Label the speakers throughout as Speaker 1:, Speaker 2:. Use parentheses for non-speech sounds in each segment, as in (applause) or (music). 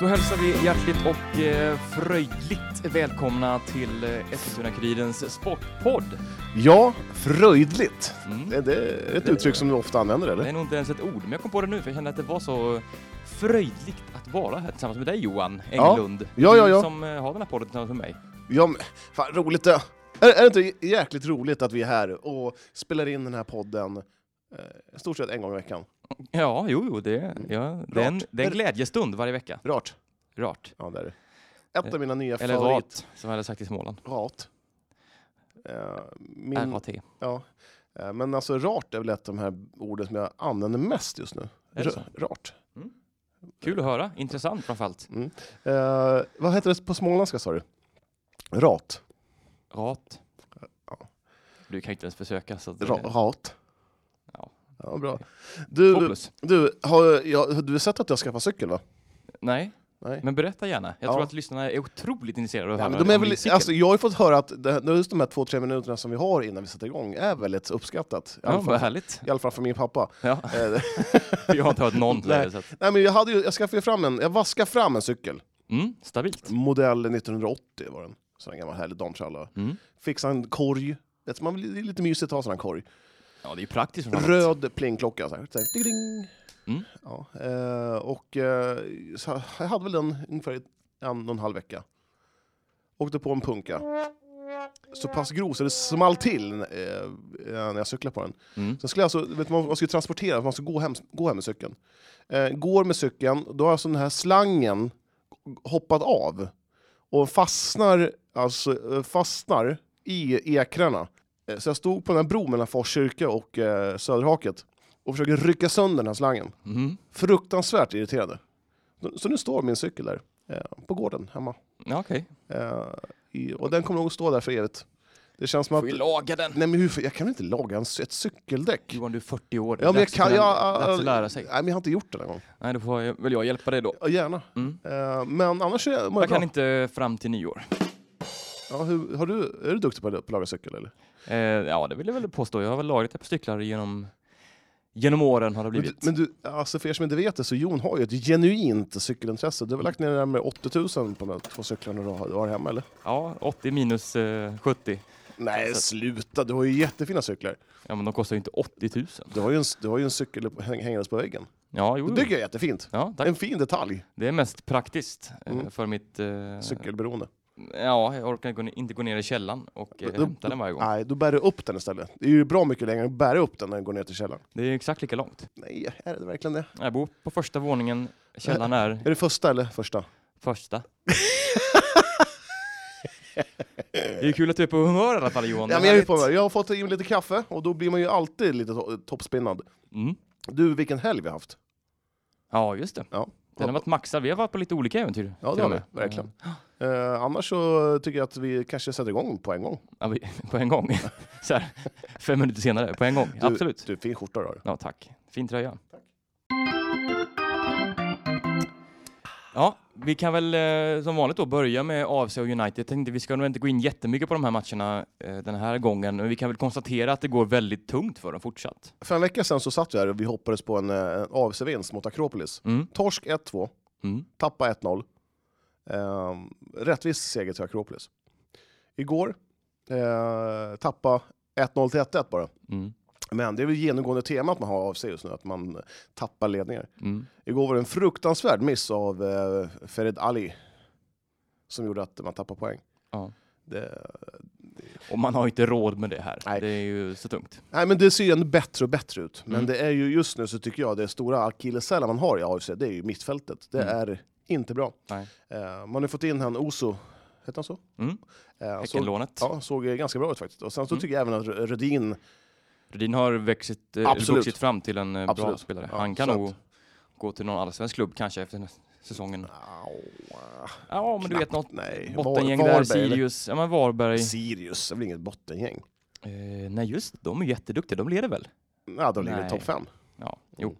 Speaker 1: Då hälsar vi hjärtligt och eh, fröjdligt välkomna till eh, Eskilstuna-Kurirens sportpodd.
Speaker 2: Ja, fröjdligt.
Speaker 1: Mm.
Speaker 2: Det det är ett uttryck som du ofta använder,
Speaker 1: Det
Speaker 2: eller?
Speaker 1: är nog inte ens ett ord, men jag kom på det nu för jag kände att det var så fröjdligt att vara här tillsammans med dig Johan
Speaker 2: Ja.
Speaker 1: Englund.
Speaker 2: Ja, ja,
Speaker 1: Du
Speaker 2: ja.
Speaker 1: som eh, har den här podden tillsammans med mig.
Speaker 2: Ja, men, fan roligt det. Är, är det inte jäkligt roligt att vi är här och spelar in den här podden eh, i stort sett en gång i veckan?
Speaker 1: Ja, jo, jo, det,
Speaker 2: Mm.
Speaker 1: ja, det, är, en, det är en
Speaker 2: Eller-
Speaker 1: glädjestund varje vecka.
Speaker 2: Rart.
Speaker 1: Rart.
Speaker 2: Ja, det är det. Ett av mina nya
Speaker 1: Eller
Speaker 2: favorit...
Speaker 1: rat, som jag hade sagt i Småland.
Speaker 2: Rat. Eh, min,
Speaker 1: RAT. Är
Speaker 2: ja. Eh, Men alltså rart är väl ett av de här orden som jag använder mest just nu.
Speaker 1: det så?
Speaker 2: Rö- Rart.
Speaker 1: Kul att höra, intressant framförallt.
Speaker 2: Eh, vad heter det på småländska sa du? Rat.
Speaker 1: Rat.
Speaker 2: Ja.
Speaker 1: Du kan ju inte ens försöka. Så att,
Speaker 2: Ra- rat.
Speaker 1: Ja.
Speaker 2: Ja, bra.
Speaker 1: Två
Speaker 2: Du,
Speaker 1: plus.
Speaker 2: du, har, ja, du har sett att jag skaffat cykel va?
Speaker 1: Nej,
Speaker 2: Nej.
Speaker 1: men berätta gärna. Jag
Speaker 2: Ja.
Speaker 1: tror att lyssnarna är otroligt intresserade av att
Speaker 2: Ja,
Speaker 1: höra
Speaker 2: men de är
Speaker 1: om din
Speaker 2: väl,
Speaker 1: cykel.
Speaker 2: alltså, jag har ju fått höra att det, just de här två, tre minuterna som vi har innan vi sätter igång är väldigt uppskattat. I alla,
Speaker 1: Ja, vad
Speaker 2: fall,
Speaker 1: härligt.
Speaker 2: i alla fall för min pappa.
Speaker 1: Ja,
Speaker 2: alltså, (laughs) Eh,
Speaker 1: (laughs) jag har inte hört någon till det. Så att,
Speaker 2: Nej, men jag, hade ju, jag skaffade ju fram en, jag vaskade fram en cykel.
Speaker 1: mm, stabilt.
Speaker 2: Modell 1980 var den. Sån här gammal härlig damtralla.
Speaker 1: Mm.
Speaker 2: Fixade en korg. Vet, du, man vill, det är lite mysigt att ha sån här korg.
Speaker 1: Ja, det är ju praktiskt. som fan.
Speaker 2: Röd plingklocka. Så här, så här, ding, ding.
Speaker 1: Mm.
Speaker 2: Ja, eh, och eh, så jag hade väl den ungefär i en och en halv vecka. Åkte på en punka. Så pass grov så det small till eh, när jag cyklade på den.
Speaker 1: Mm.
Speaker 2: Sen skulle jag alltså, vet du, man, man skulle transportera, man skulle gå hem, gå hem med cykeln. Eh, går med cykeln, då har alltså den här slangen hoppat av. Och fastnar, alltså, eh, fastnar i ekrarna. Eh, Så jag stod på den här bron mellan Fors kyrka och eh, Söderhaket och försöker rycka sönder den här slangen.
Speaker 1: Mm.
Speaker 2: Fruktansvärt irriterande. Så- Så nu står min cykel där, eh, på gården hemma.
Speaker 1: Ja, okej.
Speaker 2: Eh, i, och den kommer nog stå där för evigt. Det känns som att...
Speaker 1: Får vi laga den?
Speaker 2: Nej, men hur, fan- jag kan väl inte laga en, cy- ett cykeldäck?
Speaker 1: Johan, du är 40 år. Det är
Speaker 2: Ja, men jag
Speaker 1: dags för
Speaker 2: kan,
Speaker 1: den-
Speaker 2: jag,
Speaker 1: dags att lära sig.
Speaker 2: Nej, men jag har inte gjort det någon gång.
Speaker 1: Nej, då får jag, väl jag hjälpa dig då.
Speaker 2: Ja, gärna.
Speaker 1: Mm.
Speaker 2: Eh, men annars är jag,
Speaker 1: Jag
Speaker 2: mår jag bra.
Speaker 1: kan inte fram till nyår.
Speaker 2: Ja, hur, har du, är du duktig på att laga cykel? Eller?
Speaker 1: Eh, ja, det vill jag väl påstå. Jag har väl lagat ett par cyklar genom, genom åren har det
Speaker 2: Men, du,
Speaker 1: blivit.
Speaker 2: men du, alltså för er som inte vet det, så Jon har ju ett genuint cykelintresse. Du har väl lagt ner närmare 80 000 på de här två cyklarna du har, du har hemma, eller?
Speaker 1: Ja, 80 minus eh, 70.
Speaker 2: Nej,
Speaker 1: Så-
Speaker 2: sluta! Du har ju jättefina cyklar.
Speaker 1: Ja, men de kostar ju inte 80 000.
Speaker 2: Du har ju en, du har ju en cykel upp- häng, hängandes på väggen.
Speaker 1: Ja,
Speaker 2: Det
Speaker 1: jo.
Speaker 2: tycker jag är jättefint.
Speaker 1: Ja, tack.
Speaker 2: En fin detalj,
Speaker 1: Det är mest praktiskt eh,
Speaker 2: Mm.
Speaker 1: för mitt... Eh,
Speaker 2: cykelberoende.
Speaker 1: Ja, jag orkar gå, inte gå ner i källan och eh,
Speaker 2: Då-
Speaker 1: hämta den varje gång.
Speaker 2: Nej, då bär du upp den istället. Det är ju bra mycket längre att bära upp den när den går ner till källaren.
Speaker 1: Det är exakt lika långt.
Speaker 2: Nej, är det verkligen det?
Speaker 1: Jag bor på första våningen, källaren är
Speaker 2: Är det första eller första?
Speaker 1: första. Det är ju kul att du är på humör i alla fall Johan.
Speaker 2: Ja,
Speaker 1: Det
Speaker 2: men jag, är
Speaker 1: härligt.
Speaker 2: på mig. jag har fått i mig lite kaffe och då blir man ju alltid lite to- toppspinnad.
Speaker 1: Mm.
Speaker 2: Du, vilken helg vi har haft.
Speaker 1: Ja, just det.
Speaker 2: Ja.
Speaker 1: Den har varit maxad. Vi har varit på lite olika äventyr.
Speaker 2: Ja,
Speaker 1: till
Speaker 2: det har
Speaker 1: och
Speaker 2: vi.
Speaker 1: med.
Speaker 2: Verkligen. Eh, annars så tycker jag att vi kanske sätter igång på en gång.
Speaker 1: Ja, vi, (laughs) på en gång. Så här, fem minuter senare, på en gång.
Speaker 2: Du-
Speaker 1: Absolut.
Speaker 2: Du, Typ, fin skjorta du har.
Speaker 1: Ja, tack. Fin tröja. Ja, vi kan väl eh, som vanligt då börja med AFC och United. Jag tänkte vi ska nog inte gå in jättemycket på de här matcherna eh, den här gången, men vi kan väl konstatera att det går väldigt tungt för dem fortsatt.
Speaker 2: För en vecka sedan så satt vi här och vi hoppades på en, eh, en AFC-vinst mot Akropolis.
Speaker 1: Mm.
Speaker 2: Torsk 1-2,
Speaker 1: Mm.
Speaker 2: tappa 1-0. Eh, rättvis seger till Akropolis. Igår, eh, tappa 1-0 till 1-1 bara.
Speaker 1: Mm.
Speaker 2: Men det är väl genomgående temat man har AFC just nu, att man tappar ledningar.
Speaker 1: Mm.
Speaker 2: Igår var det en fruktansvärd miss av eh, Fered Ali som gjorde att man tappade poäng.
Speaker 1: Ja.
Speaker 2: Det,
Speaker 1: Och man har ju inte råd med det här.
Speaker 2: Nej.
Speaker 1: Det är ju så tungt.
Speaker 2: nej, men det ser ju ändå bättre och bättre ut. Men
Speaker 1: Mm.
Speaker 2: det är ju just nu så tycker jag det stora akilleshälen man har i AFC, det är ju mittfältet. Det
Speaker 1: Mm.
Speaker 2: är inte bra.
Speaker 1: Nej.
Speaker 2: Eh, man har ju fått in han Oso, heter han så?
Speaker 1: Mm.
Speaker 2: Eh, såg,
Speaker 1: Häckenlånet.
Speaker 2: ja, såg eh, ganska bra ut faktiskt. Och sen så
Speaker 1: Mm.
Speaker 2: tycker jag även att Rö- Rödin,
Speaker 1: Rudin har växit, eh,
Speaker 2: Absolut.
Speaker 1: vuxit fram till en eh, bra
Speaker 2: Absolut.
Speaker 1: spelare.
Speaker 2: Ja,
Speaker 1: Han kan
Speaker 2: så
Speaker 1: nog gå till någon allsvensk klubb kanske efter den här säsongen.
Speaker 2: au, ah,
Speaker 1: Ja, men du vet
Speaker 2: knappt,
Speaker 1: något
Speaker 2: nej,
Speaker 1: Bottengäng där, Sirius, ja men Varberg.
Speaker 2: Sirius, det är väl inget bottengäng?
Speaker 1: Eh, nej just det, de är jätteduktiga, de leder väl?
Speaker 2: Ja, de ligger
Speaker 1: Nej.
Speaker 2: i topp fem.
Speaker 1: Ja, jo.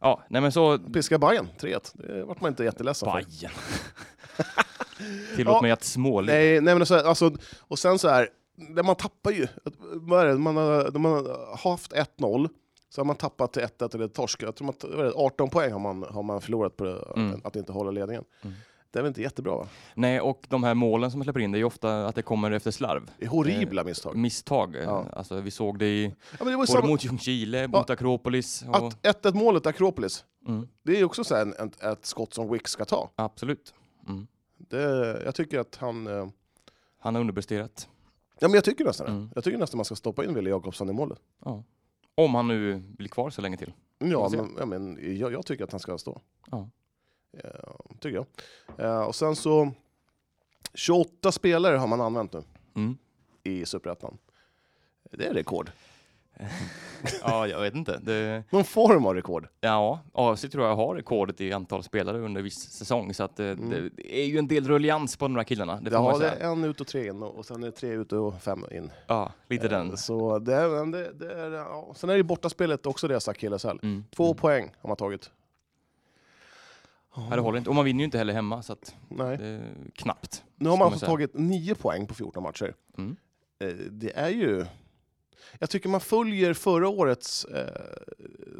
Speaker 1: Ja, nej men så...
Speaker 2: Piska Bayern 3-1, det vart man inte jätteledsen
Speaker 1: (laughs)
Speaker 2: för.
Speaker 1: Bajen. Tillåt
Speaker 2: Ja.
Speaker 1: mig att småle.
Speaker 2: Nej, nej men alltså, alltså, och sen så här, där man tappar ju. Vad är det? Man har, de har haft 1-0, så har man tappat till 1-1 eller torsk. Jag tror man, vad är det, 18 poäng har man, har man förlorat på det,
Speaker 1: Mm.
Speaker 2: att inte hålla ledningen.
Speaker 1: Mm.
Speaker 2: Det är väl inte jättebra? Va?
Speaker 1: Nej, och de här målen som man släpper in, det är ju ofta att det kommer efter slarv.
Speaker 2: Det är
Speaker 1: Eh,
Speaker 2: horribla
Speaker 1: mm.
Speaker 2: misstag.
Speaker 1: Misstag.
Speaker 2: Ja.
Speaker 1: Alltså, vi såg det i,
Speaker 2: Ja, men det var ju
Speaker 1: både
Speaker 2: samma,
Speaker 1: mot Ljungskile, mot Akropolis. Och,
Speaker 2: att 1-1 målet i Akropolis,
Speaker 1: mm,
Speaker 2: det är ju också så här en, ett, ett skott som Wick ska ta.
Speaker 1: absolut. Mm.
Speaker 2: Det, jag tycker att han... eh,
Speaker 1: Han har underpresterat.
Speaker 2: Ja men jag tycker nästan det.
Speaker 1: Mm.
Speaker 2: Jag tycker nästan man ska stoppa in Wille Jakobsson i målet.
Speaker 1: Ja. Om han nu blir kvar så länge till.
Speaker 2: Ja,
Speaker 1: se.
Speaker 2: men, ja, men jag, jag tycker att han ska stå.
Speaker 1: Ja.
Speaker 2: Eh, tycker jag. Eh, och sen så, 28 spelare har man använt nu
Speaker 1: Mm.
Speaker 2: i Superettan. Det är rekord.
Speaker 1: Ja, jag vet inte. Det,
Speaker 2: Någon form av rekord.
Speaker 1: ja, AFC tror jag har rekordet i antal spelare under viss säsong, så att eh,
Speaker 2: Mm.
Speaker 1: det, det är ju en del ruljans på de där killarna. Det får
Speaker 2: Ja,
Speaker 1: man
Speaker 2: det
Speaker 1: säga.
Speaker 2: är en ut och tre in och och sen är det tre ut och fem in.
Speaker 1: Ja, lite
Speaker 2: Eh,
Speaker 1: den.
Speaker 2: Så det, är- men det, det är, ja. Sen är det ju bortaspelet också deras akilleshäl.
Speaker 1: Mm.
Speaker 2: Två poäng har man tagit.
Speaker 1: Ja, det håller inte. Och man vinner ju inte heller hemma, så att
Speaker 2: Nej.
Speaker 1: det är knappt.
Speaker 2: Nu har
Speaker 1: ska
Speaker 2: man
Speaker 1: man
Speaker 2: alltså
Speaker 1: säga.
Speaker 2: tagit nio poäng på 14 matcher.
Speaker 1: Mm.
Speaker 2: Eh, det är ju... Jag tycker man följer förra årets eh,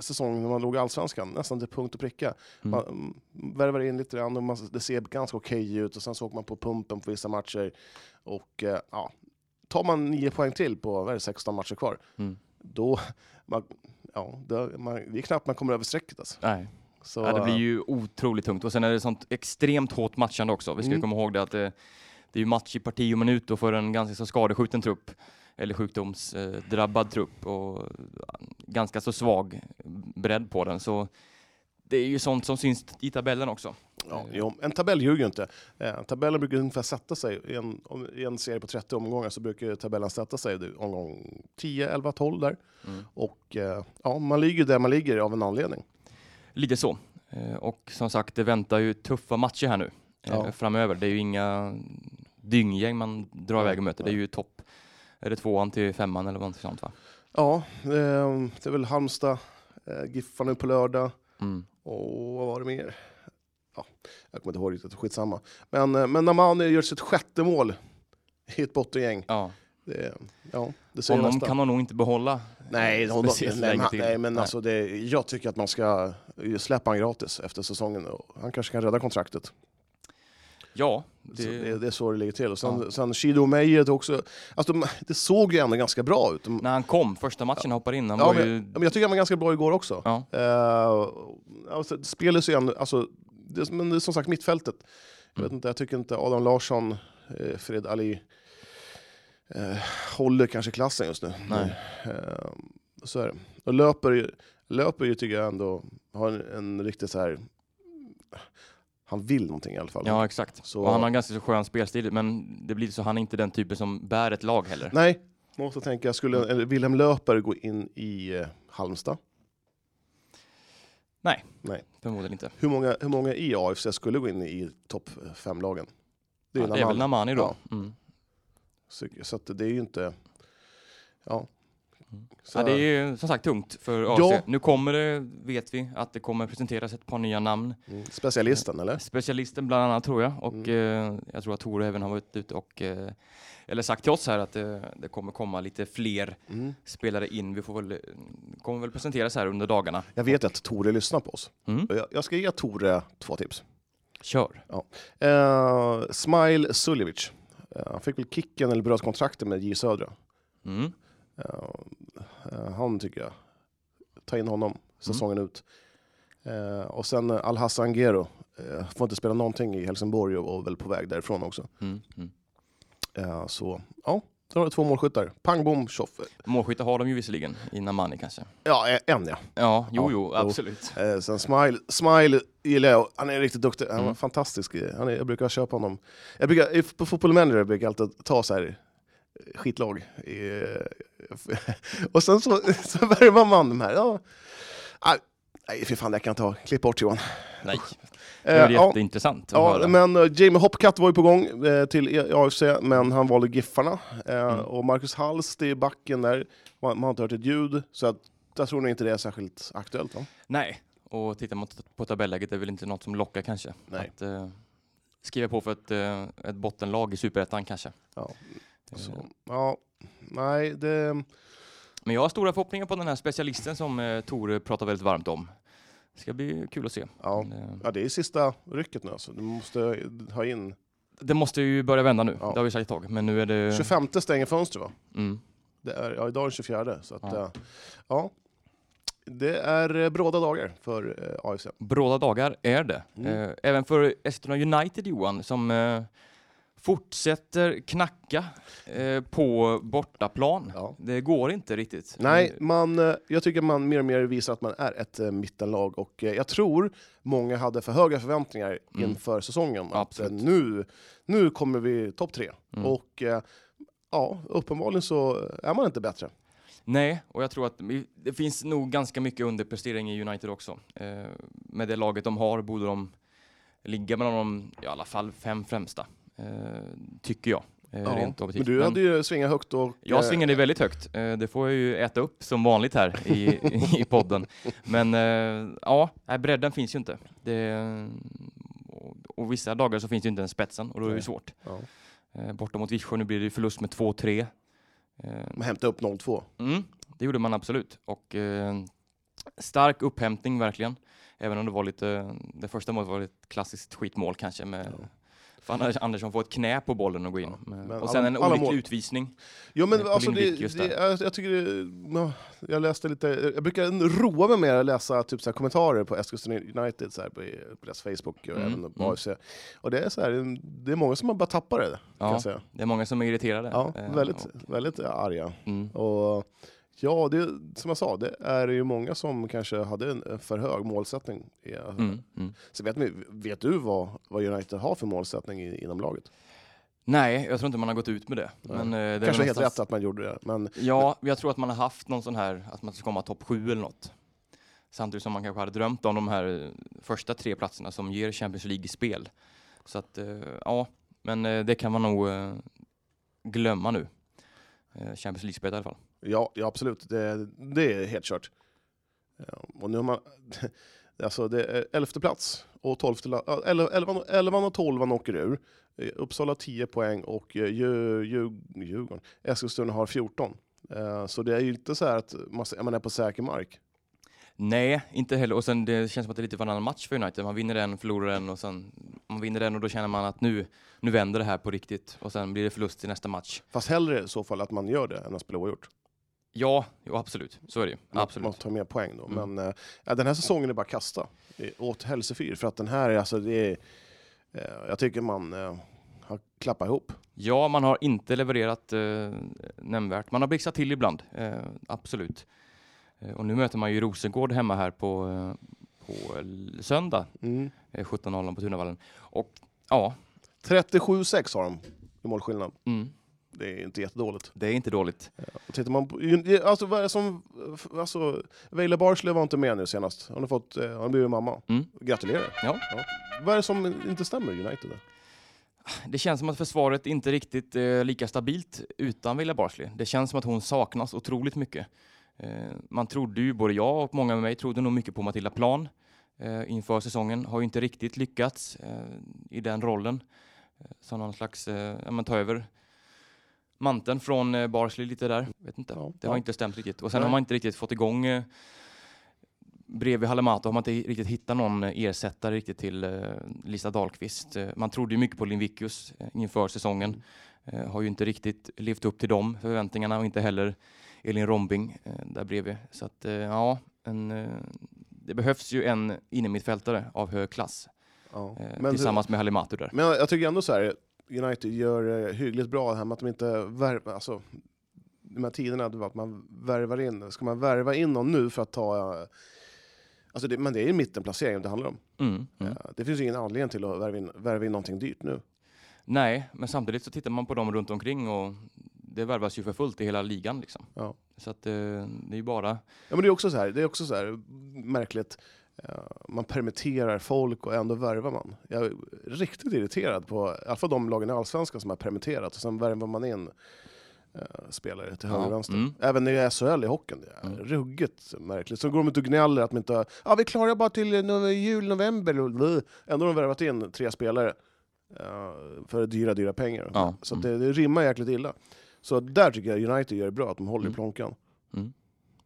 Speaker 2: säsong när man låg i Allsvenskan, nästan till punkt och pricka.
Speaker 1: Mm.
Speaker 2: Man mm, värvar in lite grann och man, det ser ganska okej ut och sen såg man på pumpen på vissa matcher. Och eh, ja, tar man nio poäng till på vad är det, 16 matcher kvar,
Speaker 1: Mm.
Speaker 2: då... Man, ja, det, man, det är knappt man kommer över strecket alltså.
Speaker 1: Nej.
Speaker 2: Så,
Speaker 1: Ja, det blir ju otroligt tungt. Och sen är det sånt extremt hårt matchande också. Vi ska ju
Speaker 2: Mm.
Speaker 1: komma ihåg det att det, det är ju match i parti och minut och för en ganska så skadeskjuten trupp. Eller sjukdomsdrabbad trupp och ganska så svag bredd på den. Så det är ju sånt som syns i tabellen också.
Speaker 2: Ja, jo, en tabell ljuger ju inte. Eh, tabellen brukar ungefär sätta sig. I en, om- I en serie på 30 omgångar så brukar ju tabellen sätta sig i omgång 10, 11, 12 där.
Speaker 1: Mm.
Speaker 2: Och eh, ja, man ligger där man ligger av en anledning.
Speaker 1: Lite så. Eh, Och som sagt, det väntar ju tuffa matcher här nu eh,
Speaker 2: Ja.
Speaker 1: framöver. Det är ju inga dynggäng man drar iväg och möter. Det är ju topp. Är det tvåan till femman eller någonting sånt va?
Speaker 2: Ja, eh, det är väl Halmstad, eh, Giffarna nu på lördag
Speaker 1: Mm.
Speaker 2: och vad var det mer? Ja, jag kommer inte ihåg riktigt, skitsamma. Men, eh, men när man gör sitt sjätte mål i ett bottengäng,
Speaker 1: Ja.
Speaker 2: det, ja, det säger
Speaker 1: Honom
Speaker 2: nästan.
Speaker 1: kan man nog inte behålla
Speaker 2: Nej,
Speaker 1: Eh,
Speaker 2: hon,
Speaker 1: speciellt
Speaker 2: nej,
Speaker 1: länge
Speaker 2: men-
Speaker 1: till.
Speaker 2: nej, men alltså det, jag tycker att man ska släppa han gratis efter säsongen. och Han kanske kan rädda kontraktet.
Speaker 1: Ja,
Speaker 2: Det,
Speaker 1: det,
Speaker 2: så det, det är så det ligger till. Och sen, sen Shido Meijer också. Alltså, de- det såg ju ändå ganska bra ut. De,
Speaker 1: när han kom första matchen han hoppade in, han
Speaker 2: ja,
Speaker 1: var
Speaker 2: men,
Speaker 1: ju...
Speaker 2: ja, men jag tycker han var ganska bra igår också.
Speaker 1: Ja.
Speaker 2: Eh, alltså, spelet så igen, alltså, det, men det är som sagt mittfältet. Jag, vet
Speaker 1: Mm.
Speaker 2: inte, jag tycker inte Adam Larsson, eh, Fred Ali, eh, håller kanske klassen just nu.
Speaker 1: Nej.
Speaker 2: Eh, så är det. Och löper, ju- löper ju tycker jag ändå, har en, en riktig så här, han vill någonting i alla fall.
Speaker 1: Ja, exakt.
Speaker 2: Så-
Speaker 1: Och han har en ganska så skön spelstil, men det blir så han är inte den typen som bär ett lag heller.
Speaker 2: Nej, man måste tänka, skulle eller, Wilhelm Löper gå in i eh, Halmstad?
Speaker 1: Förmodligen inte.
Speaker 2: Hur många, hur många i AFC skulle gå in i topp fem lagen
Speaker 1: Det är, ja, det är väl Namani då. Mm.
Speaker 2: Så, så att det är ju inte... Ja. Så,
Speaker 1: Ja, det är ju som sagt tungt för AFC.
Speaker 2: Ja.
Speaker 1: Nu kommer det, vet vi, att det kommer presenteras ett par nya namn.
Speaker 2: mm, specialisten, eller?
Speaker 1: Specialisten bland annat tror jag och
Speaker 2: Mm.
Speaker 1: eh, jag tror att Tore även har varit ute och eh, eller sagt till oss här att eh, det kommer komma lite fler
Speaker 2: Mm.
Speaker 1: spelare in. Vi får väl, eh, kommer väl presenteras här under dagarna.
Speaker 2: Jag vet att Tore lyssnar på oss.
Speaker 1: Mm.
Speaker 2: Och Jag, jag ska ge Tore två tips.
Speaker 1: Kör.
Speaker 2: Eh, Smile Suljevic. Eh, han fick väl kicken eller bröt kontrakten med J Södra.
Speaker 1: Mm.
Speaker 2: Eh, eh, han tycker jag. Ta in honom säsongen ut. Eh, och sen eh, Al-Hassan Gero. Eh, får inte spela någonting i Helsingborg och var väl på väg därifrån också.
Speaker 1: Mm. Mm.
Speaker 2: Eh, så ja, där har du två målskyttar. Pang, bom, tjoff.
Speaker 1: Målskyttar har de ju visserligen, i Namani kanske.
Speaker 2: Ja, eh, en ja.
Speaker 1: Ja, jo,
Speaker 2: Ja,
Speaker 1: jo, absolut.
Speaker 2: Eh, sen Smile, Smile gillar jag, han är riktigt duktig, han var
Speaker 1: Mm.
Speaker 2: fantastisk. Han är, jag brukar köpa honom. Jag brukar, i- på Football Manager brukar jag alltid ta så här eh, skitlag. Eh, (laughs) och sen så, så värvar man de här. Ja. Ah, nej, fy fan, det kan jag inte ha. Klipp bort Johan.
Speaker 1: Nej, det
Speaker 2: Eh,
Speaker 1: är
Speaker 2: ja,
Speaker 1: jätteintressant att
Speaker 2: ja,
Speaker 1: höra.
Speaker 2: men eh, Jamie Hopcat var ju på gång eh, till E- AFC, men han valde Giffarna. Eh,
Speaker 1: Mm.
Speaker 2: Och Marcus Hals, det är backen där. Man, man har inte hört ett ljud, så att, jag tror nog inte det är särskilt aktuellt. Va?
Speaker 1: Nej, och tittar man t- på tabelläget är väl inte något som lockar kanske.
Speaker 2: Nej.
Speaker 1: Att eh, skriva på för ett, eh, ett bottenlag i Superettan kanske.
Speaker 2: Ja.
Speaker 1: Eh,
Speaker 2: Så, ja, Nej, det...
Speaker 1: Men jag har stora förhoppningar på den här specialisten som eh, Tore pratar väldigt varmt om. Det ska bli kul att se.
Speaker 2: Ja.
Speaker 1: Men, eh,
Speaker 2: ja, det är sista rycket nu alltså. Du måste ha in...
Speaker 1: Det måste ju börja vända nu.
Speaker 2: Ja.
Speaker 1: Det har vi sagt ett tag. Men nu är det...
Speaker 2: 25 stänger fönstret va?
Speaker 1: Mm.
Speaker 2: Det är, ja, idag är den 24. Så att,
Speaker 1: Ja.
Speaker 2: ja. ja. Det är eh, bråda dagar för eh, AFC.
Speaker 1: Bråda dagar är det.
Speaker 2: Mm.
Speaker 1: Eh, även för Eskilstuna United Johan som eh, fortsätter knacka eh, på bortaplan.
Speaker 2: Ja.
Speaker 1: Det går inte riktigt.
Speaker 2: Nej,
Speaker 1: Eh,
Speaker 2: man, eh, jag tycker man mer och mer visar att man är ett eh, mittenlag och eh, jag tror många hade för höga förväntningar
Speaker 1: Mm.
Speaker 2: inför säsongen. Att eh,
Speaker 1: Absolut.
Speaker 2: nu, nu kommer vi topp tre.
Speaker 1: Mm.
Speaker 2: Och eh, ja, uppenbarligen så är man inte bättre.
Speaker 1: Nej, och jag tror att vi- det finns nog ganska mycket underprestering i United också. Eh, med det laget de har borde de ligga mellan de, ja, i alla fall fem främsta. Eh, tycker jag. Eh,
Speaker 2: Ja.
Speaker 1: Rent
Speaker 2: Men
Speaker 1: objektivt.
Speaker 2: du hade ju svingat högt och...
Speaker 1: Jag
Speaker 2: eh,
Speaker 1: svingade väldigt högt. Eh, Det får jag ju äta upp som vanligt här i, (laughs) i podden. Men eh, ja, nej, bredden finns ju inte. Det, och, och vissa dagar så finns ju inte ens spetsen och då är det ju
Speaker 2: Nej.
Speaker 1: svårt.
Speaker 2: Ja.
Speaker 1: Eh, Borta mot Vittsjö, nu blir det ju förlust med 2-3. Eh,
Speaker 2: Man hämtade upp 0-2.
Speaker 1: Mm, det gjorde man absolut. Och eh, stark upphämtning verkligen. Även om det var lite, det första målet var ett klassiskt skitmål kanske med
Speaker 2: Ja.
Speaker 1: för Anders- Andersson får ett knä på bollen och går in.
Speaker 2: Ja,
Speaker 1: Men-
Speaker 2: men
Speaker 1: och sen
Speaker 2: alla-
Speaker 1: en
Speaker 2: alla
Speaker 1: olycklig
Speaker 2: mål.
Speaker 1: utvisning.
Speaker 2: Jo men
Speaker 1: Eh, på
Speaker 2: alltså, det,
Speaker 1: Lindvik just
Speaker 2: det, jag, jag tycker det, ja, jag läste lite, jag brukar roa mig med att läsa typ så här kommentarer på Eskilstuna United så här, på, på deras Facebook och
Speaker 1: Mm,
Speaker 2: även på
Speaker 1: mm.
Speaker 2: AFC. Och det är så här, det är många som har bara tappat det, kan
Speaker 1: Ja,
Speaker 2: jag säga.
Speaker 1: det är många som är irriterade.
Speaker 2: Ja,
Speaker 1: Eh,
Speaker 2: väldigt,
Speaker 1: och-
Speaker 2: väldigt arga.
Speaker 1: Mm.
Speaker 2: Och ja, det, som jag sa, det är ju många som kanske hade en för hög målsättning. i-
Speaker 1: Mm, mm.
Speaker 2: Så vet, ni- vet du vad, vad United har för målsättning i, inom laget?
Speaker 1: Nej, jag tror inte man har gått ut med det.
Speaker 2: Nej.
Speaker 1: Men, eh, det är
Speaker 2: kanske helt
Speaker 1: någonstans-
Speaker 2: rätt att man gjorde det, men
Speaker 1: Ja, jag tror att man har haft någon sån här, att man ska komma topp sju eller något. Samtidigt som man kanske hade drömt om de här eh, första tre platserna som ger Champions League-spel. Så att, eh, ja, men eh, det kan man nog eh, glömma nu. Eh, Champions League-spelet i alla fall.
Speaker 2: Ja, ja absolut. Det, det är helt kört. Ja, Och nu har man... (laughs) Alltså det är elfte plats och tolfte... la- ja, elva- Elvan, elvan och tolvan åker ur. Eh, Uppsala 10 poäng och eh, Djur- Djur- Djurgården. Eskilstuna har 14. Eh, Så det är ju inte så här att man s- man är på säker mark.
Speaker 1: Nej, inte heller. Och sen det känns som att det är lite varannan match för United. Man vinner en, förlorar en och sen man vinner en och då känner man att nu, nu vänder det här på riktigt. Och sen blir det förlust i nästa match.
Speaker 2: Fast hellre i så fall att man gör det än att spela oavgjort.
Speaker 1: Ja, jo, absolut. Så är det ju.
Speaker 2: Man-
Speaker 1: Absolut.
Speaker 2: Man tar mer poäng då.
Speaker 1: Mm.
Speaker 2: Men eh, ja, den här säsongen är bara kasta eh, åt hälsefyr. För att den här, är alltså det är... eh, Jag tycker man eh, har klappat ihop.
Speaker 1: Ja, man har inte levererat eh, nämnvärt. Man har blixtrat till ibland, eh, absolut. Eh, och nu möter man ju Rosengård hemma här på, eh, på l- söndag,
Speaker 2: Mm.
Speaker 1: eh, 17.00 på Tunavallen. Och ja,
Speaker 2: 37-6 har de i målskillnad.
Speaker 1: mm,
Speaker 2: Det är inte jättedåligt.
Speaker 1: det är inte dåligt.
Speaker 2: Och tittar man på, alltså, vad är det som, alltså, Vejle Barsley var inte med nu senast. Hon har, fått, eh, hon har blivit mamma.
Speaker 1: Mm.
Speaker 2: Gratulerar.
Speaker 1: Ja.
Speaker 2: Vad är det som inte stämmer i United?
Speaker 1: Det känns som att försvaret inte riktigt är lika stabilt utan Villa Barsley. Det känns som att hon saknas otroligt mycket. Eh, man trodde ju, både jag och många med mig, trodde nog mycket på Matilda Plan eh, inför säsongen. Har ju inte riktigt lyckats eh, i den rollen. Eh, som någon slags, eh, ja men ta över manteln från eh, Barsley lite där. Vet inte.
Speaker 2: Ja,
Speaker 1: det har
Speaker 2: ja.
Speaker 1: inte stämt riktigt. Och sen
Speaker 2: Nej.
Speaker 1: har man inte riktigt fått igång eh, Bredvid Hallemato har man inte riktigt hittat någon eh, ersättare riktigt till eh, Lisa Dahlqvist. Eh, man trodde ju mycket på Lindvikius eh, inför säsongen. Eh, har ju inte riktigt levt upp till de förväntningarna och inte heller Elin Rombing eh, där bredvid. Så att eh, ja, en, eh, det behövs ju en innermittfältare av hög klass
Speaker 2: Ja.
Speaker 1: eh,
Speaker 2: Men,
Speaker 1: tillsammans med Hallemato där.
Speaker 2: men jag tycker ändå så här, United gör eh, hyggligt bra här med att de inte värvar, alltså, de här tiderna det var att man värvar in, ska man värva in någon nu för att ta, eh, alltså det, men det är ju mittenplacering det handlar om.
Speaker 1: Mm, mm.
Speaker 2: Eh, Det finns ju ingen anledning till att värva in, värva in någonting dyrt nu.
Speaker 1: Nej, men samtidigt så tittar man på dem runt omkring och det värvas ju för fullt i hela ligan liksom.
Speaker 2: Ja.
Speaker 1: Så att eh, det är ju bara
Speaker 2: Ja, men det är också så här, det är också så här märkligt. Eh, Man permitterar folk och ändå värvar man. Jag är riktigt irriterad på i alla fall de lagen i Allsvenskan som har permitterat och sen värvar man in eh, spelare till höger och
Speaker 1: Ja,
Speaker 2: vänster.
Speaker 1: mm.
Speaker 2: Även i SHL i hockeyn. Det är
Speaker 1: Mm.
Speaker 2: Ruggigt märkligt. Så går de ut och gnäller att de inte... Ja, ah, vi klarar bara till eh, no- jul, november. och blah." Ändå har de värvat in tre spelare eh, för dyra, dyra pengar.
Speaker 1: Ja, mm.
Speaker 2: Så att det, det rimmar jäkligt illa. Så där tycker jag United gör det bra, att de håller
Speaker 1: Mm.
Speaker 2: i plånkan.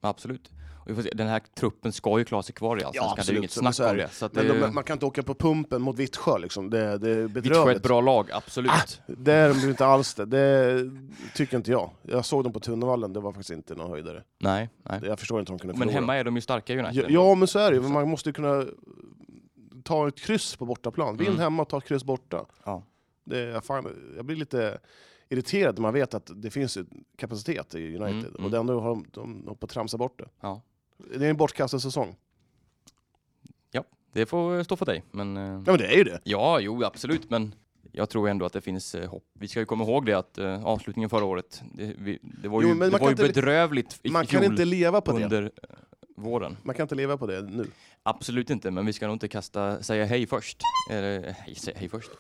Speaker 1: Absolut. Och vi får se, den här truppen ska ju klara sig kvar i Allsvenskan, det är ju inget
Speaker 2: så-
Speaker 1: snack
Speaker 2: så är
Speaker 1: om det. Så att eh,
Speaker 2: Men
Speaker 1: det
Speaker 2: de, man kan inte åka på pumpen mot Vittsjö liksom. Det, det är
Speaker 1: Vittsjö är ett
Speaker 2: bedrövligt.
Speaker 1: bra lag, absolut.
Speaker 2: Ah! Det är de ju inte alls det. Det tycker inte jag. Jag såg dem på Tunnevallen, det var faktiskt inte någon höjdare.
Speaker 1: Nej, nej.
Speaker 2: Jag förstår inte hur de kunde
Speaker 1: Men
Speaker 2: förlora.
Speaker 1: hemma är de ju starka United.
Speaker 2: Ja, ja, men så är det ju. Man måste ju kunna ta ett kryss på bortaplan. Vinn
Speaker 1: Mm.
Speaker 2: hemma och ta ett kryss borta.
Speaker 1: Ja.
Speaker 2: Det är, fan, jag blir lite irriterad när man vet att det finns ju kapacitet i United.
Speaker 1: Mm, mm.
Speaker 2: Och det ändå har de, de håller på att tramsa bort det.
Speaker 1: Ja.
Speaker 2: Det är en bortkastad säsong.
Speaker 1: Det får stå för dig. Men, eh,
Speaker 2: Ja men det är ju det.
Speaker 1: ja, jo, absolut. Men jag tror ändå att det finns eh, hopp. Vi ska ju komma ihåg det att eh, avslutningen förra året, det, vi, det var ju,
Speaker 2: Jo, men
Speaker 1: det
Speaker 2: man
Speaker 1: var ju
Speaker 2: kan inte-
Speaker 1: bedrövligt i
Speaker 2: Man kan
Speaker 1: fjol
Speaker 2: inte leva på det.
Speaker 1: under eh, våren.
Speaker 2: Man kan inte leva på det nu.
Speaker 1: Absolut inte, men vi ska nog inte kasta, säga hej först. Eller hej, säga hej först.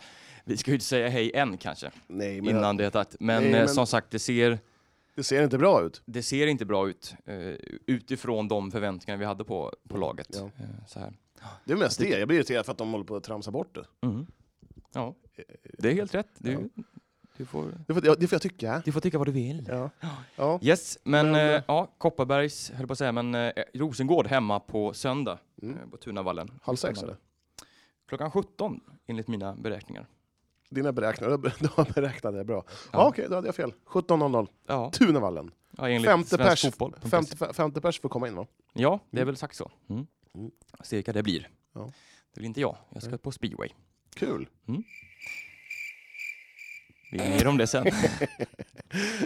Speaker 1: Vi ska ju inte säga hej än kanske,
Speaker 2: Nej, men
Speaker 1: innan det är tagit. Men,
Speaker 2: Nej,
Speaker 1: eh,
Speaker 2: men-
Speaker 1: som sagt, det ser,
Speaker 2: det ser inte bra ut.
Speaker 1: det ser inte bra ut eh, utifrån de förväntningar vi hade på, på laget.
Speaker 2: Ja.
Speaker 1: Eh, så här.
Speaker 2: Det är mest det. Jag blir irriterad för att de håller på att tramsa bort det.
Speaker 1: Mm. Ja, det är helt rätt. Du,
Speaker 2: Eh, Ja.
Speaker 1: du, får,
Speaker 2: Det är för, ja, det är för jag tycker.
Speaker 1: du får tycka vad du vill.
Speaker 2: Ja. Ja.
Speaker 1: Yes, men,
Speaker 2: Men,
Speaker 1: eh, ja, Kopparbergs, höll jag på att säga, men eh, Rosengård hemma på söndag
Speaker 2: Mm.
Speaker 1: eh, på Tunavallen.
Speaker 2: Halv sex eller?
Speaker 1: Klockan 17 enligt mina beräkningar.
Speaker 2: Dina (laughs) beräknade, då beräknade jag bra. Ja,
Speaker 1: Ja.
Speaker 2: okej, då hade jag fel. 17.00,
Speaker 1: Ja,
Speaker 2: Tunavallen.
Speaker 1: ja enligt
Speaker 2: Femte
Speaker 1: Svensk
Speaker 2: pers.
Speaker 1: Fotboll.
Speaker 2: 50, 50 pers får komma in va?
Speaker 1: Ja, det är
Speaker 2: Mm.
Speaker 1: väl sagt så. Mm.
Speaker 2: Mm.
Speaker 1: Cirka det blir.
Speaker 2: Ja.
Speaker 1: Det blir inte jag. Jag ska
Speaker 2: Nej.
Speaker 1: på speedway.
Speaker 2: Kul.
Speaker 1: Vi är mer om det
Speaker 2: (laughs)
Speaker 1: sen.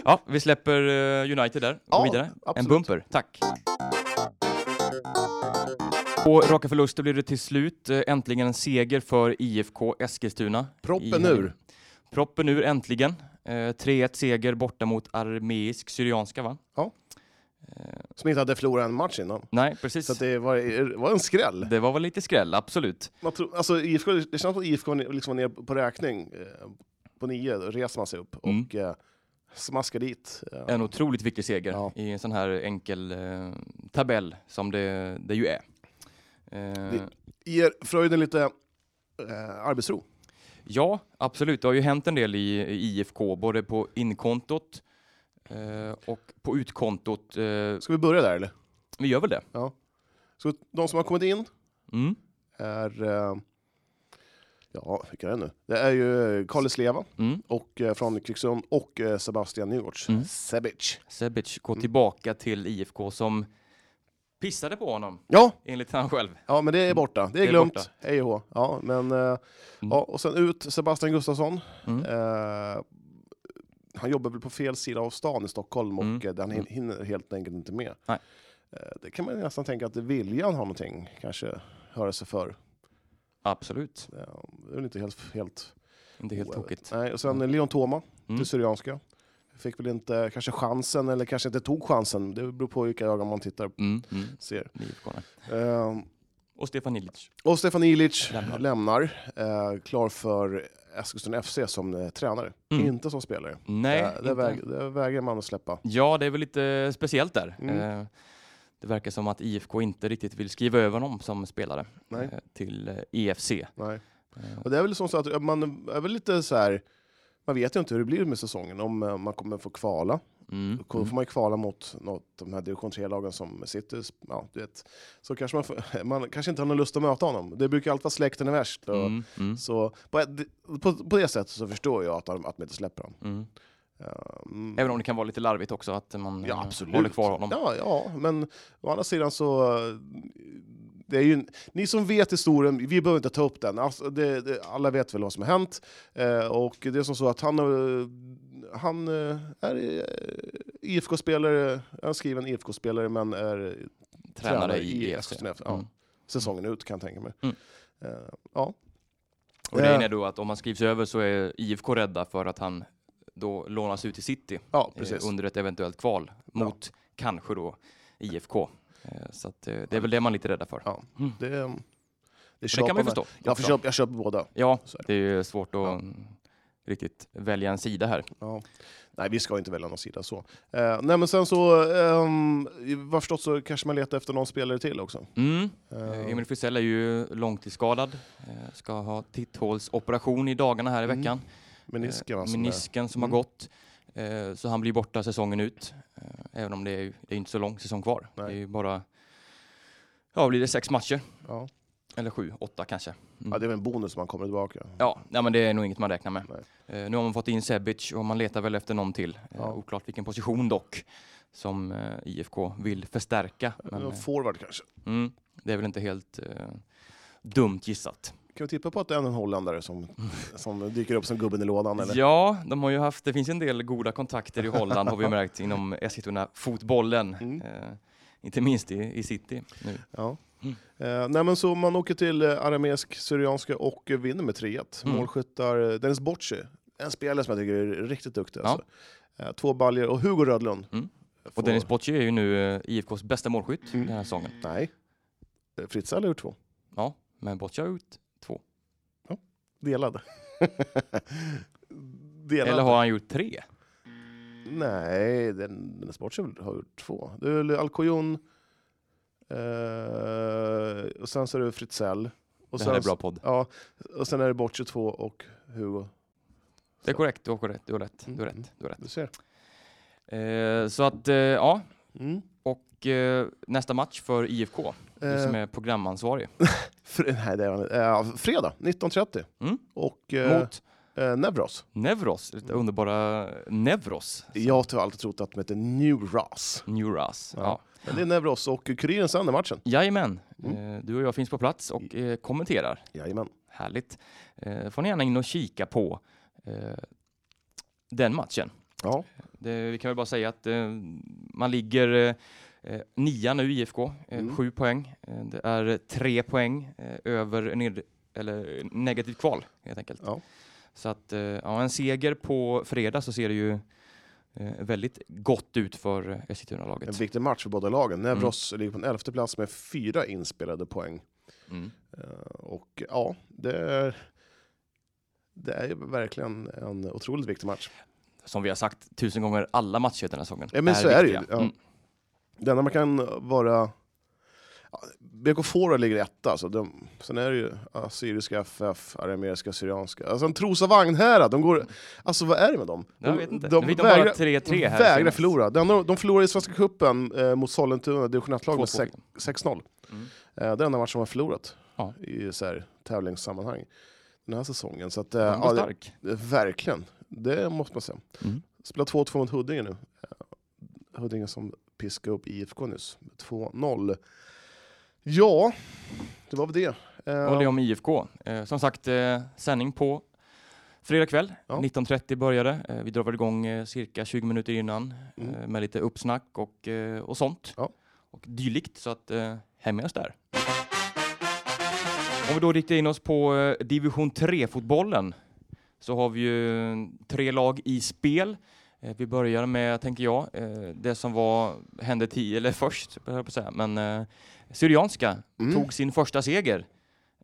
Speaker 1: ja, vi släpper eh, United där. Gå
Speaker 2: Ja,
Speaker 1: vidare. En
Speaker 2: absolut.
Speaker 1: bumper. Tack. På raka förluster blir det till slut eh, äntligen en seger för IFK Eskilstuna. i
Speaker 2: Proppen
Speaker 1: helgen.
Speaker 2: ur.
Speaker 1: Proppen ur äntligen. Eh, 3-1 seger borta mot armeisk syrianska va?
Speaker 2: Ja.
Speaker 1: Eh,
Speaker 2: Som inte hade förlorat en match innan.
Speaker 1: nej, precis.
Speaker 2: Så att det var, det var en skräll.
Speaker 1: Det var väl lite skräll, absolut.
Speaker 2: Man tror, alltså, IFK, det känns som att IFK liksom var nere på räkning eh, på nio, då reser man sig upp och
Speaker 1: Mm.
Speaker 2: eh, smaskar dit. eh,
Speaker 1: En otroligt viktig seger
Speaker 2: Ja.
Speaker 1: i en sån här enkel eh, tabell som det, det ju är. Eh,
Speaker 2: Det- Ger Fröjden lite eh, arbetsro.
Speaker 1: Ja, absolut. Det har ju hänt en del i, i IFK, både på inkontot eh, och på utkontot. Eh,
Speaker 2: Ska vi börja där eller?
Speaker 1: vi gör väl det?
Speaker 2: Så de som har kommit in
Speaker 1: Mm.
Speaker 2: är... Eh, ja, vilka är det nu? Det är ju Kalle Sleva
Speaker 1: Mm.
Speaker 2: och, eh, från Kvicksund och eh, Sebastian Nygårds.
Speaker 1: Mm.
Speaker 2: Sebic.
Speaker 1: Sebic går
Speaker 2: Mm.
Speaker 1: tillbaka till IFK som pissade på honom,
Speaker 2: Ja,
Speaker 1: enligt han själv.
Speaker 2: ja, men det är borta. Det är
Speaker 1: är
Speaker 2: glömt.
Speaker 1: borta.
Speaker 2: Hej och hå. Ja, men... Eh, ja, och sen ut Sebastian Gustafsson.
Speaker 1: Mm.
Speaker 2: Eh, han jobbar väl på fel sida av stan i Stockholm och
Speaker 1: Mm.
Speaker 2: eh, han hin-
Speaker 1: Mm.
Speaker 2: hinner helt enkelt inte med.
Speaker 1: Nej.
Speaker 2: Eh, det kan man ju nästan tänka att viljan har någonting, kanske höra sig för.
Speaker 1: Absolut.
Speaker 2: Eh, det är väl inte helt, helt
Speaker 1: Inte helt
Speaker 2: oävet.
Speaker 1: tokigt.
Speaker 2: Nej, och sen Leon Toma,
Speaker 1: Typ. Mm.
Speaker 2: till Syrianska. Fick väl inte kanske chansen, eller kanske inte tog chansen. Det beror på vilka ögon man tittar
Speaker 1: Mm. Mm.
Speaker 2: ser.
Speaker 1: IFK.
Speaker 2: Eh,
Speaker 1: Och Stefan Illich.
Speaker 2: och Stefan Ilic lämnar,
Speaker 1: Lämnar.
Speaker 2: eh, klar för Eskilstuna FC som eh, tränare,
Speaker 1: Mm.
Speaker 2: inte som spelare.
Speaker 1: Nej,
Speaker 2: Eh, det,
Speaker 1: inte.
Speaker 2: väg, det vägrar man att släppa.
Speaker 1: Ja, det är väl lite speciellt där.
Speaker 2: Mm.
Speaker 1: Eh, Det verkar som att IFK inte riktigt vill skriva över honom som spelare
Speaker 2: Nej.
Speaker 1: eh, till eh, EFC.
Speaker 2: Nej.
Speaker 1: Eh,
Speaker 2: Och det är väl som så att man är väl lite så här, man vet ju inte hur det blir med säsongen, om eh, man kommer få kvala.
Speaker 1: Mm.
Speaker 2: Då får man ju kvala mot något, de här division 3-lagen som sitter, ja, du vet. Så kanske man, får, man kanske inte har någon lust att möta honom. Det brukar alltid vara släkten är värst. Och,
Speaker 1: Mm. Mm.
Speaker 2: Så på, ett- på, på det sättet så förstår jag att de, att de inte släpper honom.
Speaker 1: Mm.
Speaker 2: Ehm,
Speaker 1: Även om det kan vara lite larvigt också att man
Speaker 2: Ja,
Speaker 1: eh,
Speaker 2: absolut.
Speaker 1: håller kvar honom.
Speaker 2: Ja, ja, men å andra sidan så... eh, Det är ju, en- ni som vet historien, vi behöver inte ta upp den. Alltså, det, det, alla vet väl vad som har hänt. Eh, och det är som så att han, har- han eh, är eh, IFK-spelare, han är skriven IFK-spelare men är
Speaker 1: Tränare, i EFC.
Speaker 2: Eskilstuna E F- ja,
Speaker 1: Mm.
Speaker 2: säsongen ut kan jag tänka mig.
Speaker 1: Mm.
Speaker 2: Eh, ja.
Speaker 1: Och grejen
Speaker 2: Eh,
Speaker 1: är då att om han skrivs över så är IFK rädda för att han då lånas ut till City
Speaker 2: ja,
Speaker 1: eh,
Speaker 2: precis.
Speaker 1: under ett eventuellt kval mot kanske då IFK. Eh, Så att eh, det är väl det man är lite rädda för.
Speaker 2: Ja, det, det,
Speaker 1: Men Mm. det
Speaker 2: köper
Speaker 1: kan man ju
Speaker 2: man.
Speaker 1: förstå.
Speaker 2: Jag,
Speaker 1: också.
Speaker 2: köper, jag köper båda.
Speaker 1: Ja,
Speaker 2: Så är
Speaker 1: det är ju svårt att
Speaker 2: Ja.
Speaker 1: riktigt välja en sida här.
Speaker 2: Ja. Nej, vi ska inte välja någon sida så. Eh, nej, men sen så, ehm, vad jag förstått så kanske man letar efter någon spelare till också.
Speaker 1: Mm.
Speaker 2: Eh,
Speaker 1: Eh, Emil Frisell är ju långtidsskadad, eh, ska ha titthålsoperation i dagarna här i
Speaker 2: Mm.
Speaker 1: veckan.
Speaker 2: menisken,
Speaker 1: Eh,
Speaker 2: alltså,
Speaker 1: menisken som
Speaker 2: Mm.
Speaker 1: har gått. Eh, Eh, Så han blir borta säsongen ut, eh, även om det är, det är inte så lång säsong kvar.
Speaker 2: Nej.
Speaker 1: Det är ju bara, ja blir det sex matcher,
Speaker 2: Ja.
Speaker 1: eller sju, åtta kanske. Mm.
Speaker 2: Ja, det är väl en bonus om han kommer tillbaka.
Speaker 1: Ja, nej, men det är nog inget man räknar med. Eh, nu har man fått in Sebic och man letar väl efter någon till. Eh,
Speaker 2: Ja.
Speaker 1: Oklart vilken position dock, som eh, IFK vill förstärka. Men,
Speaker 2: Någon
Speaker 1: eh,
Speaker 2: forward kanske.
Speaker 1: mm, det är väl inte helt eh, dumt gissat.
Speaker 2: Kan vi tippa på att det är en holländare som,
Speaker 1: Mm.
Speaker 2: som dyker upp som gubben i lådan? Eller?
Speaker 1: Ja, de har ju haft, det finns en del goda kontakter i Holland har vi märkt inom Eskilstuna-fotbollen.
Speaker 2: Mm.
Speaker 1: Eh, inte minst i, i city nu.
Speaker 2: Ja.
Speaker 1: Mm.
Speaker 2: Eh, nej, men så man åker till eh, Aramesk Syrianska och eh, vinner med 3-1.
Speaker 1: Mm.
Speaker 2: Målskyttar eh, Dennis Bocci, en spelare som jag tycker är riktigt duktig.
Speaker 1: Ja.
Speaker 2: Alltså. Eh, två baljer och Hugo Rödlund.
Speaker 1: Mm.
Speaker 2: Får-
Speaker 1: Och Dennis Bocci är ju nu eh, IFKs bästa målskytt
Speaker 2: Mm.
Speaker 1: den här säsongen.
Speaker 2: Nej, Eh, Fritzell har gjort två.
Speaker 1: Ja, men Bocci har gjort,
Speaker 2: Delad. (laughs) Delad.
Speaker 1: eller har han gjort tre?
Speaker 2: Nej, den, Dennis Bocci har gjort två. Det är väl Alcoyon, eh, och sen så är det Fritzell. Och
Speaker 1: Det
Speaker 2: sen,
Speaker 1: här är bra podd.
Speaker 2: Ja, och sen är det Bocci två och Hugo.
Speaker 1: Det är korrekt, du har korrekt, du har rätt, du har
Speaker 2: Mm.
Speaker 1: rätt, du har rätt.
Speaker 2: Du ser.
Speaker 1: Eh, så att, eh, ja,
Speaker 2: Mm.
Speaker 1: och eh, nästa match för IFK, du som
Speaker 2: Eh,
Speaker 1: är programansvarig,
Speaker 2: fr- nej, det är, eh, fredag 19.30.
Speaker 1: Mm.
Speaker 2: Och eh,
Speaker 1: mot
Speaker 2: eh, Nevros.
Speaker 1: Nevros, det
Speaker 2: Mm.
Speaker 1: underbara Nevros,
Speaker 2: Jag har alltid trott att de heter Neuros.
Speaker 1: Neuras.
Speaker 2: Ja.
Speaker 1: Ja.
Speaker 2: Men det är Nevros och Kuriren sänder matchen.
Speaker 1: Jajamän,
Speaker 2: Mm.
Speaker 1: eh, du och jag finns på plats och eh, kommenterar.
Speaker 2: Jajamän.
Speaker 1: Härligt. Eh, får ni gärna in och kika på eh, den matchen.
Speaker 2: Ja.
Speaker 1: Det, vi kan väl bara säga att eh, man ligger eh, eh, nia nu i IFK, eh,
Speaker 2: Mm.
Speaker 1: sju poäng. Eh, det är tre poäng eh, över ned, eller negativt kval helt enkelt.
Speaker 2: Ja.
Speaker 1: Så att eh, ja, en seger på fredag så ser det ju eh, väldigt gott ut för eh,
Speaker 2: En
Speaker 1: Eskilstuna-laget.
Speaker 2: viktig match för båda
Speaker 1: Mm.
Speaker 2: lagen. Nevros ligger på en elfte plats med fyra inspelade poäng.
Speaker 1: Mm.
Speaker 2: Eh, Och ja, det är, det är ju verkligen en otroligt viktig match.
Speaker 1: Som vi har sagt tusen gånger, alla matcher den här säsongen
Speaker 2: Ja, men så är det ju.
Speaker 1: viktiga. Mm.
Speaker 2: Ja. Det enda man kan vara... ja, BK Forward ligger etta, så de, sen är det ju Assyriska FF, Arameiska, Syrianska. Alltså en Trosa Vagnhärad, de går... Alltså vad är det med dem?
Speaker 1: Jag vet inte.
Speaker 2: De,
Speaker 1: Nu fick de
Speaker 2: vägrar,
Speaker 1: bara 3-3 här.
Speaker 2: vägrar
Speaker 1: senast.
Speaker 2: förlora. De, de förlorade i Svenska Cupen eh, mot Sollentuna, division 1-lag
Speaker 1: 2-2.
Speaker 2: med sex- 6-0.
Speaker 1: Mm.
Speaker 2: Eh, det är enda matchen de har förlorat
Speaker 1: Ja.
Speaker 2: i så här, tävlingssammanhang den här säsongen. Så att, eh,
Speaker 1: Han går
Speaker 2: ja, det,
Speaker 1: stark.
Speaker 2: det- verkligen, det måste man säga.
Speaker 1: Mm.
Speaker 2: Spelar 2-2 mot Huddinge nu. Eh, Huddinge som piskade upp IFK nyss. med 2-0. Ja, det var väl det. Eh,
Speaker 1: Och det om IFK. Eh, som sagt, eh, sändning på fredag kväll.
Speaker 2: Ja.
Speaker 1: 19.30 började. Eh, vi drar väl igång eh, cirka 20 minuter innan
Speaker 2: Mm.
Speaker 1: eh, med lite uppsnack och, eh, och sånt.
Speaker 2: Ja.
Speaker 1: Och dylikt, så att eh, häng med oss där. Om vi då riktar in oss på eh, division 3-fotbollen så har vi ju eh, tre lag i spel. Eh, Vi börjar med, tänker jag, eh, det som var, hände ti- eller först, höll jag på att säga, men eh, Syrianska
Speaker 2: mm.
Speaker 1: tog sin första seger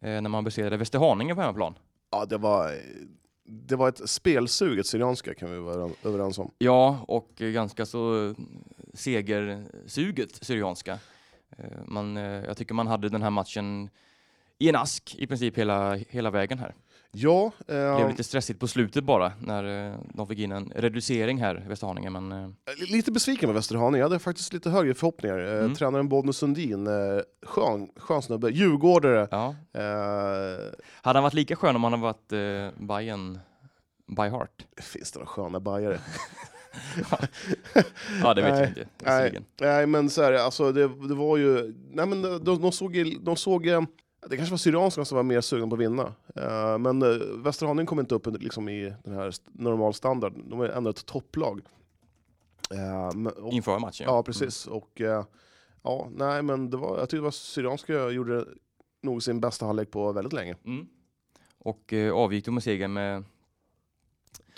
Speaker 1: eh, när man besegrade Västerhaninge på hemmaplan.
Speaker 2: ja, det, var, det var ett spelsuget Syrianska kan vi vara överens om.
Speaker 1: Ja, och eh, ganska så eh, segersuget Syrianska. Eh, man, eh, jag tycker man hade den här matchen i en ask i princip hela, hela vägen här.
Speaker 2: Ja,
Speaker 1: Det
Speaker 2: eh,
Speaker 1: blev
Speaker 2: lite...
Speaker 1: lite stressigt på slutet bara när eh, de fick in en reducering här, Västerhaninge, men eh,
Speaker 2: besviken med Västerhaninge. Jag hade faktiskt lite högre förhoppningar. Eh,
Speaker 1: Mm.
Speaker 2: Tränaren Bodne Sundin, eh, skön, skön snubbe, djurgårdare.
Speaker 1: ja.
Speaker 2: Eh,
Speaker 1: Hade han varit lika skön om han hade varit eh, Bayern by heart?
Speaker 2: finns det några sköna bajare?
Speaker 1: Ja, det vet
Speaker 2: Nej.
Speaker 1: jag inte.
Speaker 2: Nej.
Speaker 1: visserligen.
Speaker 2: Nej men så här, alltså det, det var ju, nej men de, de såg, ju- de såg, eh, det kanske var Syrianskan som var mer sugna på att vinna. Eh, men eh, Västerhaninge kom inte upp liksom i den här st- normal standard, de var ändå ett topplag. Eh, men- och,
Speaker 1: Inför matchen.
Speaker 2: ja precis, och eh, ja, nej men det var, jag tyckte det var Syrianska gjorde nog sin bästa halvlek på väldigt länge.
Speaker 1: Mm. Och eh, avgick då med segern med,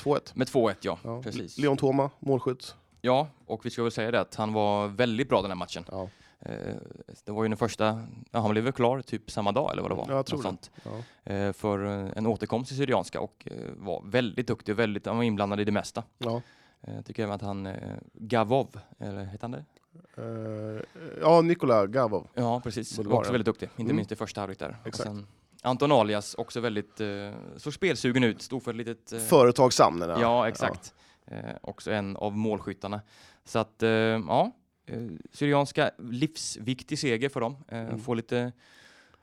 Speaker 2: 2-1.
Speaker 1: med 2-1, ja.
Speaker 2: Ja.
Speaker 1: Precis.
Speaker 2: Leon Thoma, målskytt.
Speaker 1: Ja, och vi ska väl säga det att han var väldigt bra den här matchen.
Speaker 2: Ja.
Speaker 1: Eh, Det var ju den första, ja, han blev väl klar typ samma dag eller vad det var.
Speaker 2: Ja, jag tror
Speaker 1: något
Speaker 2: det.
Speaker 1: sånt.
Speaker 2: Ja.
Speaker 1: Eh, För eh, en återkomst till Syrianska och eh, var väldigt duktig och väldigt, han var inblandad i det mesta.
Speaker 2: Ja.
Speaker 1: Eh, Jag tycker även att han, eh, Gavov, eller heter han det?
Speaker 2: Eh, ja, Nikola Gavov.
Speaker 1: Ja, precis.
Speaker 2: Bulgaren.
Speaker 1: Var också väldigt duktig, inte
Speaker 2: Mm.
Speaker 1: minst i första halvlek där. Och
Speaker 2: Exakt.
Speaker 1: sen Anton Alias, också väldigt, eh, såg spelsugen ut, stod för ett litet... eh,
Speaker 2: Företagsam den här.
Speaker 1: Ja, exakt. Eh, också en av målskyttarna. Så att, eh, ja. Eh, Syrianska, livsviktig seger för dem. Eh,
Speaker 2: Mm.
Speaker 1: Få lite,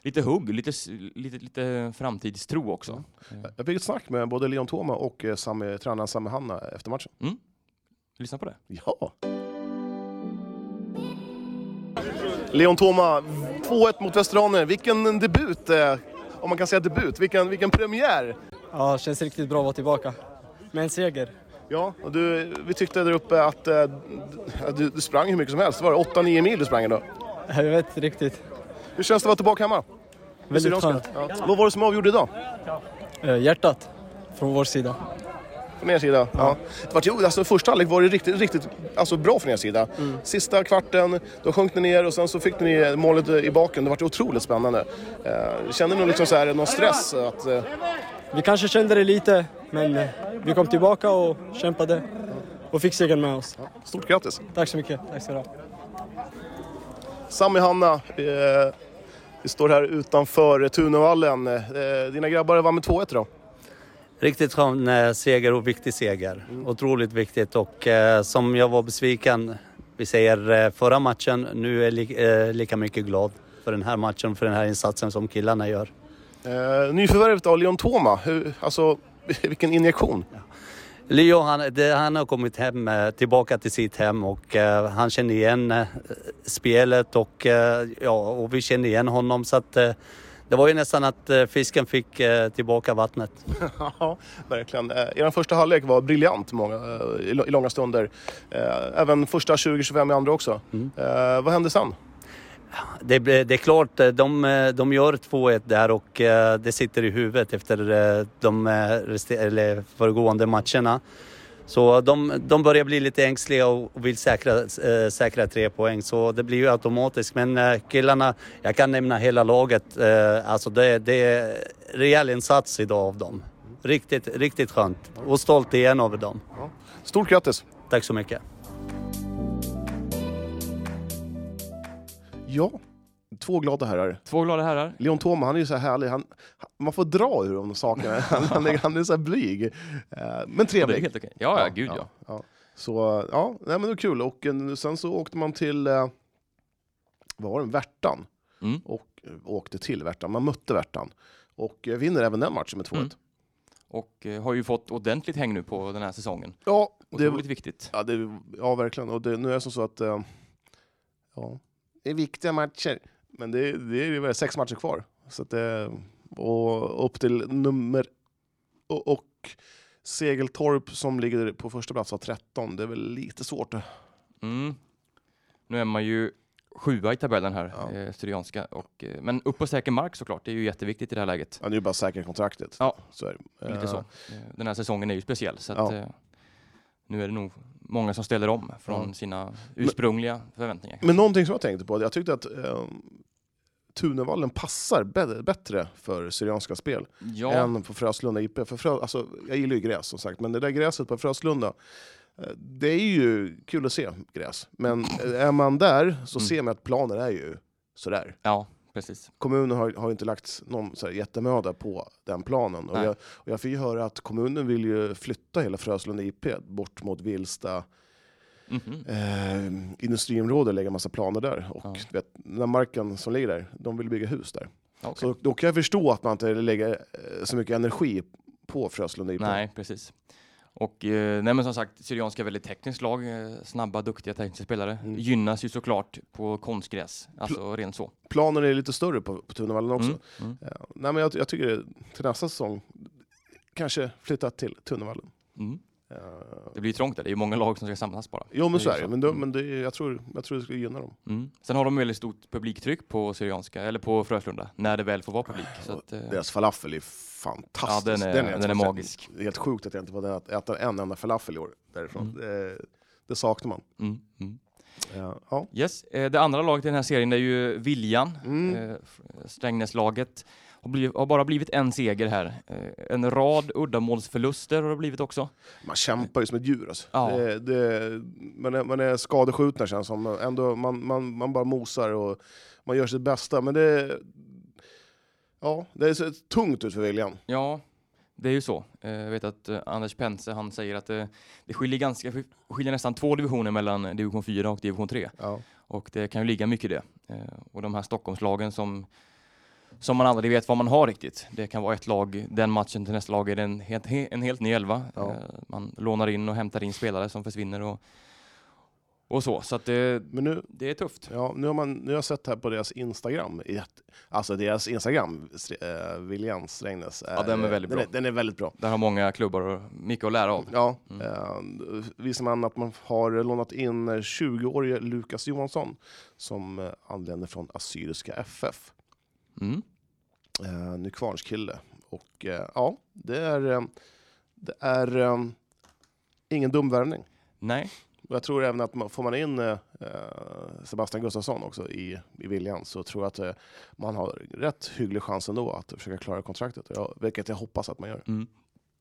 Speaker 1: lite hugg, lite, s- lite, lite framtidstro också. Eh,
Speaker 2: Jag fick ett snack med både Leon Thoma och eh, Sami, tränaren Sami Hanna efter matchen.
Speaker 1: lyssna på det.
Speaker 2: Ja! Leon Thoma, 2-1 mot Västerås. Vilken debut! eh, Om man kan säga debut, vilken, vilken premiär!
Speaker 3: Ja, känns riktigt bra att vara tillbaka. Med en seger. (laughs)
Speaker 2: Ja, och du, vi tyckte där uppe att eh, att du, du sprang hur mycket som helst. Var det 8-9 mil du sprang idag?
Speaker 3: Jag vet inte riktigt.
Speaker 2: Hur känns det att vara tillbaka hemma?
Speaker 3: Väldigt
Speaker 2: Syrianska.
Speaker 3: skönt.
Speaker 2: Ja. Vad var det som avgjorde idag?
Speaker 3: Eh, Hjärtat från vår sida.
Speaker 2: Från er sida? Ja. Det var, ju- alltså, första halvlek var det riktigt, riktigt alltså, bra från er sida. Sista kvarten, då sjönk ni ner och sen så fick ni målet eh, i baken. Det var otroligt spännande. Eh, känner ni liksom så här, någon stress? Att, eh,
Speaker 3: Vi kanske kände det lite, men eh, vi kom tillbaka och kämpade och fick segern med oss.
Speaker 2: stort grattis!
Speaker 3: Tack så mycket. Tack ska du ha.
Speaker 2: Sami Hanna, eh, vi står här utanför Tunavallen. Eh, dina grabbar vann med 2-1 idag.
Speaker 4: Riktigt skön eh, seger och viktig seger. Otroligt viktigt och eh, som jag var besviken, vi säger eh, förra matchen, nu är jag li- eh, lika mycket glad för den här matchen, för den här insatsen som killarna gör.
Speaker 2: Eh, nyförvärvet av Leon Toma, hur, alltså (laughs) vilken injektion.
Speaker 4: Leo han, det, han har kommit hem, eh, tillbaka till sitt hem och eh, han känner igen eh, spelet och, eh, ja, och vi känner igen honom så att eh, det var ju nästan att eh, fisken fick eh, tillbaka vattnet.
Speaker 2: (laughs) Ja, verkligen. Eh, er första halvlek var briljant många, eh, i, lo- i långa stunder. Eh, även första 20-25 i andra också. Eh, vad hände sen?
Speaker 4: Det, blir- det är klart, eh, de, eh, de gör 2-1 där och eh, det sitter i huvudet efter eh, de eh, reste- eller föregående matcherna. Så de, de börjar bli lite ängsliga och vill säkra, eh, säkra tre poäng. Så det blir ju automatiskt. Men eh, killarna, jag kan nämna hela laget. eh, Alltså det, det är rejäl insats idag av dem. Riktigt, riktigt skönt. Och stolt igen över dem.
Speaker 2: Stort grattis!
Speaker 4: Tack så mycket.
Speaker 2: Ja, två glada herrar.
Speaker 1: Två glada herrar.
Speaker 2: Leon Toma, han är ju så här härlig. Han, han- man får dra ur honom sakerna. (laughs) Han, han, är, han är så här blyg. Eh, men
Speaker 1: Ja, det är
Speaker 2: trevlig.
Speaker 1: helt okej. Ja, ja, gud ja.
Speaker 2: ja. Så ja, nej, men det var kul. Och eh, sen så åkte man till, eh, vad var det, Värtan.
Speaker 1: Mm.
Speaker 2: Och eh, åkte till Värtan, man mötte Värtan. Och eh, vinner även den matchen med 2-1.
Speaker 1: Mm. Och eh, har ju fått ordentligt häng nu på den här säsongen.
Speaker 2: Ja, det,
Speaker 1: Otroligt viktigt.
Speaker 2: ja, det, ja, verkligen. Och det, nu är det som så att, eh, ja, det är viktiga matcher. Men det, det är ju bara sex matcher kvar. Så att det, och upp till nummer, och, och Segeltorp som ligger på första plats har 13. Det är väl lite svårt.
Speaker 1: Mm. Nu är man ju sjua i tabellen här,
Speaker 2: Ja.
Speaker 1: eh, Syrianska. Och, eh, men upp på säker mark såklart, det är ju jätteviktigt i det här läget.
Speaker 2: Ja, nu är det bara säkert kontraktet.
Speaker 1: Ja.
Speaker 2: Så är det.
Speaker 1: Lite så.
Speaker 2: Eh,
Speaker 1: Eh, Den här säsongen är ju speciell så att,
Speaker 2: Ja.
Speaker 1: eh, nu är det nog många som ställer om från
Speaker 2: Ja.
Speaker 1: sina ursprungliga förväntningar.
Speaker 2: Men någonting som jag tänkte på, jag tyckte att eh, Tunavallen passar bä- bättre för Syrianska spel
Speaker 1: Ja,
Speaker 2: än på Fröslunda IP. För Frö, alltså, jag gillar ju gräs som sagt, men det där gräset på Fröslunda, eh, det är ju kul att se gräs. Men eh, är man där så
Speaker 1: Mm.
Speaker 2: ser man att planen är ju sådär.
Speaker 1: ja precis.
Speaker 2: Kommunen har, har inte lagt någon så här jättemöda på den planen. Och
Speaker 1: Nej.
Speaker 2: jag, och jag fick ju höra att kommunen vill ju flytta hela Fröslunda IP bort mot Vilsta,
Speaker 1: Mhm.
Speaker 2: eh, industriområde och lägga massa planer där. Och
Speaker 1: Ja.
Speaker 2: du vet, den här marken som ligger där, de vill bygga hus där.
Speaker 1: Ja, okej.
Speaker 2: Så då kan jag förstå att man inte lägger eh, så mycket energi på Fröslunda IP.
Speaker 1: Nej, precis. Och eh, nej, men som sagt, Syrianska är väldigt tekniskt lag. eh, Snabba, duktiga tekniska spelare.
Speaker 2: Mm.
Speaker 1: Gynnas ju såklart på konstgräs, alltså rent så.
Speaker 2: Planen är lite större på, på Tunavallen också.
Speaker 1: Mm. Mm.
Speaker 2: Eh, nej, men jag, jag tycker till nästa säsong, kanske flytta till Tunavallen.
Speaker 1: Mm.
Speaker 2: Eh,
Speaker 1: Det blir ju trångt där, det är ju många lag som ska samlas bara.
Speaker 2: jo men
Speaker 1: Det är
Speaker 2: så är
Speaker 1: ju
Speaker 2: det,
Speaker 1: så.
Speaker 2: men, då,
Speaker 1: Mm.
Speaker 2: men det, är- jag, tror, jag tror det skulle gynna dem.
Speaker 1: Mm. Sen har de väldigt stort publiktryck på Syrianska, eller på Fröslunda, när det väl får vara publik. Så att, eh,
Speaker 2: Deras falafel är fantastisk.
Speaker 1: Ja, den är-
Speaker 2: jag
Speaker 1: den är
Speaker 2: inte-
Speaker 1: magisk.
Speaker 2: Det är helt sjukt att jag inte var där att äta en enda falafel i år därifrån.
Speaker 1: Mm.
Speaker 2: Det, det saknar man.
Speaker 1: mm. Mm.
Speaker 2: Eh, ja.
Speaker 1: Yes. eh, Det andra laget i den här serien är ju Viljan.
Speaker 2: Mm.
Speaker 1: Eh, f- Strängnäslaget har, blivit, har bara blivit en seger här. Eh, En rad uddamålsförluster har det blivit också.
Speaker 2: Man kämpar ju som ett djur. Alltså.
Speaker 1: Ja.
Speaker 2: Det, det, man, är, man är skadeskjutna känns som. Ändå, man, man, man bara mosar och man gör sitt bästa. Men det, ja, det ser tungt ut för William.
Speaker 1: Ja, det är ju så. Eh, Jag vet att eh, Anders Pense, han säger att eh, det skiljer, ganska, skiljer nästan två divisioner mellan division 4 och division 3.
Speaker 2: Ja.
Speaker 1: Och det kan ju ligga mycket i det. Eh, och de här Stockholmslagen som, som man aldrig vet vad man har riktigt. Det kan vara ett lag, den matchen till nästa lag är det en helt, he- en helt ny elva.
Speaker 2: Ja.
Speaker 1: Eh, man lånar in och hämtar in spelare som försvinner och, och så. Så att det,
Speaker 2: Men nu,
Speaker 1: det är tufft.
Speaker 2: ja, nu, har man, nu har jag sett här på deras Instagram, i att- alltså deras Instagram, eh, William Strängnäs.
Speaker 1: Ja, den är väldigt
Speaker 2: den
Speaker 1: bra.
Speaker 2: Är, den är väldigt bra.
Speaker 1: Där har många klubbar och mycket att lära av.
Speaker 2: Ja, eh, visar man att man har lånat in eh, 20-årige Lukas Johansson som eh, anländer från Assyriska FF.
Speaker 1: Mm.
Speaker 2: eh, Nykvarnskille. Och eh, ja, det är, eh, det är eh, ingen dum värvning.
Speaker 1: Nej,
Speaker 2: Och Jag tror även att man, får man in eh, eh, Sebastian Gustafsson också i, i Viljan så tror jag att eh, man har rätt hygglig chans ändå att försöka klara kontraktet. Ja, vilket jag hoppas att man gör.
Speaker 1: Mm.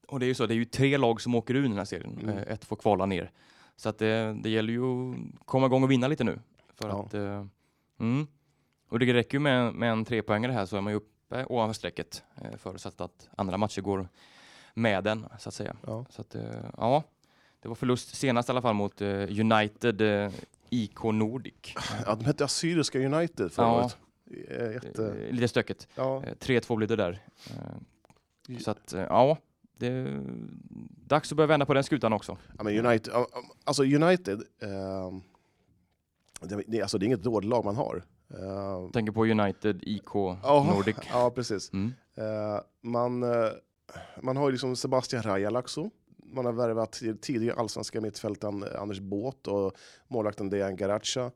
Speaker 1: Och det är ju så, det är ju tre lag som åker ur den här serien.
Speaker 2: Mm.
Speaker 1: Eh, Ett får kvala ner. Så att eh, det, det gäller ju att komma igång och vinna lite nu. För
Speaker 2: Ja.
Speaker 1: att, eh, mm. Och det räcker ju med, med en trepoängare här så är man ju uppe ovanför strecket. Eh, förutsatt att andra matcher går med den, så att säga.
Speaker 2: Ja.
Speaker 1: Så att, eh, ja, det var förlust senast i alla fall mot eh, United eh, IK Nordic.
Speaker 2: Ja, de hette Assyriska United förra
Speaker 1: Ja.
Speaker 2: året. Eh, Jätte,
Speaker 1: Eh, lite stökigt.
Speaker 2: ja,
Speaker 1: Eh, 3-2 blir det där. Eh, så att, eh, ja. Det är dags att börja vända på den skutan också.
Speaker 2: ja, men United, ja, alltså United, eh, det, det, alltså det är inget dåligt lag man har. Eh,
Speaker 1: tänker på United, IK,
Speaker 2: ja,
Speaker 1: Nordic.
Speaker 2: Ja, precis.
Speaker 1: Mm.
Speaker 2: Eh, man, eh, man har ju liksom Sebastian Rajalaxo. Man har värvat till- tidigare allsvenska mittfältaren eh, Anders Båt och målvakten Dejan Garacha.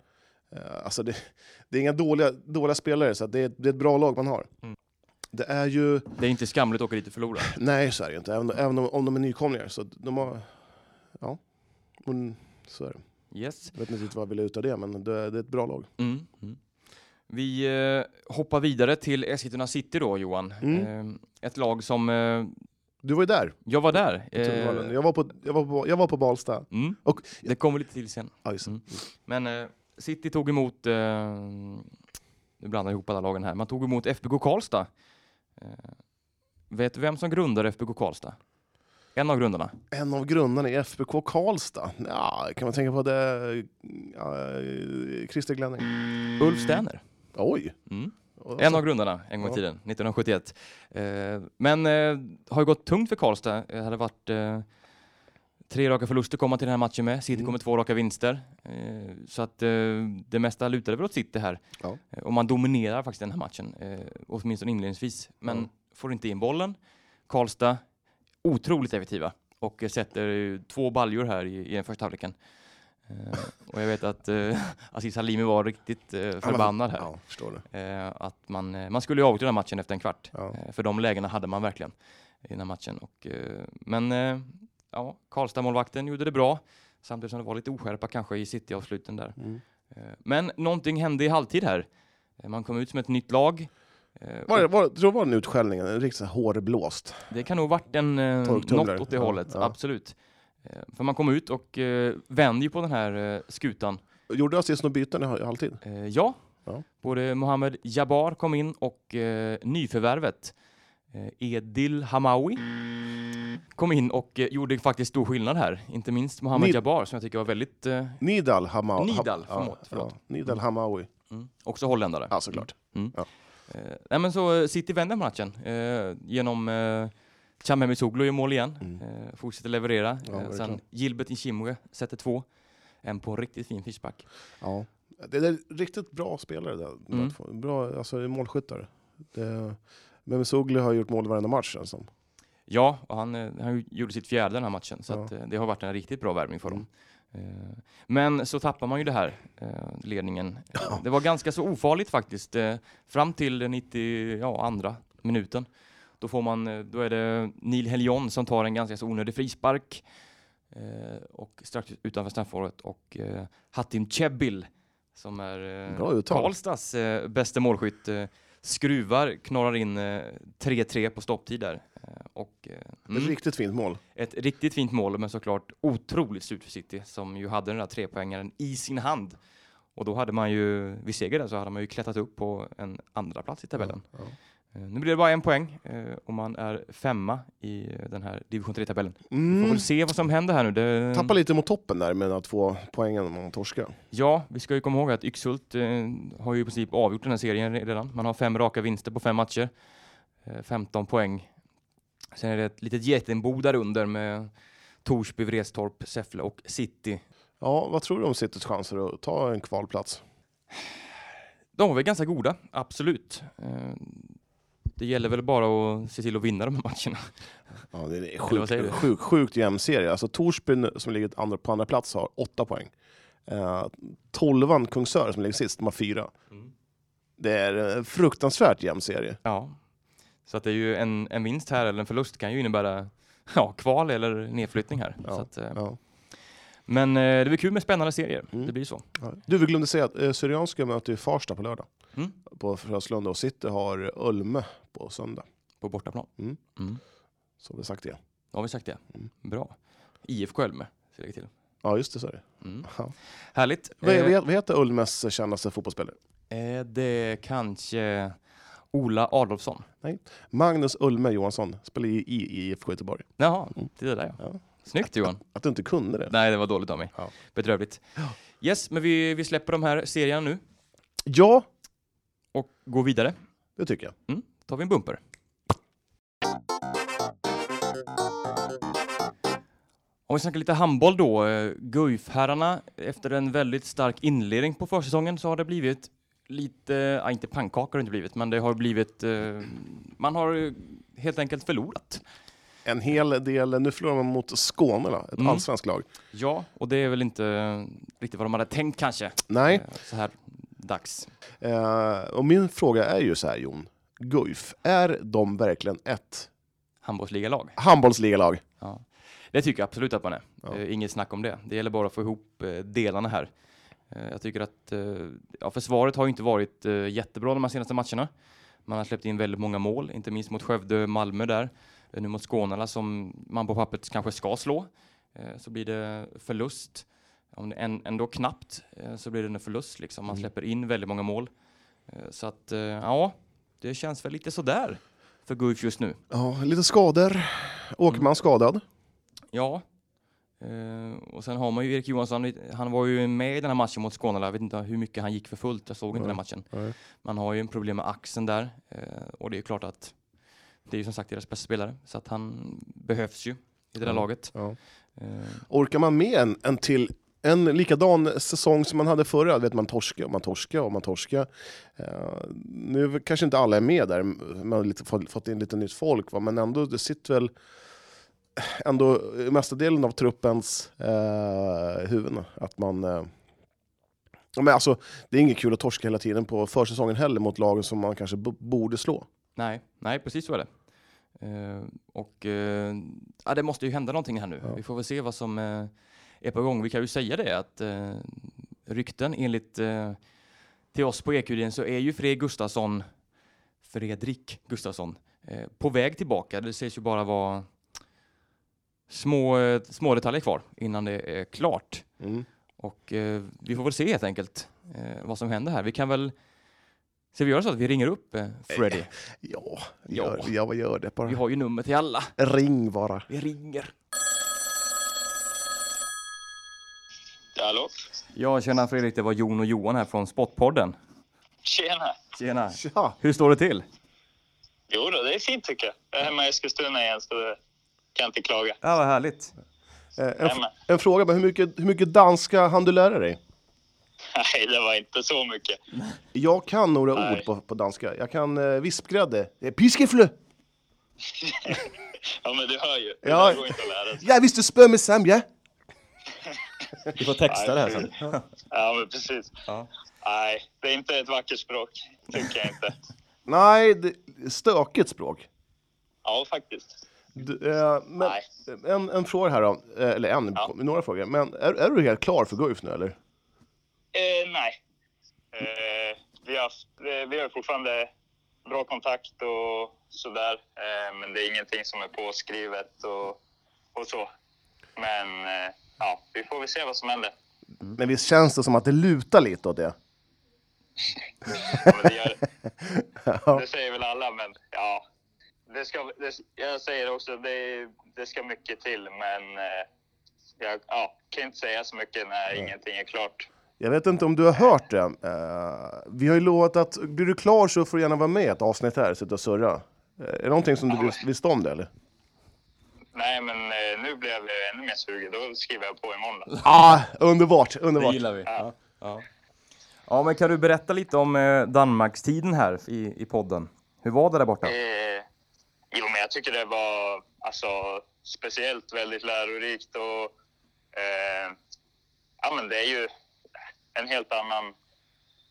Speaker 2: Eh, alltså det, det är inga dåliga, dåliga spelare, så att det, är, det är ett bra lag man har.
Speaker 1: Mm.
Speaker 2: Det är ju...
Speaker 1: Det är inte skamligt att åka dit och förlora.
Speaker 2: Nej, så är det ju inte. Även, även om, om de är nykomlingar. Så att de har... Ja. Men, så är det.
Speaker 1: Yes.
Speaker 2: Jag vet inte riktigt vad jag ville ut av det, men det, det är ett bra lag.
Speaker 1: Mm. Vi eh, hoppar vidare till Eskilstuna City då, Johan.
Speaker 2: Mm.
Speaker 1: Eh, ett lag som... Eh,
Speaker 2: Du var ju där.
Speaker 1: jag var där.
Speaker 2: i Tullvallen.
Speaker 1: Eh,
Speaker 2: Jag, var på, jag, var på, jag var på Balsta.
Speaker 1: mm.
Speaker 2: Och-
Speaker 1: Det kommer lite till sen.
Speaker 2: Ja, just det.
Speaker 1: Mm. Men eh, City tog emot... Eh, nu blandar jag ihop alla lagen här. Man tog emot FBK Karlstad. Eh, vet du vem som grundade FBK Karlstad? En av grundarna.
Speaker 2: En av grundarna i FBK Karlstad. Ja, kan man tänka på det? Ja, eh, Christer Glenning.
Speaker 1: Ulf Sterner.
Speaker 2: Oj!
Speaker 1: Mm.
Speaker 2: Och-
Speaker 1: En av grundarna en gång i
Speaker 2: Ja.
Speaker 1: tiden, 1971. Eh, men eh, har ju gått tungt för Karlstad. Det hade varit eh, tre raka förluster komma till den här matchen med. City
Speaker 2: Mm.
Speaker 1: kommer två raka vinster. Eh, så att eh, det mesta lutade väl åt City här.
Speaker 2: Ja.
Speaker 1: Eh, och man dominerar faktiskt den här matchen, eh, åtminstone inledningsvis. Men
Speaker 2: Ja.
Speaker 1: får inte in bollen. Karlstad, otroligt effektiva. Och eh, sätter ju två baljor här i, i den första halvleken. Eh, och jag vet att eh, (laughs) Aziz Halimi var riktigt eh,
Speaker 2: Ja, men-
Speaker 1: förbannad här.
Speaker 2: Ja, förstår det.
Speaker 1: Eh, att man, eh, man skulle ju avgå den här matchen efter en kvart.
Speaker 2: Ja.
Speaker 1: Eh, för de lägena hade man verkligen i den här matchen. Och, eh, men eh, ja, Karlstad-målvakten gjorde det bra. Samtidigt som det var lite oskärpa kanske i City-avsluten där.
Speaker 2: Mm.
Speaker 1: Eh, men någonting hände i halvtid här. Eh, man kom ut som ett nytt lag. Eh,
Speaker 2: Var, det-
Speaker 1: och
Speaker 2: var, det- tror du det var en utskällning? En riktigt så här hårblåst?
Speaker 1: det kan nog varit en, eh,
Speaker 2: Torktumlare.
Speaker 1: något åt det
Speaker 2: Ja,
Speaker 1: hållet,
Speaker 2: ja.
Speaker 1: absolut. Eh, för man kom ut och eh, vände ju på den här eh, skutan.
Speaker 2: Gjorde Aziz några byten i hal- i halvtid?
Speaker 1: Eh, ja.
Speaker 2: Ja.
Speaker 1: både Mohamed Jabbar kom in och eh, nyförvärvet eh, Edil Hamawi kom in och eh, gjorde faktiskt stor skillnad här. Inte minst Mohamed
Speaker 2: Ni-
Speaker 1: Jabbar som jag tycker var väldigt, eh,
Speaker 2: Nidal Hamawi.
Speaker 1: Nidal, förlåt, förlåt.
Speaker 2: Ja, Nidal Hamawi.
Speaker 1: mm, också holländare.
Speaker 2: Ja, såklart.
Speaker 1: Eh, nej men så eh, City vänder matchen eh, genom eh, Chamemi Soglo gör mål igen,
Speaker 2: Mm.
Speaker 1: eh, fortsätter leverera.
Speaker 2: Ja,
Speaker 1: eh,
Speaker 2: verkligen.
Speaker 1: sen Gilbert Nchimwe sätter två, en på en riktigt fin fishback.
Speaker 2: Ja. Det är riktigt bra spelare där. de
Speaker 1: Mm.
Speaker 2: här två. Bra, alltså målskyttar. Det, men Sogli har gjort mål varenda match känns som.
Speaker 1: Ja, och han, eh, han gjorde sitt fjärde den här matchen, så
Speaker 2: Ja. Mm.
Speaker 1: att, eh, det har varit en riktigt bra värvning för dem. Eh, Men så tappar man ju det här, eh, ledningen. Eh, Det var ganska så ofarligt faktiskt, eh, fram till den 92 ja, andra minuten. Då, får man, eh, då är det Neil Helion som tar en ganska så onödig frispark eh, och strax utanför straffområdet och eh, Hatim Cebil som är eh,
Speaker 2: Bra uttal.
Speaker 1: Karlstads eh, bästa målskytt eh, skruvar, knorrar in eh, 3-3 på stopptid där. Eh, och, eh, mm,
Speaker 2: Riktigt fint mål.
Speaker 1: ett riktigt fint mål, men såklart otroligt surt för City som ju hade den där trepoängaren i sin hand. Och då hade man ju, vid seger där så hade man ju klättrat upp på en andra plats i tabellen.
Speaker 2: Ja, ja.
Speaker 1: Eh, Nu blir det bara en poäng eh, och man är femma i eh, den här division 3-tabellen. Vi får
Speaker 2: Mm.
Speaker 1: väl se vad som händer här nu. Det,
Speaker 2: Tappar lite mot toppen där med de här två poängen om man torskar.
Speaker 1: Ja, vi ska ju komma ihåg att Yxhult eh, har ju i princip avgjort den här serien redan. Man har fem raka vinster på fem matcher, eh, 15 poäng. Sen är det ett litet getingbo där under med Torsby, Vretstorp, Säffle och City.
Speaker 2: Ja, vad tror du om Citys chanser att ta en kvalplats?
Speaker 1: De var väl ganska goda, absolut. Eh, Det gäller väl bara att se till att vinna de här matcherna.
Speaker 2: Ja, det är
Speaker 1: Eller vad säger du?
Speaker 2: sjukt, sjukt, sjukt jämn serie. Alltså Torsby nu- som ligger andra, på andra plats har åtta poäng. Eh, tolvan Kungsör som ligger sist, de har fyra. Det är en fruktansvärt jämn serie.
Speaker 1: Ja. Så att det är ju en, en vinst här eller en förlust kan ju innebära ja, kval eller nedflyttning här.
Speaker 2: Ja,
Speaker 1: Så att, eh,
Speaker 2: Ja.
Speaker 1: Men eh, det blir kul med spännande serier.
Speaker 2: Mm.
Speaker 1: Det blir så.
Speaker 2: Ja. Du, vi glömde säga att eh, Syrianska möter ju Farsta på lördag
Speaker 1: Mm.
Speaker 2: på Fröslunda och City har Ölme på söndag.
Speaker 1: På bortaplan.
Speaker 2: Mm.
Speaker 1: Mm.
Speaker 2: Så har vi sagt det.
Speaker 1: Då har vi sagt det.
Speaker 2: Mm.
Speaker 1: Bra. IFK Ölme, ska jag lägga till.
Speaker 2: Ja, just det, så är det.
Speaker 1: Mm.
Speaker 2: Ja.
Speaker 1: Härligt.
Speaker 2: Vad,
Speaker 1: Eh,
Speaker 2: vad vad heter Ulmes kändaste fotbollsspelare?
Speaker 1: Är det kanske Ola Adolfsson?
Speaker 2: Magnus Ulme Johansson, spelar i i IFK Göteborg.
Speaker 1: Jaha,
Speaker 2: Mm.
Speaker 1: det är det där ja.
Speaker 2: Ja.
Speaker 1: Snyggt
Speaker 2: (laughs)
Speaker 1: Johan.
Speaker 2: Att du inte kunde det.
Speaker 1: Nej, det var dåligt av mig.
Speaker 2: Ja.
Speaker 1: Bedrövligt. Yes, men vi, vi släpper de här serierna nu
Speaker 2: Ja,
Speaker 1: och går vidare.
Speaker 2: det tycker jag.
Speaker 1: tar vi en bumper. Om vi snackar lite handboll då. eh, Guifherrarna, efter en väldigt stark inledning på försäsongen så har det blivit lite, ja, inte pannkaka har det inte blivit, men det har blivit, eh, man har eh, helt enkelt förlorat.
Speaker 2: En hel del, nu förlorar man mot Skåne, då, ett
Speaker 1: Mm.
Speaker 2: allsvenskt lag.
Speaker 1: Ja, och det är väl inte eh, riktigt vad de hade tänkt kanske,
Speaker 2: Nej,
Speaker 1: eh, så här dags.
Speaker 2: eh, och min fråga är ju så här Jon, Guif, är de verkligen ett
Speaker 1: Handbollsligalag.
Speaker 2: handbollsligalag?
Speaker 1: Ja. Det tycker jag absolut att man är.
Speaker 2: Ja.
Speaker 1: Eh, inget snack om det. Det gäller bara att få ihop eh, delarna här. Eh, jag tycker att eh, ja, försvaret har ju inte varit eh, jättebra de här senaste matcherna. Man har släppt in väldigt många mål, inte minst mot Skövde, Malmö där. Eh, nu mot Skånela som man på pappret kanske ska slå. Eh, så blir det förlust. Om det än, ändå knappt eh, så blir det en förlust liksom. Man
Speaker 2: Mm.
Speaker 1: släpper in väldigt många mål. Eh, så att eh, ja, det känns väl lite sådär för Guif just nu.
Speaker 2: Ja, lite skador. Åkerman skadad.
Speaker 1: Ja. Eh, och sen har man ju Erik Johansson, han var ju med i den här matchen mot Skåne, jag vet inte hur mycket han gick för fullt, jag såg inte
Speaker 2: Nej.
Speaker 1: den matchen.
Speaker 2: Nej.
Speaker 1: Man har ju en problem med axeln där eh, och det är ju klart att det är ju som sagt deras bästa spelare, så att han behövs ju i det där
Speaker 2: Ja.
Speaker 1: laget.
Speaker 2: Ja.
Speaker 1: Eh,
Speaker 2: Orkar man med en, en till en likadan säsong som man hade förra, vet man torska och man torska och man torska. Eh, nu kanske inte alla är med där, man har lite, fått fått in lite nytt folk, va? men ändå, det sitter väl ändå i mesta delen av truppens eh, huvuden. Att man, eh, ja, men alltså, det är inget kul att torska hela tiden på försäsongen heller mot lagen som man kanske b- borde slå.
Speaker 1: nej, nej, precis så är det. Eh, och eh, ja, det måste ju hända någonting här nu.
Speaker 2: Ja.
Speaker 1: Vi får väl se vad som eh, är på gång. Vi kan ju säga det att eh, rykten enligt eh, till oss på EQDn så är ju Fredrik Gustafsson, Fredrik Gustafsson, eh, på väg tillbaka. Det sägs ju bara vara små, eh, små detaljer kvar innan det är klart.
Speaker 2: Mm.
Speaker 1: Och eh, vi får väl se helt enkelt eh, vad som händer här. Vi kan väl Ska vi göra så att vi ringer upp eh, Freddy?
Speaker 2: Ja,
Speaker 1: Ja.
Speaker 2: gör, ja, vad gör det
Speaker 1: Vi
Speaker 2: bara?
Speaker 1: har ju nummer till alla.
Speaker 2: Ring bara.
Speaker 1: Vi ringer.
Speaker 5: Hallå?
Speaker 1: Ja, tjena Fredrik. Det var Jon och Johan här från Spotpodden.
Speaker 5: Tjena!
Speaker 1: Tjena.
Speaker 2: Tja!
Speaker 1: Hur står det till?
Speaker 5: Jo då, det är fint tycker jag. Jag är hemma i Eskilstuna igen så det kan jag inte klaga. (laughs)
Speaker 1: Ja, vad härligt.
Speaker 2: Eh, En,
Speaker 5: Stämmer.
Speaker 2: en fråga, men hur mycket, hur mycket danska hann du lära dig?
Speaker 5: Nej, det var inte så mycket.
Speaker 2: Jag kan några
Speaker 5: Nej.
Speaker 2: ord på, på danska. Jag kan eh, vispgrädde. Eh, Piskeflö!
Speaker 5: Ja, men du hör ju. Det
Speaker 2: Ja.
Speaker 5: där går inte att lära sig.
Speaker 2: Jag visste spö med sämja!
Speaker 1: Vi får texta det här sen.
Speaker 5: (laughs) Ja, men precis.
Speaker 1: Ja.
Speaker 5: Nej, det är inte ett vackert språk. Tycker jag
Speaker 1: (laughs)
Speaker 5: inte.
Speaker 2: Nej, det, stökigt språk.
Speaker 5: Ja, faktiskt.
Speaker 2: Du, eh, men,
Speaker 5: Nej.
Speaker 2: en, en fråga här då, eh, eller en,
Speaker 5: Ja.
Speaker 2: några frågor. Men är, är du helt klar för Guif nu eller?
Speaker 5: Eh, nej. Eh, vi, har, haft- eh, vi har fortfarande bra kontakt och sådär. Eh, men det är ingenting som är påskrivet och, och så. Men eh, ja, vi får väl se vad som händer.
Speaker 2: Men visst känns det som att det lutar lite åt det?
Speaker 5: Ja, men det, gör, det. det säger väl alla, men det ska, det, jag säger också det, det ska mycket till, men eh, jag ja, kan inte säga så mycket när ingenting är klart.
Speaker 2: Jag vet inte om du har hört det. Eh, vi har ju lovat att blir du klar så får du gärna vara med i ett avsnitt här, sitta och surra. Eh, är det någonting som du vis- visste om det eller?
Speaker 5: Nej, men eh, nu blev jag ännu mer sugen. Då skriver jag på imorgon.
Speaker 2: Ah, underbart,
Speaker 1: Det
Speaker 2: underbart.
Speaker 1: gillar vi. Ja. Ja. ja, men kan du berätta lite om eh, Danmarkstiden här i, i podden? Hur var det där borta?
Speaker 5: Eh, jo, men jag tycker det var alltså, speciellt väldigt lärorikt och eh, ja, men det är ju en helt annan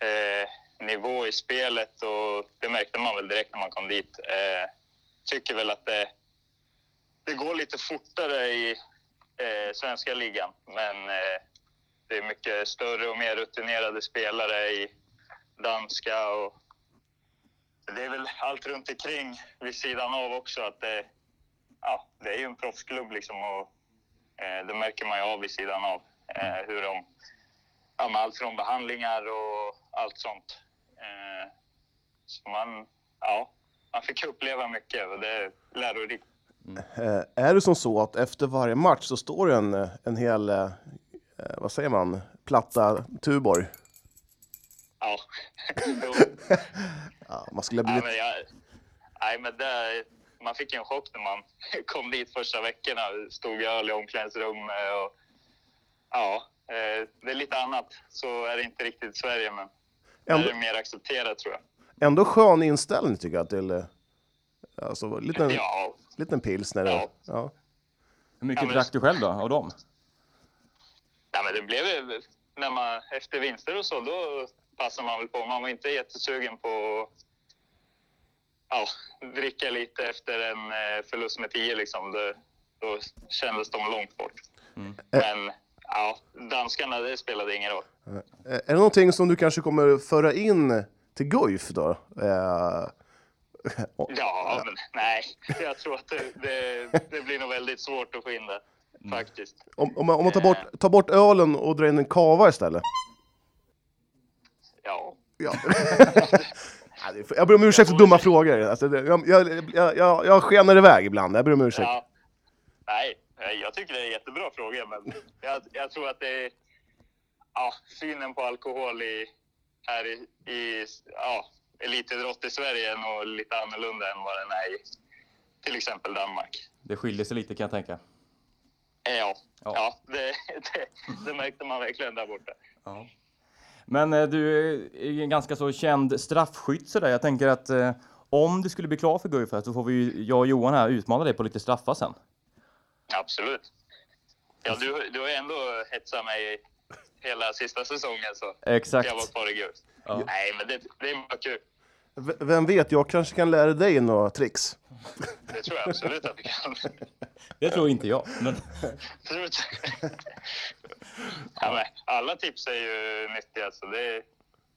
Speaker 5: eh, nivå i spelet och det märkte man väl direkt när man kom dit. Eh, tycker väl att det, det går lite fortare i eh, svenska ligan, men eh, det är mycket större och mer rutinerade spelare i danska och det är väl allt runt omkring vid sidan av också att det, ja, det är ju en proffsklubb liksom och eh, det märker man ju av vid sidan av eh, hur de, ja, med allt från behandlingar och allt sånt. Eh, så man, ja, man fick uppleva mycket och det är lärorikt.
Speaker 2: Eh, är det som så att efter varje match så står det en, eh, en hel, eh, eh, vad säger man, platta Tuborg?
Speaker 5: Ja. Jo.
Speaker 2: Ja, man skulle ha
Speaker 5: Nej,
Speaker 2: blivit...
Speaker 5: men jag, nej, men det, man fick ju en chock när man (laughs) kom dit första veckorna. Stod i öl i omklädningsrummet och ja, eh, det är lite annat. Så är det inte riktigt i Sverige, men där är
Speaker 2: Ändå,
Speaker 5: det mer accepterat tror jag.
Speaker 2: ändå skön inställning tycker jag till... eh, Alltså, liten,
Speaker 5: Ja,
Speaker 2: liten pilsner.
Speaker 5: Ja.
Speaker 2: och- Ja.
Speaker 1: Hur mycket
Speaker 5: Ja, men-
Speaker 1: drack du själv då, av dem?
Speaker 5: nej, men det blev ju- när man efter vinster och så, då passade man väl på. Man var inte jättesugen på att ja, dricka lite efter en eh, förlust med 10 liksom. Det, då kändes de långt bort. Men ja, danskarna, det spelade ingen roll.
Speaker 2: Eh, Är det någonting som du kanske kommer föra in till Guif då? Eh,
Speaker 5: Ja, men nej. Jag tror att det, det, det blir nog väldigt svårt att få in det. Faktiskt.
Speaker 2: om, om man, om man tar, bort, tar bort ölen och drar in en kava istället?
Speaker 5: Ja.
Speaker 2: Ja. (laughs) Ja, det är för- jag ber om ursäkt för dumma frågor. Alltså, det- jag, jag, jag, jag, jag skenar iväg ibland, jag ber om ursäkt.
Speaker 5: ja. Nej, nej, jag tycker det är en jättebra fråga, men jag, jag tror att det är ja, synen på alkohol i, här i, i ja, elitidrott i Sverige är nog lite annorlunda än vad den är i till exempel Danmark.
Speaker 1: Det skiljer sig lite kan jag tänka.
Speaker 5: Eh, Ja,
Speaker 1: Ja.
Speaker 5: ja. det, (laughs) det, det märkte man verkligen där borta.
Speaker 1: Men eh, du är ju en ganska så känd straffskytt sådär. Jag tänker att eh, om du skulle bli klar för Guif här så får vi ju, jag och Johan här utmana dig på lite straffar sen.
Speaker 5: Absolut. Ja, du, du har ju ändå hetsat mig hela sista säsongen så
Speaker 1: Exakt.
Speaker 5: jag var kvar i gult. Nej, men det, det är bara kul.
Speaker 2: V- Vem vet, jag kanske kan lära dig några tricks.
Speaker 5: Det tror jag absolut att vi kan.
Speaker 1: Det tror inte jag. Men...
Speaker 5: Tror inte. ja, men alla tips är ju nyttiga så det, det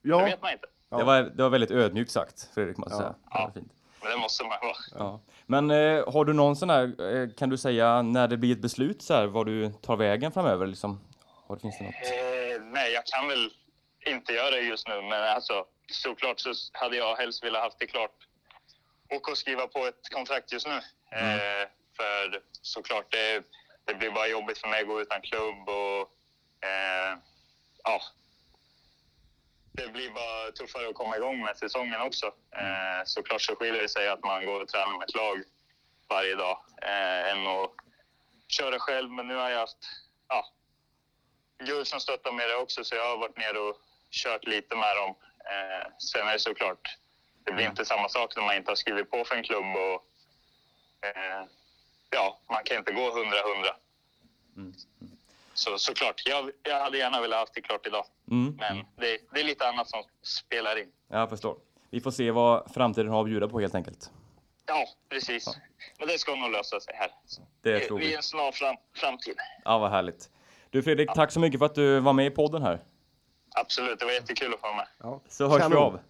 Speaker 2: Ja,
Speaker 5: vet man inte.
Speaker 1: Det, var, det var väldigt ödmjukt sagt, Fredrik. Måste jag säga. Det var fint.
Speaker 5: Men det måste man vara.
Speaker 1: Ja. Men eh, har du någon sån här, eh, kan du säga när det blir ett beslut så här, var du tar vägen framöver liksom? Har, finns det något?
Speaker 5: Eh, nej, jag kan väl inte göra det just nu, men alltså såklart så hade jag helst velat haft det klart och att skriva på ett kontrakt just nu. Eh, för såklart, det, det blir bara jobbigt för mig att gå utan klubb och eh, ja. Det blir bara tuffare att komma igång med säsongen också. Eh, såklart så skiljer det sig att man går och tränar med ett lag varje dag eh, än att köra själv. Men nu har jag haft ja, Gud som stöttar med det också, så jag har varit ner och kört lite med dem. Eh, sen är det såklart, det
Speaker 1: Mm.
Speaker 5: blir inte samma sak när man inte har skrivit på för en klubb och eh, ja, man kan inte gå hundra-hundra.
Speaker 1: Mm.
Speaker 5: Så såklart, jag, jag hade gärna velat haft det klart idag.
Speaker 1: Mm.
Speaker 5: Men det, det är lite annat som spelar in.
Speaker 1: Jag förstår. Vi får se vad framtiden har att bjuda på helt enkelt.
Speaker 5: Ja, precis. Men det ska nog lösa sig här.
Speaker 1: Det tror
Speaker 5: I
Speaker 1: vi.
Speaker 5: en snar fram, framtid.
Speaker 1: Ja, vad härligt. Du Fredrik, tack så mycket för att du var med i podden här.
Speaker 5: Absolut, det var jättekul att få vara med.
Speaker 1: Så hörs vi
Speaker 2: Kanon.
Speaker 1: av.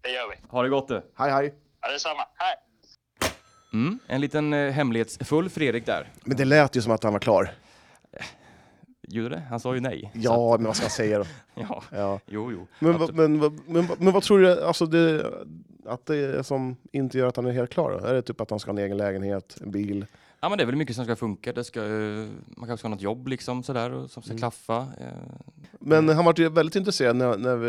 Speaker 5: Det gör vi.
Speaker 1: Ha det gott du.
Speaker 2: hej hej.
Speaker 5: Ja, detsamma. Hej!
Speaker 1: Mm, en liten eh, hemlighetsfull Fredrik där.
Speaker 2: Men det lät ju som att han var klar.
Speaker 1: Gjorde det? Han sa ju nej. Så, (laughs)
Speaker 2: Ja, men vad ska jag säga då?
Speaker 1: ja.
Speaker 2: Ja.
Speaker 1: Jo, jo.
Speaker 2: Men,
Speaker 1: Absolut.
Speaker 2: vad- men, vad- men, vad- men vad tror du, alltså det, att det är som inte gör att han är helt klar? Då? Är det typ att han ska ha en egen lägenhet, en bil?
Speaker 1: Ja men det är väl mycket som ska funka. Det ska, eh, man kanske ska ha något jobb liksom sådär och som ska
Speaker 2: Mm.
Speaker 1: klaffa. Eh,
Speaker 2: Men han var ju väldigt intresserad när, när, vi,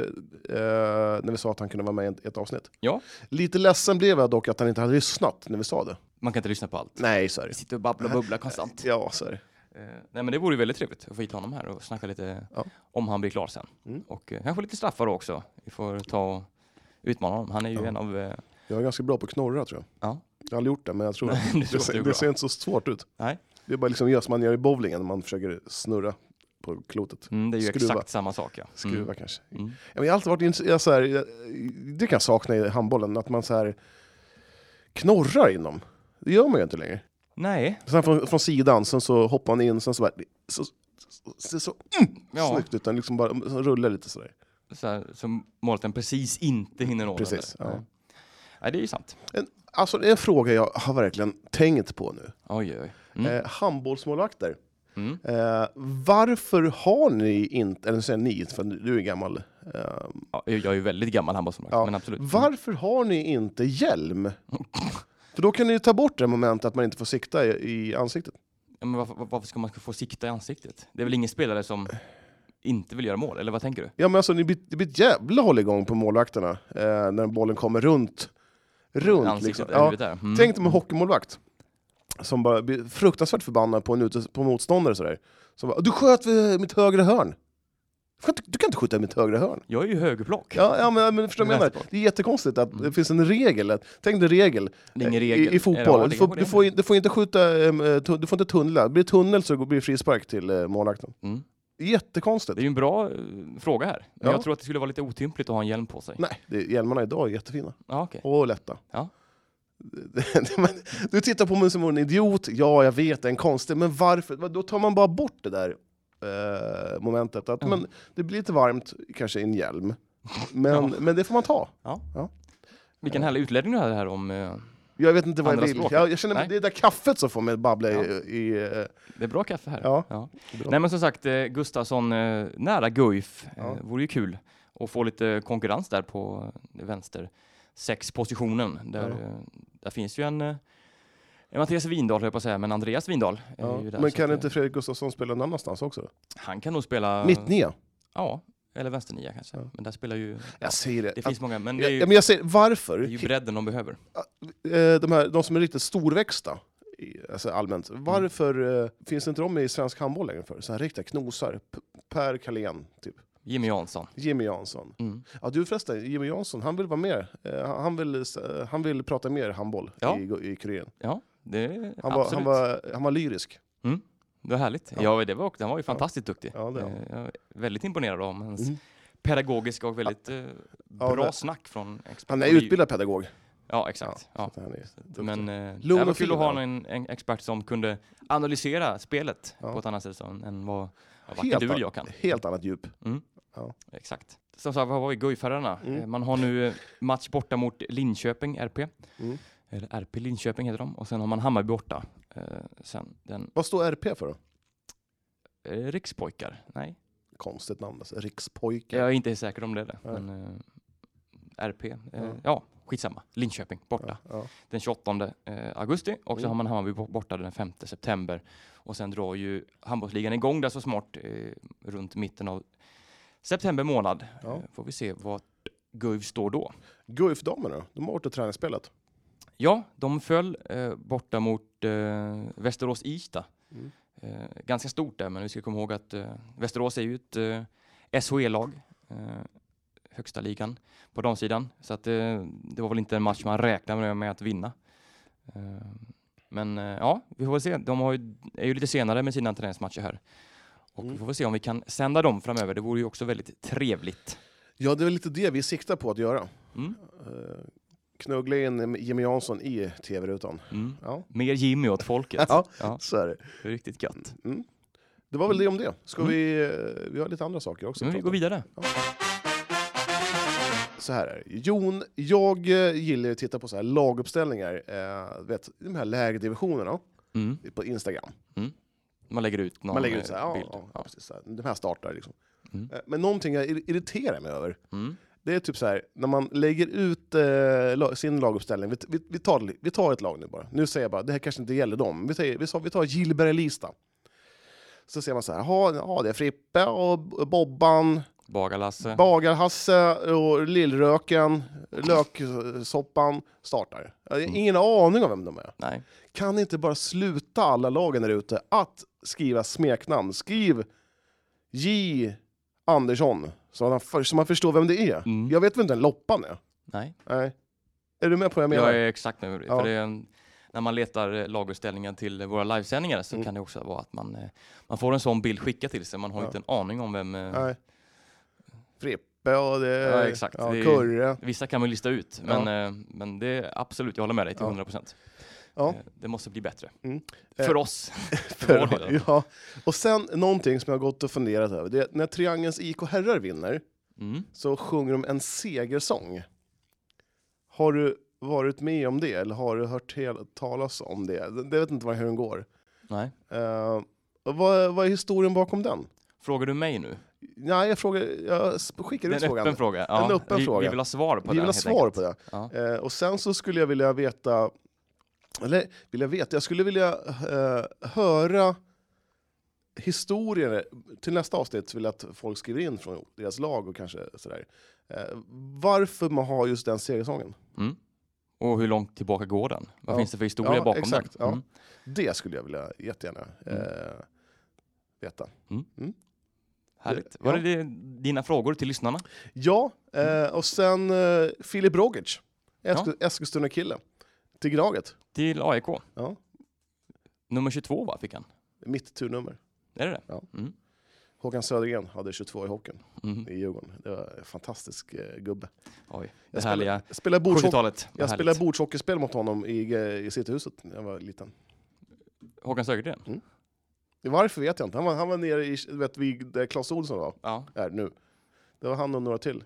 Speaker 2: eh, när vi sa att han kunde vara med i ett, ett avsnitt.
Speaker 1: Ja.
Speaker 2: Lite ledsen blev jag dock att han inte hade lyssnat när vi sa det.
Speaker 1: Man kan inte lyssna på allt.
Speaker 2: Nej, så är det.
Speaker 1: Sitter och babblar och bubblar konstant.
Speaker 2: (laughs) Ja, så är det.
Speaker 1: Eh, nej men det vore ju väldigt trevligt att få hit honom här och snacka lite
Speaker 2: Ja.
Speaker 1: om han blir klar sen.
Speaker 2: Mm.
Speaker 1: Och eh, kanske lite straffar också. Vi får ta och utmana honom. Han är ju en av... Eh,
Speaker 2: Jag är ganska bra på att knorra tror jag.
Speaker 1: Ja.
Speaker 2: Jag har aldrig gjort det, men
Speaker 1: (laughs)
Speaker 2: jag tror det.
Speaker 1: det
Speaker 2: Det
Speaker 1: låter ju
Speaker 2: ser,
Speaker 1: bra.
Speaker 2: det ser inte så svårt ut.
Speaker 1: Nej.
Speaker 2: Det är bara liksom gör som man gör i bowlingen, när man försöker snurra på klotet.
Speaker 1: Mm, det är ju
Speaker 2: Skruva.
Speaker 1: exakt samma sak ja.
Speaker 2: Skruva
Speaker 1: Mm.
Speaker 2: kanske.
Speaker 1: Mm.
Speaker 2: Ja, men jag har alltid varit intresserad, så här, jag, det kan jag sakna i handbollen, att man så här knorrar inom. Det gör man ju inte längre.
Speaker 1: Nej,
Speaker 2: Sen från, från sidan, sen så hoppar man in, sen så bara... Så, så, så, så
Speaker 1: ja.
Speaker 2: snyggt ut, den liksom bara så rullar lite sådär.
Speaker 1: Så, här, så målten precis inte hinner nå den
Speaker 2: Precis,
Speaker 1: där.
Speaker 2: ja.
Speaker 1: Nej. Nej, det är ju sant.
Speaker 2: En, alltså det är en fråga jag har verkligen tänkt på nu.
Speaker 1: Oj, oj. Mm.
Speaker 2: Eh, handbollsmålvakter.
Speaker 1: Mm.
Speaker 2: Eh, varför har ni inte, eller nu säger jag ni, för du är gammal. Eh,
Speaker 1: Ja, jag jag är ju väldigt gammal handbollsmålvakt,
Speaker 2: Ja.
Speaker 1: men absolut. Mm.
Speaker 2: varför har ni inte hjälm? För då kan ni ju ta bort det momentet att man inte får sikta i, i ansiktet.
Speaker 1: Ja, men varför, varför ska man få sikta i ansiktet? Det är väl ingen spelare som inte vill göra mål, eller vad tänker du?
Speaker 2: Ja men alltså det blir, det blir ett jävla hålligång på målvakterna eh, när bollen kommer runt. Runt liksom.
Speaker 1: Ansiktet,
Speaker 2: Ja.
Speaker 1: huvudet där. Mm.
Speaker 2: Tänk dig en hockeymålvakt som bara blir fruktansvärt förbannad på en ute, på motståndare sådär. Som bara, du sköt vid mitt högra hörn. Du kan inte- Du kan inte skjuta i mitt högra hörn.
Speaker 1: Jag är ju högerplock.
Speaker 2: Ja, ja men, men förstår du vad jag menar?
Speaker 1: Vänsterback.
Speaker 2: Det är jättekonstigt att det finns en regel. Att, tänk dig regel,
Speaker 1: Mm. Det är ingen
Speaker 2: eh,
Speaker 1: regel.
Speaker 2: I, i
Speaker 1: Eller, ja,
Speaker 2: fotboll.
Speaker 1: det
Speaker 2: Du får,
Speaker 1: kanske
Speaker 2: du,
Speaker 1: det är.
Speaker 2: får, in- du får inte skjuta, ehm, eh, tu- du får inte tunnla. Blir det tunnel så blir det frispark till eh, målvakten.
Speaker 1: Mm.
Speaker 2: Jättekonstigt.
Speaker 1: Det är ju en bra eh, fråga här. Men
Speaker 2: Ja.
Speaker 1: jag tror att det skulle vara lite otympligt att ha en hjälm på sig.
Speaker 2: Nej, det, hjälmarna idag är jättefina.
Speaker 1: Ja, okej.
Speaker 2: Och lätta. (laughs)
Speaker 1: Ja.
Speaker 2: Men du tittar på mig som en idiot, ja jag vet, det är en konstig, men varför? Vad- Då tar man bara bort det där eh, momentet. Att,
Speaker 1: Ja.
Speaker 2: men, det blir lite varmt, kanske i en hjälm, men,
Speaker 1: Ja.
Speaker 2: men det får man ta.
Speaker 1: Vilken härlig utläggning du hade här om... eh,
Speaker 2: Jag vet inte vad
Speaker 1: Andra
Speaker 2: jag vill.
Speaker 1: språket.
Speaker 2: Jag, jag känner
Speaker 1: Nej.
Speaker 2: det är det där kaffet som får mig att babbla
Speaker 1: Ja.
Speaker 2: i... i eh,
Speaker 1: Det är bra kaffe här.
Speaker 2: Ja, bra.
Speaker 1: Nej men som sagt, eh, Gustafsson eh, nära Guif.
Speaker 2: Ja.
Speaker 1: Eh, vore ju kul att få lite konkurrens där på eh, vänster sexpositionen. Där,
Speaker 2: Ja.
Speaker 1: eh, där finns ju en, eh, en Mattias Windahl höll jag på att säga, men Andreas Windahl är
Speaker 2: ja.
Speaker 1: ju där.
Speaker 2: Men
Speaker 1: så
Speaker 2: kan
Speaker 1: att,
Speaker 2: inte
Speaker 1: eh,
Speaker 2: Fredrik Gustafsson spela någon annanstans också? då?
Speaker 1: Han kan nog spela...
Speaker 2: Mittnia?
Speaker 1: Ja, eller vänsternia kanske. Men där spelar ju...
Speaker 2: Jag säger det.
Speaker 1: Det finns många, men
Speaker 2: att,
Speaker 1: det är ju,
Speaker 2: ja, men jag säger, varför?
Speaker 1: det är ju bredden de behöver.
Speaker 2: eh, de, här, de som är riktigt storväxta, i- alltså allmänt, varför eh, finns inte de i svensk handboll längre för? Så här riktiga knosar. P- per Kalén, typ.
Speaker 1: Jimmy Jansson.
Speaker 2: Jimmy Jansson.
Speaker 1: Mm.
Speaker 2: Ja du förresten, Jimmy Jansson, han vill vara med. Eh, han, vill, eh, han vill prata mer handboll
Speaker 1: Ja.
Speaker 2: i, i Korean.
Speaker 1: Ja, det
Speaker 2: Han var, han,
Speaker 1: absolut.
Speaker 2: var, han var lyrisk.
Speaker 1: Det var härligt. Ja, det var, också- han var ju fantastiskt duktig.
Speaker 2: Ja, det var han.
Speaker 1: Eh, jag är väldigt imponerad av hans
Speaker 2: Mm.
Speaker 1: pedagogiska och väldigt eh, bra
Speaker 2: det-
Speaker 1: snack från expert.
Speaker 2: Han är
Speaker 1: Och det ju-
Speaker 2: utbildad pedagog.
Speaker 1: Ja, exakt. Ja.
Speaker 2: Så han är duktig.
Speaker 1: Men eh,
Speaker 2: Lugn
Speaker 1: det här var
Speaker 2: och
Speaker 1: kul
Speaker 2: fin,
Speaker 1: att ha
Speaker 2: ja.
Speaker 1: en, en expert som kunde analysera spelet
Speaker 2: Ja.
Speaker 1: på ett annat sätt än- än vad ja, varken
Speaker 2: Helt
Speaker 1: du eller
Speaker 2: an-
Speaker 1: jag kan.
Speaker 2: Helt annat djup.
Speaker 1: Exakt. Som sagt, vad var vi? Guifherrarna.
Speaker 2: Mm.
Speaker 1: Eh, Man har nu eh, match borta mot Linköping, RP.
Speaker 2: Mm.
Speaker 1: Eller RP Linköping heter de. Och sen har man Hammarby borta. Eh, sen den
Speaker 2: Vad står RP för då?
Speaker 1: eh, Rikspojkar. Nej.
Speaker 2: Konstigt namn alltså. Rikspojkar.
Speaker 1: Jag är inte säker om det är det.
Speaker 2: Nej.
Speaker 1: Men, eh, RP. Eh,
Speaker 2: Ja.
Speaker 1: ja. skitsamma. Linköping borta
Speaker 2: Ja, ja.
Speaker 1: den 28 eh, augusti och så
Speaker 2: Mm.
Speaker 1: har man Hammarby bo- borta den 5 september. Och sen drar ju handbollsligan igång där så smart eh, runt mitten av september månad.
Speaker 2: Ja.
Speaker 1: Eh, får vi se vart Guif står då.
Speaker 2: Guif-damerna då? De har varit och träningsspelat.
Speaker 1: Ja, de föll eh, borta mot eh, Västerås Ista.
Speaker 2: Mm.
Speaker 1: Eh, ganska stort där, men vi ska komma ihåg att eh, Västerås är ju ett eh, SHE-lag, eh, högsta ligan på damsidan. Så att, eh, det var väl inte en match man räknade med, med att vinna. Eh, men eh, ja, vi får väl se. De har ju, är ju lite senare med sina träningsmatcher här. Och
Speaker 2: Mm.
Speaker 1: vi får väl se om vi kan sända dem framöver. Det vore ju också väldigt trevligt.
Speaker 2: Ja, det är väl lite det vi siktar på att göra.
Speaker 1: Mm.
Speaker 2: Eh, Knuggla in Jimmy Jansson i tv-rutan.
Speaker 1: Mm.
Speaker 2: Ja,
Speaker 1: Mer Jimmy åt folket.
Speaker 2: (laughs) Ja.
Speaker 1: Ja,
Speaker 2: så är det.
Speaker 1: det är riktigt gött.
Speaker 2: Mm. Det var väl det om det. Ska
Speaker 1: Mm.
Speaker 2: vi, eh, vi har lite andra saker också.
Speaker 1: Men vi går vidare.
Speaker 2: Så här är det. Jon, jag eh, gillar ju att titta på så här laguppställningar. Eh, vet, de här lägre divisionerna
Speaker 1: Mm.
Speaker 2: på Instagram.
Speaker 1: Man lägger ut någon
Speaker 2: Man lägger ut
Speaker 1: eh,
Speaker 2: så här, ja,
Speaker 1: bild.
Speaker 2: ja, ja, precis, så här. De här startar liksom.
Speaker 1: Mm.
Speaker 2: Eh, Men någonting jag ir- irriterar mig över
Speaker 1: Mm.
Speaker 2: Det är typ så här, när man lägger ut eh, la- sin laguppställning, vi, vi, vi, tar, li- vi tar ett lag nu bara. Nu säger jag bara, det här kanske inte gäller dem. Vi, säger, vi, sa- vi tar Gilbert Lista. Så ser man så här, jaha, ja, det är Frippe och B- Bobban,
Speaker 1: Bagarlasse.
Speaker 2: Bagar-Hasse och Lillröken, Löksoppan startar. Jag har
Speaker 1: Mm.
Speaker 2: ingen aning om vem de är.
Speaker 1: Nej.
Speaker 2: Kan ni inte bara sluta alla lagen där ute att skriva smeknamn? Skriv J. Andersson, så man, för, så man förstår vem det är.
Speaker 1: Mm.
Speaker 2: Jag vet vem den Loppan är.
Speaker 1: Nej.
Speaker 2: Nej. Är du med på vad jag menar?
Speaker 1: Jag är exakt med dig.
Speaker 2: Ja.
Speaker 1: För det är, en- när man letar eh, lagutställningar till eh, våra livesändningar så
Speaker 2: Mm.
Speaker 1: kan det också vara att man, eh, man får en sån bild skickad till sig. Man har
Speaker 2: Ja.
Speaker 1: inte en aning om vem... eh,
Speaker 2: Nej. Frippe och det,
Speaker 1: Ja, exakt.
Speaker 2: Ja,
Speaker 1: Det är- (laughs)
Speaker 2: Kurre.
Speaker 1: Vissa kan man lista ut, men, eh, men det är absolut, jag håller med dig till
Speaker 2: Ja.
Speaker 1: 100 procent. Eh,
Speaker 2: Ja.
Speaker 1: Det måste bli bättre.
Speaker 2: Mm.
Speaker 1: För
Speaker 2: Eh, (laughs)
Speaker 1: oss. För vår del.
Speaker 2: ja. Och sen någonting som jag har gått och funderat över. Det är att när Triangelns IK herrar vinner
Speaker 1: Mm.
Speaker 2: så sjunger de en segersång. Har du varit med om det eller har du hört hel- talas om det? Det- Jag vet inte vad- hur den går.
Speaker 1: Nej.
Speaker 2: Eh, och vad, vad är historien bakom den?
Speaker 1: Frågar du mig nu?
Speaker 2: Nej, jag, frågar, jag s- skickar
Speaker 1: Det är
Speaker 2: ut
Speaker 1: en
Speaker 2: frågan.
Speaker 1: öppen fråga. Ja,
Speaker 2: En öppen
Speaker 1: vi,
Speaker 2: fråga.
Speaker 1: vi vill ha svar på
Speaker 2: Vi
Speaker 1: den.
Speaker 2: vill ha
Speaker 1: helt
Speaker 2: svar
Speaker 1: enkelt.
Speaker 2: på det.
Speaker 1: Ja.
Speaker 2: Eh, och sen så skulle jag vilja veta, eller vill jag veta, jag skulle vilja eh, höra historier, till nästa avsnitt vill jag att folk skriver in från deras lag och kanske sådär. Eh, varför man har just den segersången.
Speaker 1: Mm. Och hur långt tillbaka går den? Vad
Speaker 2: Ja.
Speaker 1: finns det för historia
Speaker 2: Ja,
Speaker 1: bakom
Speaker 2: exakt,
Speaker 1: den?
Speaker 2: ja.
Speaker 1: Mm.
Speaker 2: Det skulle jag vilja jättegärna eh, veta.
Speaker 1: Härligt.
Speaker 2: Ja.
Speaker 1: Var det dina frågor till lyssnarna?
Speaker 2: Ja, eh, och sen eh, Filip Rogic, Esk-
Speaker 1: Ja.
Speaker 2: Eskilstuna-kille, till Gnaget.
Speaker 1: Till AIK?
Speaker 2: Ja.
Speaker 1: Nummer 22 va, fick han?
Speaker 2: Mitt turnummer.
Speaker 1: Är det det?
Speaker 2: Ja.
Speaker 1: Mm.
Speaker 2: Håkan Södergren hade 22 i hockeyn
Speaker 1: Mm.
Speaker 2: i Djurgården. Det var en fantastisk eh, gubbe.
Speaker 1: Oj, det
Speaker 2: Jag
Speaker 1: härliga
Speaker 2: Jag spelade bordshockey.
Speaker 1: 70-talet. Vad
Speaker 2: Jag
Speaker 1: härligt.
Speaker 2: spelade bordshockeyspel mot honom i, eh, i Cityhuset när jag var liten.
Speaker 1: Håkan Södergren?
Speaker 2: Varför vet jag inte. Han var, han var nere i, du vet, vid där Clas Ohlson var,
Speaker 1: Ja.
Speaker 2: är nu. Det var han och några till.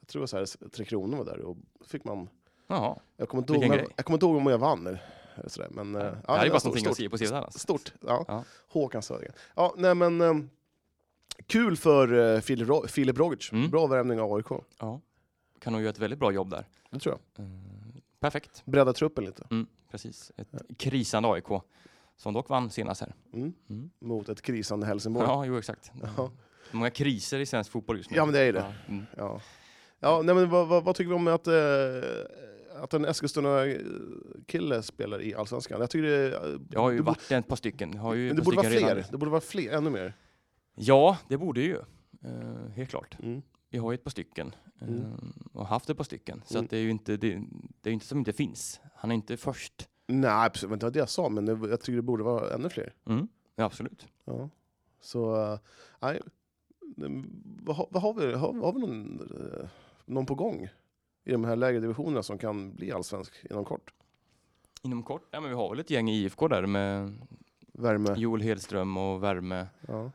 Speaker 2: Jag tror det var så här, Tre Kronor var där och fick man...
Speaker 1: Jaha.
Speaker 2: Jag kommer inte ihåg,
Speaker 1: Vilken
Speaker 2: om jag,
Speaker 1: grej.
Speaker 2: jag kommer inte ihåg om jag vann eller, eller sådär. Men, eh, ja,
Speaker 1: det här är
Speaker 2: var
Speaker 1: ju bara
Speaker 2: stort-
Speaker 1: någonting att
Speaker 2: stort.
Speaker 1: se på sidan. Alltså.
Speaker 2: Stort, ja.
Speaker 1: Ja.
Speaker 2: Håkan Södergren. Ja, nej men... eh, Kul för eh, Filip Ro- Filip Rogic.
Speaker 1: Mm.
Speaker 2: Bra värvning av AIK.
Speaker 1: Ja. Kan nog göra ett väldigt bra jobb där.
Speaker 2: Det tror jag.
Speaker 1: Mm. Perfekt.
Speaker 2: Bredda truppen lite.
Speaker 1: Mm. Precis. Ett krisande AIK. Som dock vann senast här.
Speaker 2: Mm.
Speaker 1: Mm.
Speaker 2: Mot ett krisande Helsingborg.
Speaker 1: Ja, jo exakt.
Speaker 2: Ja.
Speaker 1: Många kriser i svensk fotboll just nu.
Speaker 2: Ja, men det är det.
Speaker 1: Ja. Mm.
Speaker 2: Ja. Ja, nej, men vad, vad, vad tycker vi om att, eh, att en Eskilstuna-kille spelar i Allsvenskan? Jag tycker det, eh,
Speaker 1: Jag har ju
Speaker 2: det, borde-
Speaker 1: varit ett par stycken. Jag Har ju
Speaker 2: men
Speaker 1: ett
Speaker 2: det
Speaker 1: par
Speaker 2: borde vara
Speaker 1: stycken
Speaker 2: fler.
Speaker 1: redan.
Speaker 2: Det borde vara fler, ännu mer.
Speaker 1: Ja, det borde ju. Eh, helt klart.
Speaker 2: Mm.
Speaker 1: Vi har ju ett par stycken eh,
Speaker 2: Mm.
Speaker 1: och haft ett par stycken. Så
Speaker 2: Mm.
Speaker 1: att det är ju inte, det, det är ju inte som inte finns. Han är inte först.
Speaker 2: Nej, absolut, det var inte det jag sa, men det, jag tycker det borde vara ännu fler.
Speaker 1: Mm. Ja, absolut.
Speaker 2: Ja. Så, eh, nej. Men Vad, har- vad har vi? Har, har vi någon, eh, någon på gång i de här lägre divisionerna som kan bli allsvensk inom kort?
Speaker 1: Inom kort, ja, men vi har väl ett gäng i IFK där med
Speaker 2: Värme?
Speaker 1: Joel Hedström och Värme.
Speaker 2: Ja.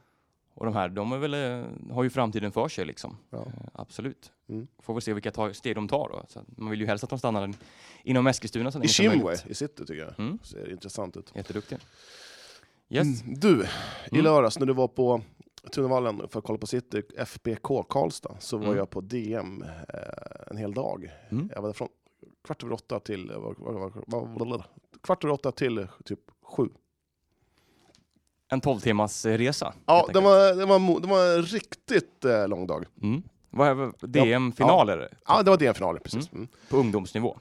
Speaker 1: Och de här, de är väl, eh, har ju framtiden för sig liksom.
Speaker 2: Ja.
Speaker 1: Eh, Absolut.
Speaker 2: Mm.
Speaker 1: Får väl se vilka ta, steg de tar då. Så att man vill ju helst att de stannar inom Eskilstuna så
Speaker 2: I
Speaker 1: länge som
Speaker 2: Kimwe,
Speaker 1: möjligt.
Speaker 2: i city tycker jag.
Speaker 1: Mm.
Speaker 2: Ser intressant ut.
Speaker 1: Jätteduktiga. Yes.
Speaker 2: Mm. Du, i
Speaker 1: Mm.
Speaker 2: lördags när du var på Tunavallen för att kolla på City, FBK Karlstad, så var
Speaker 1: Mm.
Speaker 2: jag på DM eh, en hel dag.
Speaker 1: Mm.
Speaker 2: Jag var där från kvart över åtta till, eh, vad- vad- vad- vad- vad- vad- kvart över åtta till eh, typ sju.
Speaker 1: En 12 timmars eh, resa.
Speaker 2: Ja,
Speaker 1: helt
Speaker 2: det
Speaker 1: enkelt.
Speaker 2: var, det, var, mo- det var en riktigt eh, lång dag.
Speaker 1: Mm. Vad är vad- DM-finaler
Speaker 2: Ja, det var DM-finaler, precis. Mm.
Speaker 1: på ungdomsnivå?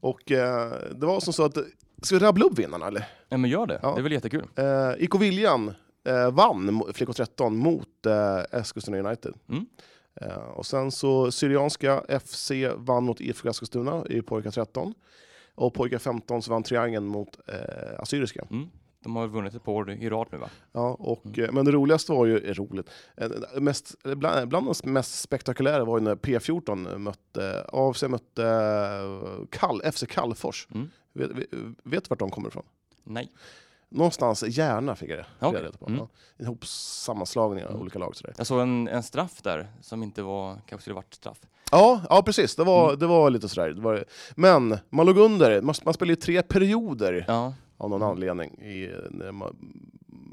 Speaker 2: Och eh, det var som så att, eh, ska vi rabbla upp vinnarna eller?
Speaker 1: Ja, men gör det.
Speaker 2: Ja.
Speaker 1: Det är väl jättekul.
Speaker 2: Eh, IK Viljan eh, vann mo- Flickor 13 mot eh, Eskilstuna United.
Speaker 1: Mm.
Speaker 2: Eh, och sen så Syrianska FC vann mot IFK Eskilstuna i pojkar 13. Och pojkar 15 så vann Triangeln mot eh, Assyriska.
Speaker 1: Mm. De har väl vunnit ett par år i rad nu va?
Speaker 2: Ja, och,
Speaker 1: Mm.
Speaker 2: eh, Men det roligaste var ju, eh, roligt, eh, det mest, eh, bland, bland de mest spektakulära var ju när P14 mötte, AFC mötte eh, Kall, FC Kallfors.
Speaker 1: Mm.
Speaker 2: Vet, vet, vet du vart de kommer ifrån?
Speaker 1: Nej.
Speaker 2: Någonstans i Järna fick jag det. fick jag
Speaker 1: Okej.
Speaker 2: reda på.
Speaker 1: Mm.
Speaker 2: Ja. Ihop sammanslagningar av olika lag. Sådär.
Speaker 1: Jag såg en, en straff där som inte var, kanske skulle varit straff.
Speaker 2: Ja, ja, precis. Det var, det var lite sådär. Det var, men man låg under. Man, man spelade ju tre perioder
Speaker 1: Ja.
Speaker 2: av
Speaker 1: Mm.
Speaker 2: någon anledning i när man,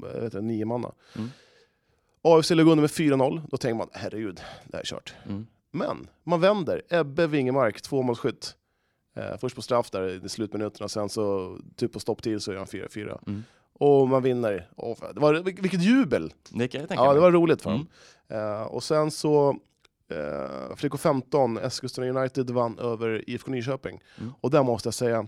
Speaker 2: jag vet inte, nio manna.
Speaker 1: Mm.
Speaker 2: AFC låg under med 4-0. Då tänker man, herregud, det här är kört.
Speaker 1: Mm.
Speaker 2: Men man vänder. Ebbe Wingemark, tvåmålsskytt. Eh, först på straff där i slutminuterna, sen så typ på stopptid så är han 4-4.
Speaker 1: Mm.
Speaker 2: Och man vinner. Åh, fan, det var, vil- vilket jubel!
Speaker 1: Det kan jag tänka
Speaker 2: Ja,
Speaker 1: mig.
Speaker 2: det var roligt för
Speaker 1: Mm.
Speaker 2: dem. Eh, och sen så, eh, Flickor 15, Eskilstuna United vann över IFK Nyköping.
Speaker 1: Mm.
Speaker 2: Och där måste jag säga,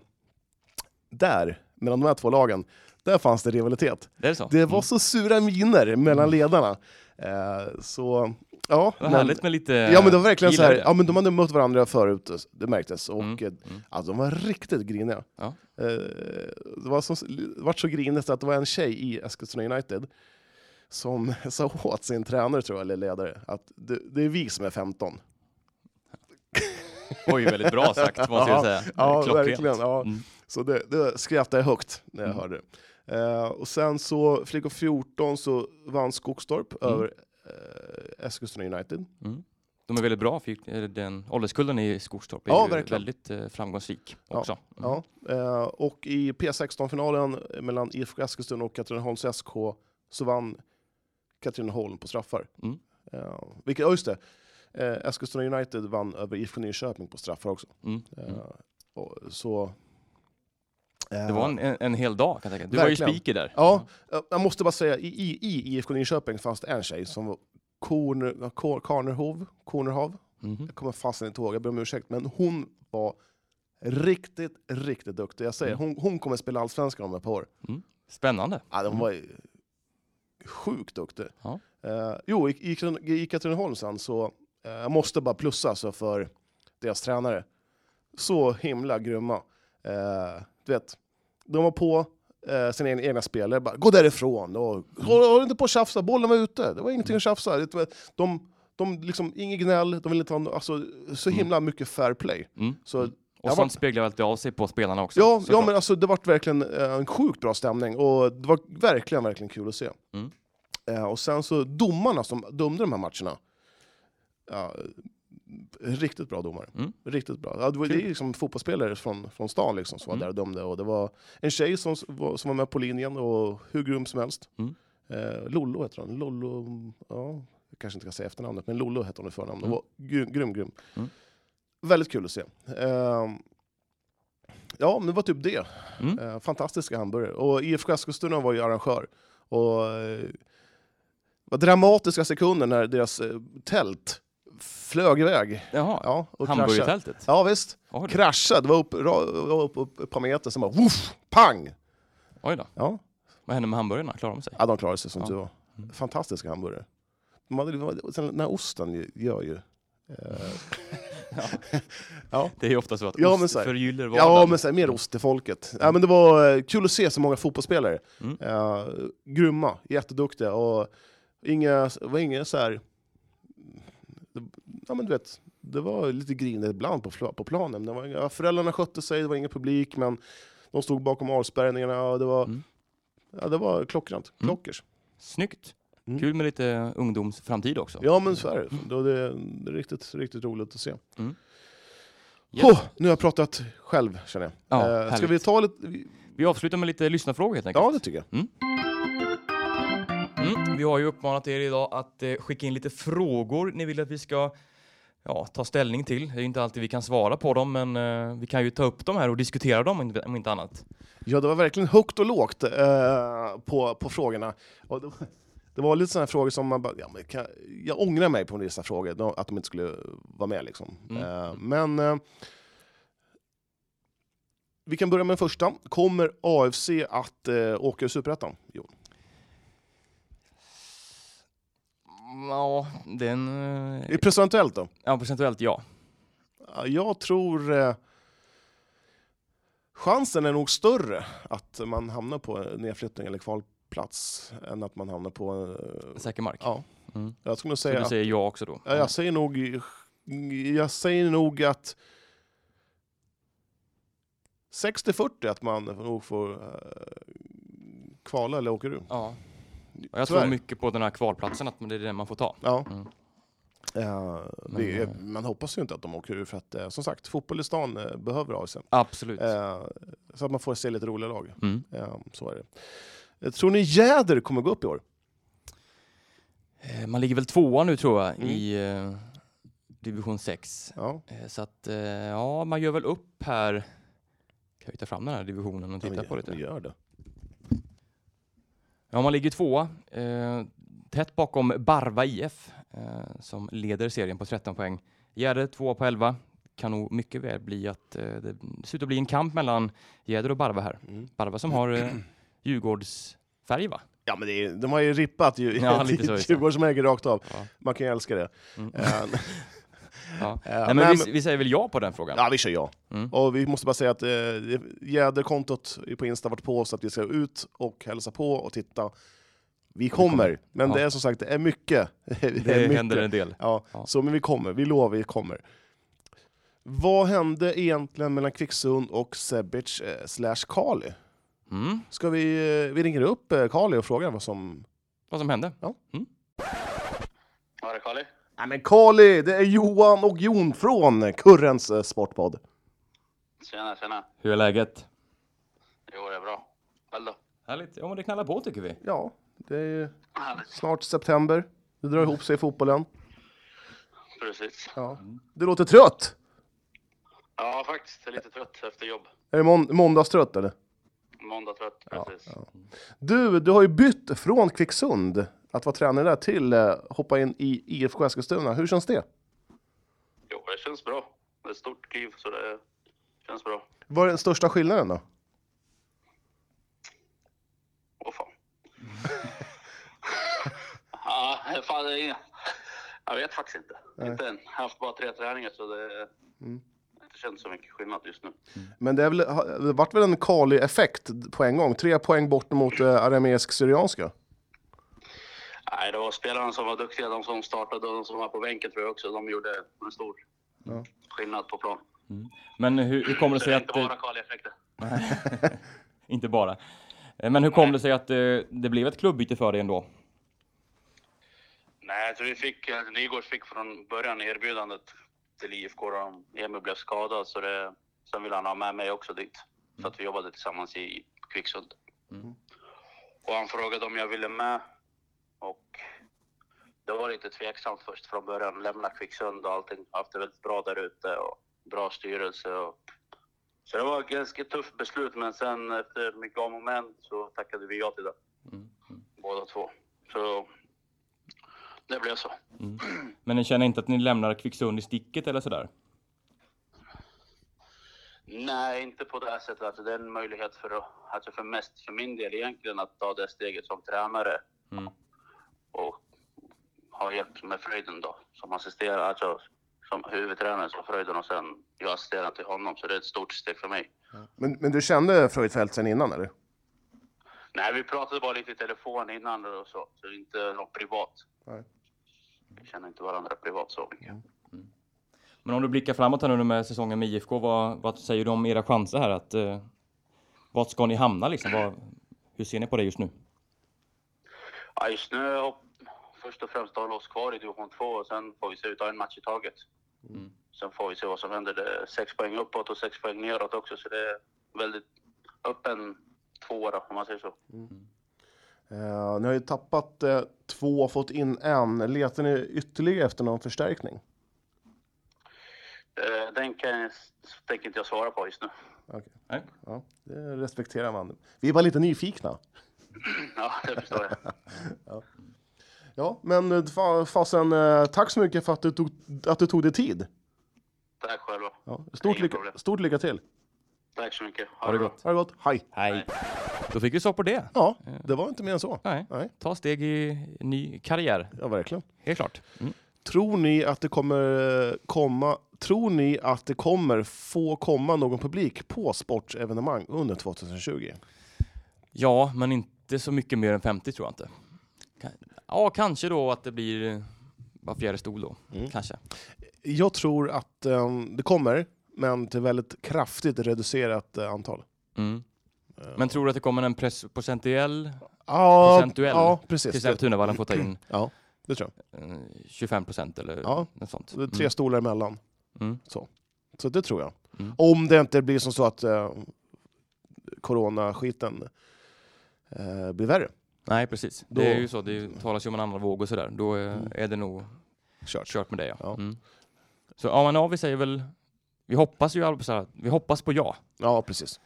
Speaker 2: där, mellan de här två lagen, där fanns det rivalitet.
Speaker 1: Det är så?
Speaker 2: Det var
Speaker 1: Mm.
Speaker 2: så sura miner mellan ledarna. Eh, så, ja.
Speaker 1: Vad
Speaker 2: men-
Speaker 1: härligt med lite...
Speaker 2: Ja men det var verkligen så
Speaker 1: Eh, gillar
Speaker 2: här,
Speaker 1: det.
Speaker 2: ja men de hade mött varandra förut, det märktes. Och
Speaker 1: Mm,
Speaker 2: eh,
Speaker 1: mm.
Speaker 2: Alltså, de var riktigt griniga.
Speaker 1: Ja.
Speaker 2: Eh, det var så, det var så grinigt att det var en tjej i Eskilstuna United som (laughs) sa åt sin tränare, tror jag, eller ledare, att det, det är vi som är 15.
Speaker 1: Oj, väldigt bra sagt måste jag säga.
Speaker 2: (laughs) Ja,
Speaker 1: Klockrent.
Speaker 2: verkligen. Ja.
Speaker 1: Mm.
Speaker 2: Så det, det skrattade jag högt när jag hörde det. Eh, och sen så, flickor 14, så vann Skogstorp
Speaker 1: Mm.
Speaker 2: över eh, Eskilstuna United.
Speaker 1: De är väldigt bra, för eh, den ålderskullen i Skogstorp är
Speaker 2: Ja,
Speaker 1: ju
Speaker 2: verkligen.
Speaker 1: väldigt eh, framgångsrik
Speaker 2: Ja,
Speaker 1: också. Mm.
Speaker 2: Ja, eh, och i P16-finalen mellan IFK Eskilstuna och Katrineholms SK så vann Katrineholm på straffar.
Speaker 1: Mm.
Speaker 2: Eh, vilket, ja, just det. Eh, Eskilstuna United vann över IFK Nyköping på straffar också.
Speaker 1: Mm.
Speaker 2: Eh,
Speaker 1: Mm.
Speaker 2: och, så... eh,
Speaker 1: Det var en, en, en hel dag kan jag tänka. Du var
Speaker 2: Verkligen.
Speaker 1: ju speaker där.
Speaker 2: Ja, eh, jag måste bara säga, i, i, i IFK Nyköping fanns det en tjej som var Korner, Kor- Karnerhov, Kornerhav,
Speaker 1: Mhm.
Speaker 2: jag kommer fasen inte ihåg, jag ber om ursäkt, men hon var riktigt, riktigt duktig. Jag säger,
Speaker 1: Mm.
Speaker 2: hon, hon kommer spela Allsvenskan om ett par år.
Speaker 1: Spännande.
Speaker 2: Ja, de var ju sjukt duktig.
Speaker 1: Mm. Ja.
Speaker 2: Eh, jo, i, i, Katrin- i Katrineholm sen så, eh, jag måste bara plussa alltså för deras tränare. Så himla grymma. Eh, du vet, de var på eh, sina egna, egna spelare, bara gå därifrån
Speaker 1: Mm.
Speaker 2: och håll, håll inte på och tjafsa, bollen var ute, det var ingenting att tjafsa. Det var- De, de liksom, inget gnäll, de ville inte ha no- alltså, så himla mycket fair play.
Speaker 1: Mm.
Speaker 2: Så
Speaker 1: Och
Speaker 2: Jag
Speaker 1: sånt speglar alltid av sig på spelarna också.
Speaker 2: Ja, ja
Speaker 1: såklart.
Speaker 2: men alltså, det var verkligen eh, en sjukt bra stämning och det var verkligen, verkligen kul att se.
Speaker 1: Mm.
Speaker 2: Eh, och sen så domarna som dömde de här matcherna. Ja, riktigt bra domare.
Speaker 1: Mm.
Speaker 2: Riktigt bra. Ja, det var det är liksom fotbollsspelare från, från stan liksom som var
Speaker 1: Mm.
Speaker 2: där och dömde. Och det var en tjej som, s- var- som var med på linjen och hur grym som helst.
Speaker 1: Mm.
Speaker 2: Eh, Lollo heter hon. Lollo, ja, jag kanske inte kan säga efternamnet, men Lollo heter hon i förnamn. Hon
Speaker 1: Mm.
Speaker 2: var grym, grym. grym.
Speaker 1: Mm.
Speaker 2: Väldigt kul att se. Eh, ja, men det var typ det.
Speaker 1: Mm.
Speaker 2: Eh, fantastiska hamburgare. Och IFK Eskilstuna var ju arrangör. Och eh, det var dramatiska sekunder när deras eh, tält flög iväg.
Speaker 1: Jaha,
Speaker 2: Ja, och kraschade.
Speaker 1: hamburgertältet.
Speaker 2: Ja, visst.
Speaker 1: Oj, då.
Speaker 2: Kraschade. Det var upp, ra- var upp, upp ett par meter, sen bara woof, pang!
Speaker 1: Oj då.
Speaker 2: Ja.
Speaker 1: Vad hände med hamburgarna? Klarade de sig?
Speaker 2: ja, de klarade sig som
Speaker 1: Ja.
Speaker 2: tur var.
Speaker 1: Mm.
Speaker 2: Fantastiska hamburgare. De hade, och sen den här osten ju- gör ju... Eh,
Speaker 1: Det är ju ofta så att
Speaker 2: Ja,
Speaker 1: ost
Speaker 2: men så här-
Speaker 1: förgyller vardagen.
Speaker 2: ja, men så här,
Speaker 1: Mm.
Speaker 2: mer ost till folket. Ja, men det var eh, kul att se så många fotbollsspelare.
Speaker 1: Mm.
Speaker 2: Eh, grymma, jätteduktiga och inga, det var inga så här... Ja, men du vet, det var lite grinigt ibland på, fl- på planen. Det var inga, föräldrarna skötte sig, det var ingen publik, men de stod bakom avspärrningarna och det var,
Speaker 1: Mm.
Speaker 2: ja, det var klockrent.
Speaker 1: Mm.
Speaker 2: Klockers.
Speaker 1: Snyggt.
Speaker 2: Mm.
Speaker 1: Kul med lite ungdomsframtid också.
Speaker 2: Ja, men så är det. det. var- Det är riktigt, riktigt roligt att se.
Speaker 1: Mm.
Speaker 2: Åh, nu har jag pratat själv, känner jag.
Speaker 1: Ja,
Speaker 2: Eh, ska
Speaker 1: härligt.
Speaker 2: vi ta lite...
Speaker 1: Vi avslutar med lite lyssnarfrågor helt enkelt.
Speaker 2: Ja, det tycker jag.
Speaker 1: Mm, vi har ju uppmanat er idag att eh, skicka in lite frågor ni vill att vi ska ja, ta ställning till. Det är inte alltid vi kan svara på dem, men eh, vi kan ju ta upp dem här och diskutera dem om inte- om inte annat.
Speaker 2: Ja, det var verkligen högt och lågt eh, på, på frågorna. Och det, det var lite sådana frågor som man bara, ja, men kan, jag ångrar mig på vissa frågor, de- att de inte skulle vara med. Liksom.
Speaker 1: Mm.
Speaker 2: Eh, men eh, vi kan börja med den första. Kommer AFC att eh, åka ur Superettan? Jo.
Speaker 1: Ja, den... eh,
Speaker 2: Procentuellt då?
Speaker 1: Ja, procentuellt ja.
Speaker 2: Ja, Jag tror eh, chansen är nog större att man hamnar på en nedflyttning eller kvalplats än att man hamnar på... Eh,
Speaker 1: Säker mark.
Speaker 2: ja.
Speaker 1: Mm.
Speaker 2: Jag skulle nog
Speaker 1: Så
Speaker 2: säga
Speaker 1: du säger ja också då?
Speaker 2: Ja, jag säger nog... Jag säger nog att... 60-40 att man nog får eh, kvala eller åker ur.
Speaker 1: Mm. Ja. Och jag tror
Speaker 2: Tyvärr.
Speaker 1: mycket på den här kvalplatsen, att det är den man får ta.
Speaker 2: Ja.
Speaker 1: Mm.
Speaker 2: Eh,
Speaker 1: Men,
Speaker 2: det,
Speaker 1: eh,
Speaker 2: är- man hoppas ju inte att de åker ur för att eh, som sagt, fotboll i stan eh, behöver AFC.
Speaker 1: Absolut.
Speaker 2: Eh, så att man får se lite roliga lag.
Speaker 1: Mm.
Speaker 2: Eh, så är det. Eh, tror ni Jäder kommer gå upp i år?
Speaker 1: Eh, Man ligger väl tvåa nu tror jag
Speaker 2: Mm.
Speaker 1: i, eh, division 6.
Speaker 2: Ja.
Speaker 1: Eh, Så att, eh, ja, man gör väl upp här. Kan vi ta fram den här divisionen och titta
Speaker 2: Ja, men
Speaker 1: på
Speaker 2: gör-
Speaker 1: lite?
Speaker 2: Gör det.
Speaker 1: Ja, man ligger tvåa. Eh, tätt bakom Barva IF eh, som leder serien på 13 poäng. Gärde tvåa på 11. Kan nog mycket väl bli att eh, det ser ut att bli en kamp mellan Gärde och Barva här.
Speaker 2: Mm.
Speaker 1: Barva som har eh, (clears throat) Djurgårdsfärg va?
Speaker 2: Ja, men det är, de har ju rippat ju,
Speaker 1: Ja, lite så, just det.
Speaker 2: Djurgården som äger rakt av.
Speaker 1: Ja.
Speaker 2: Man kan ju älska det.
Speaker 1: Mm. (laughs)
Speaker 2: Eh,
Speaker 1: Ja.
Speaker 2: Eh,
Speaker 1: Nej,
Speaker 2: men-
Speaker 1: men vi, vi säger väl ja på den frågan?
Speaker 2: Ja, vi kör ja.
Speaker 1: Mm.
Speaker 2: Och vi måste bara säga att eh, jäderkontot på Insta har varit på så att vi ska ut och hälsa på och titta. Vi kommer,
Speaker 1: kommer.
Speaker 2: men
Speaker 1: Ja.
Speaker 2: det är som sagt, det är mycket. (laughs) Det, är
Speaker 1: Det händer en del.
Speaker 2: Ja,
Speaker 1: Ja.
Speaker 2: Så, men vi kommer, vi lovar vi kommer. Vad hände egentligen mellan Kvicksund och Sebic eh, slash Kali?
Speaker 1: Mm.
Speaker 2: Ska vi, eh, vi ringer upp eh, Kali och frågar vad som...
Speaker 1: Vad som hände?
Speaker 2: Ja.
Speaker 1: Mm.
Speaker 5: Var det Karli?
Speaker 2: Nej men Kali, det är Johan och Jon från Kurrens eh, Sportpodd.
Speaker 5: Tjena, tjena.
Speaker 1: Hur är läget?
Speaker 5: Jo, det är bra. Själv då?
Speaker 1: Härligt. Ja, men det knallar på tycker vi.
Speaker 2: Ja, det är ju
Speaker 5: Härligt.
Speaker 2: snart september. Det drar ihop sig i fotbollen.
Speaker 5: Precis.
Speaker 2: Ja. Du låter trött.
Speaker 5: Ja, faktiskt. Jag är lite trött efter jobb.
Speaker 2: Är du mån- måndagstrött eller?
Speaker 5: Måndag trött, precis.
Speaker 2: Du, du har ju bytt från Kvicksund, att vara tränare där, till eh, hoppa in i IFK Eskilstuna. Hur känns det?
Speaker 5: Jo, det känns bra. Det är ett stort kliv, så det känns bra.
Speaker 2: Vad är den största skillnaden då?
Speaker 5: Åh fan. ja, fan det är inga. Jag vet faktiskt inte. Inte än. Jag har haft bara tre träningar så det det har inte känns så mycket skillnad just nu.
Speaker 2: Men det, är väl, ha- det vart väl en Kali-effekt på en gång? Tre poäng bort mot eh, Arameisk Syrianska.
Speaker 5: Nej, det var spelarna som var duktiga, de som startade och de som var på bänken tror jag också. De gjorde en stor skillnad på plan.
Speaker 1: Men hur, hur kommer det
Speaker 5: Så
Speaker 1: sig
Speaker 5: det är
Speaker 1: att...
Speaker 5: inte
Speaker 1: eh,
Speaker 5: bara Karl-effekten.
Speaker 1: Inte bara. Eh, Men hur kom det sig att eh, det blev ett klubbyte för dig ändå?
Speaker 5: Nej, så vi fick, alltså, Nygårds fick från början erbjudandet till IFK då om Emil blev skadad. Så det, sen ville han ha med mig också dit. Så att vi jobbade tillsammans i Kvicksund. Och han frågade om jag ville med. Och det var lite tveksamt först från början. Lämna Kvicksund och allting. Haft det väldigt bra där ute och bra styrelse. Och... Så det var ett ganska tufft beslut. Men sen efter mycket om och men så tackade vi ja till det. Båda två. Så det blev så.
Speaker 1: Men ni känner inte att ni lämnar Kvicksund i sticket eller sådär?
Speaker 5: Nej, inte på det här sättet. Alltså, det är en möjlighet för, att- alltså för mest för min del egentligen att ta det steget som tränare
Speaker 1: Mm.
Speaker 5: och ha hjälp med Fröjden då som assisterare, alltså som huvudtränare som Fröjden och sen jag assisterar till honom. Så det är ett stort steg för mig.
Speaker 2: Men, men du kände Fröjdfeldt sen innan eller?
Speaker 5: Nej, vi pratade bara lite i telefon innan och så, så inte något privat.
Speaker 2: Nej.
Speaker 5: Vi känner inte varandra privat så mycket.
Speaker 1: Men om du blickar framåt här nu med säsongen med IFK, vad, vad säger du om era chanser här? Att, eh, vart ska ni hamna liksom? Vad, hur ser ni på det just nu?
Speaker 5: Ja, just nu hopp- först och främst hålla oss kvar i division 2 och sen får vi se, vi tar en match i taget.
Speaker 1: Mm.
Speaker 5: Sen får vi se vad som händer. Det är sex poäng uppåt och sex poäng neråt också så det är väldigt öppen tvåa då, om man säger så.
Speaker 2: Eh, ni har ju tappat eh, två och fått in en. Letar ni ytterligare efter någon förstärkning?
Speaker 5: Eh, Den kan jag, tänker inte jag svara på just nu. (laughs)
Speaker 2: Okej.
Speaker 1: Nej.
Speaker 2: Ja, det respekterar man. Vi är bara lite nyfikna.
Speaker 5: Ja, det förstår jag.
Speaker 2: Ja, men eh, fa- fasen, eh, tack så mycket för att du tog, att du tog dig tid.
Speaker 5: Tack själva.
Speaker 2: Ja, stort,
Speaker 5: Inga
Speaker 2: lycka,
Speaker 5: problem.
Speaker 2: stort lycka till.
Speaker 5: Tack så mycket.
Speaker 1: Ha det gott.
Speaker 2: Ha det gott. Hej.
Speaker 1: Hej. Då fick vi svar på det.
Speaker 2: Ja, det var inte mer än så.
Speaker 1: Nej.
Speaker 2: Nej.
Speaker 1: Ta steg i ny karriär,
Speaker 2: Ja, verkligen.
Speaker 1: helt klart. Mm.
Speaker 2: Tror ni att det kommer eh, komma, tror ni att det kommer få komma någon publik på sportevenemang under 2020?
Speaker 1: Ja, men inte så mycket mer än 50 tror jag inte. Ka- Ja, kanske då att det blir eh, var fjärde stol då. Kanske.
Speaker 2: Mm. Jag tror att eh, det kommer, men till väldigt kraftigt reducerat eh, antal. Eh,
Speaker 1: Mm. Men tror du att det kommer en press procentuell
Speaker 2: Ja,
Speaker 1: Procentuell.
Speaker 2: Ja,
Speaker 1: Till
Speaker 2: precis. Det,
Speaker 1: exempel Tunavallen får ta in
Speaker 2: ja, det tror jag.
Speaker 1: eh, 25 procent eller
Speaker 2: Ja,
Speaker 1: något sånt.
Speaker 2: Det är tre stolar emellan.
Speaker 1: Mm.
Speaker 2: Så det tror jag.
Speaker 1: Mm.
Speaker 2: Om det inte blir som så att eh, coronaskiten eh, blir värre.
Speaker 1: Nej, precis.
Speaker 2: Då-
Speaker 1: Det är ju så. Det är ju- talas ju om en andra våg och sådär. Då eh, är det nog
Speaker 2: Kört.
Speaker 1: kört med det. Ja.
Speaker 2: Ja.
Speaker 1: Mm. Så Amanavi säger väl, vi hoppas ju all- så här, vi hoppas på ja,
Speaker 2: Ja, precis.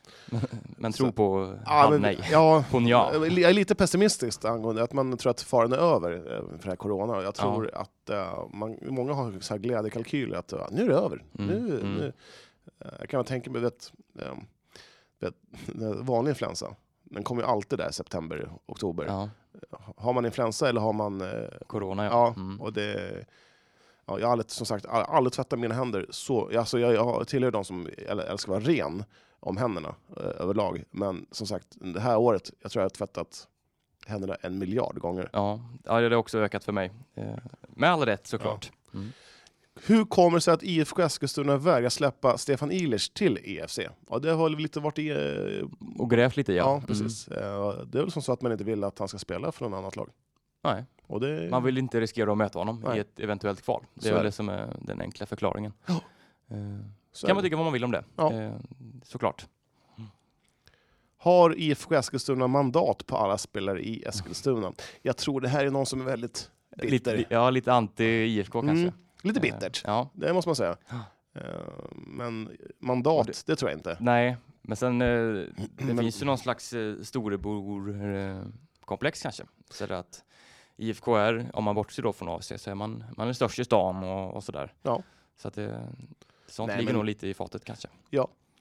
Speaker 1: men
Speaker 2: Så-
Speaker 1: tror på
Speaker 2: Ja,
Speaker 1: halv
Speaker 2: men-
Speaker 1: nej. (laughs)
Speaker 2: Ja,
Speaker 1: På nja.
Speaker 2: Jag är lite pessimistisk angående att man tror att faran är över eh, för det här corona. Jag tror att eh, man, många har så här glädjekalkyler att eh, nu är det över.
Speaker 1: Mm,
Speaker 2: Nu,
Speaker 1: mm.
Speaker 2: nu. Eh, Jag kan väl tänka mig vet, eh, vet, (laughs) den vanlig influensa. Den kommer ju alltid där i september, oktober.
Speaker 1: Ja,
Speaker 2: Har man influensa eller har man... eh,
Speaker 1: corona ja.
Speaker 2: ja,
Speaker 1: Mm.
Speaker 2: och det... Ja, jag har aldrig, som sagt all- aldrig tvättat mina händer så. Alltså jag, jag tillhör de som äl- älskar att vara ren om händerna eh, överlag. Men som sagt, det här året, jag tror jag har tvättat händerna en miljard gånger.
Speaker 1: Ja, ja, det har också ökat för mig. Eh, Med all rätt såklart.
Speaker 2: Hur kommer det sig att IFK Eskilstuna vägrar släppa Stefan Ilers till EFC? Ja, det har väl lite varit i... eh, Ja,
Speaker 1: Och grävt lite ja. Mm.
Speaker 2: precis. Eh, Det är väl som så att man inte vill att han ska spela för något annat lag.
Speaker 1: Mm. Nej,
Speaker 2: Och det...
Speaker 1: man vill inte riskera att möta honom
Speaker 2: Nej.
Speaker 1: i ett eventuellt kval. Det
Speaker 2: Så
Speaker 1: är
Speaker 2: är
Speaker 1: väl
Speaker 2: det.
Speaker 1: det som är den enkla förklaringen.
Speaker 2: Ja.
Speaker 1: Eh,
Speaker 2: så
Speaker 1: kan
Speaker 2: är
Speaker 1: man
Speaker 2: det.
Speaker 1: tycka vad man vill om det,
Speaker 2: Ja.
Speaker 1: eh, såklart.
Speaker 2: Har IFK Eskilstuna mandat på alla spelare i Eskilstuna? Jag tror det här är någon som är väldigt bitter.
Speaker 1: Lite, ja, lite anti-IFK kanske.
Speaker 2: Mm, lite
Speaker 1: Eh,
Speaker 2: bittert,
Speaker 1: Ja,
Speaker 2: det måste man säga. Eh, Men mandat,
Speaker 1: Och
Speaker 2: det... tror jag inte.
Speaker 1: nej, men sen eh, det
Speaker 2: Men-
Speaker 1: finns ju någon slags eh, storebror-komplex kanske. Så att IFK är, om man bortser då från AFC, så är man, man är störst i stan och, och sådär.
Speaker 2: Ja.
Speaker 1: Så att det, sånt
Speaker 2: Nej,
Speaker 1: ligger
Speaker 2: men-
Speaker 1: nog lite i fatet kanske.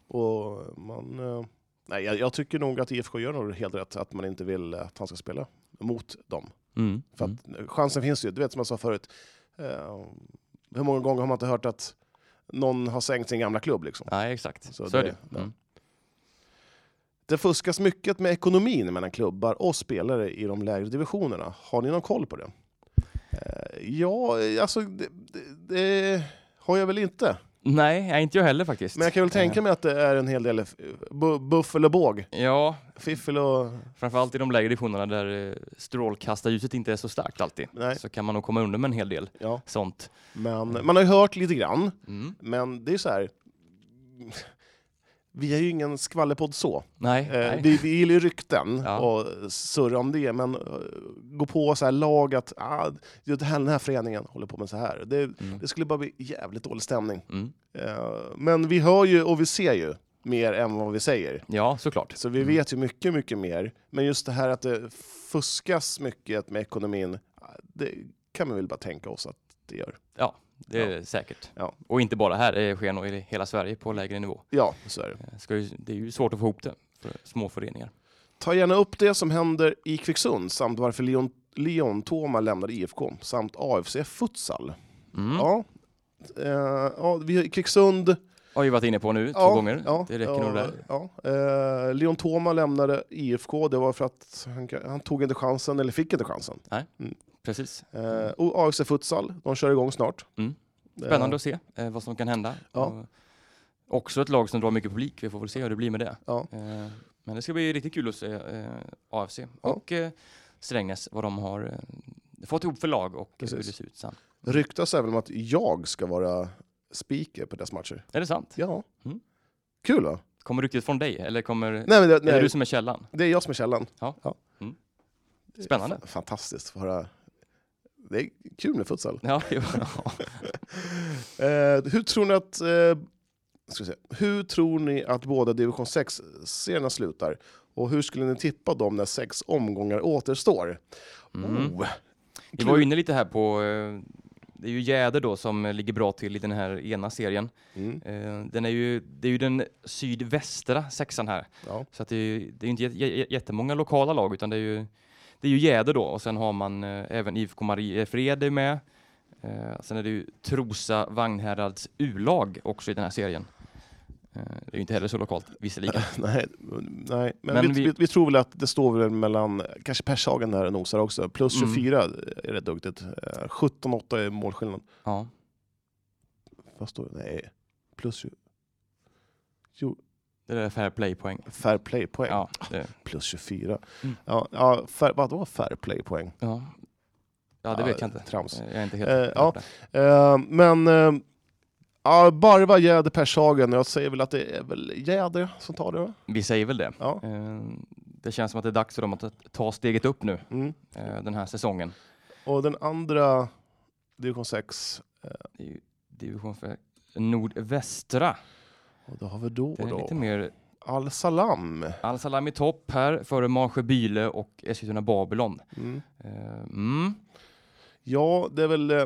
Speaker 2: Och man, eh, nej, jag, jag tycker nog att IFK gör nog helt rätt, att man inte vill att han ska spela mot dem.
Speaker 1: Mm.
Speaker 2: För
Speaker 1: mm.
Speaker 2: att chansen finns ju, du vet som jag sa förut, eh, hur många gånger har man inte hört att någon har sänkt sin gamla klubb liksom?
Speaker 1: Nej, exakt.
Speaker 2: Så
Speaker 1: Så,
Speaker 2: det-
Speaker 1: är det.
Speaker 2: ja.
Speaker 1: Mm.
Speaker 2: Det fuskas mycket med ekonomin mellan klubbar och spelare i de lägre divisionerna. Har ni någon koll på det? Eh, Ja, eh, alltså det, det, det har jag väl inte.
Speaker 1: Nej, nej, inte jag heller faktiskt.
Speaker 2: Men jag kan väl tänka mig att det är en hel del eh, bu- buffel och båg.
Speaker 1: Eh, Ja,
Speaker 2: Fiffel och...
Speaker 1: framförallt i de lägre divisionerna där eh, strålkastarljuset inte är så starkt alltid.
Speaker 2: Nej.
Speaker 1: Så kan man nog komma undan med en hel del
Speaker 2: Ja.
Speaker 1: sånt.
Speaker 2: Men man har ju hört lite grann,
Speaker 1: Mm.
Speaker 2: men det är så här... Vi är ju ingen skvallerpodd så.
Speaker 1: Nej,
Speaker 2: Eh,
Speaker 1: nej.
Speaker 2: vi, vi gillar ju rykten
Speaker 1: Ja.
Speaker 2: och surra om det, men eh, gå på så här lag att ah, det här- den här föreningen håller på med så här. Det,
Speaker 1: Mm.
Speaker 2: det skulle bara bli jävligt dålig stämning.
Speaker 1: Mm.
Speaker 2: Eh, men vi hör ju och vi ser ju mer än vad vi säger.
Speaker 1: Ja, såklart.
Speaker 2: Så vi vet ju mycket, mycket mer. Men just det här att det fuskas mycket med ekonomin, ah, det kan man väl bara tänka oss att det gör.
Speaker 1: Ja, det är säkert.
Speaker 2: Ja.
Speaker 1: Och inte bara här, det sker nog i hela Sverige på lägre nivå.
Speaker 2: Ja, så är det.
Speaker 1: Eh, Ska ju, det är ju svårt att få ihop det för små föreningar.
Speaker 2: Ta gärna upp det som händer i Kvicksund samt varför Leon, Leon Toma lämnade IFK samt AFC Futsal.
Speaker 1: Mm. Ja.
Speaker 2: Ja. Eh, ja, vi har Kvicksund.
Speaker 1: Har ju varit inne på nu två
Speaker 2: ja,
Speaker 1: gånger.
Speaker 2: Ja,
Speaker 1: det räcker
Speaker 2: ja,
Speaker 1: nog där.
Speaker 2: Ja. Eh, Leon Toma lämnade IFK, det var för att han, han tog inte chansen, eller fick inte chansen.
Speaker 1: Precis.
Speaker 2: Eh, och AFC Futsal, de kör igång snart.
Speaker 1: Mm. Spännande
Speaker 2: Eh,
Speaker 1: att se eh, vad som kan hända.
Speaker 2: Ja.
Speaker 1: Och också ett lag som drar mycket publik. Vi får väl se hur det blir med det.
Speaker 2: Ja.
Speaker 1: Eh, men det ska bli riktigt kul att se eh, AFC och eh, Strängnäs, vad de har eh, fått ihop för lag och hur det
Speaker 2: Precis.
Speaker 1: ser ut sen.
Speaker 2: ryktas även om att jag ska vara speaker på deras matcher.
Speaker 1: Är det sant?
Speaker 2: Ja.
Speaker 1: Mm.
Speaker 2: Kul va?
Speaker 1: Kommer ryktet från dig eller kommer,
Speaker 2: Nej, men det,
Speaker 1: är det
Speaker 2: nej,
Speaker 1: du som är källan?
Speaker 2: det är jag som är källan.
Speaker 1: Ja.
Speaker 2: Ja.
Speaker 1: Mm. Spännande.
Speaker 2: Fa- Fantastiskt att få höra. Det är kul med futsal.
Speaker 1: Ja,
Speaker 2: (laughs)
Speaker 1: jo,
Speaker 2: Eh, hur tror ni att... Eh, ska vi se, hur tror ni att båda division 6-serierna slutar? Och hur skulle ni tippa dem när sex omgångar återstår?
Speaker 1: Mm.
Speaker 2: Oh,
Speaker 1: Vi var ju inne lite här på, eh, det är ju Jäder då som eh, ligger bra till i den här ena serien.
Speaker 2: mm,
Speaker 1: Eh, Den är ju, det är ju den sydvästra sexan här.
Speaker 2: ja.
Speaker 1: Så att det är ju det är ju inte jä- jä- jättemånga lokala lag utan det är ju, det är ju Jäder då och sen har man eh, även IFK Mariefred är med. Eh, Sen är det ju Trosa Vagnhärads U-lag också i den här serien. Eh, Det är ju inte heller så lokalt visserligen.
Speaker 2: (laughs) nej, nej, men,
Speaker 1: Men
Speaker 2: vi,
Speaker 1: vi-
Speaker 2: vi, vi tror väl att det står väl mellan, kanske Pershagen där och nosar också, plus
Speaker 1: Mm.
Speaker 2: 24 är rätt duktigt. Eh, 17-8 är målskillnad.
Speaker 1: Ja.
Speaker 2: Vad står det? Nej, plus tju- jo,
Speaker 1: Det där är fair play-poäng.
Speaker 2: fair play-poäng.
Speaker 1: Ja, det,
Speaker 2: Plus 24.
Speaker 1: Mm.
Speaker 2: Ja, ja, fair, vadå fair play-poäng?
Speaker 1: ja. ja, det vet jag inte.
Speaker 2: Trams.
Speaker 1: Jag är inte helt
Speaker 2: Eh,
Speaker 1: säker på
Speaker 2: ja.
Speaker 1: det.
Speaker 2: Eh, men eh, ja, Barva, Jäder, Pershagen. Jag säger väl att det är väl Jäder som tar det. Va?
Speaker 1: Vi säger väl det.
Speaker 2: Ja.
Speaker 1: Eh, Det känns som att det är dags för dem att ta- ta steget upp nu
Speaker 2: Mm.
Speaker 1: eh, den här säsongen.
Speaker 2: Och den andra division 6,
Speaker 1: Det är ju- det division för nordvästra.
Speaker 2: Och då har vi då
Speaker 1: Det är lite
Speaker 2: då
Speaker 1: mer
Speaker 2: Al Salam.
Speaker 1: Al Salam i topp här före Marsjö Byle och Eskilstuna Babylon.
Speaker 2: Mm.
Speaker 1: Eh, Mm.
Speaker 2: Ja, det är väl... eh,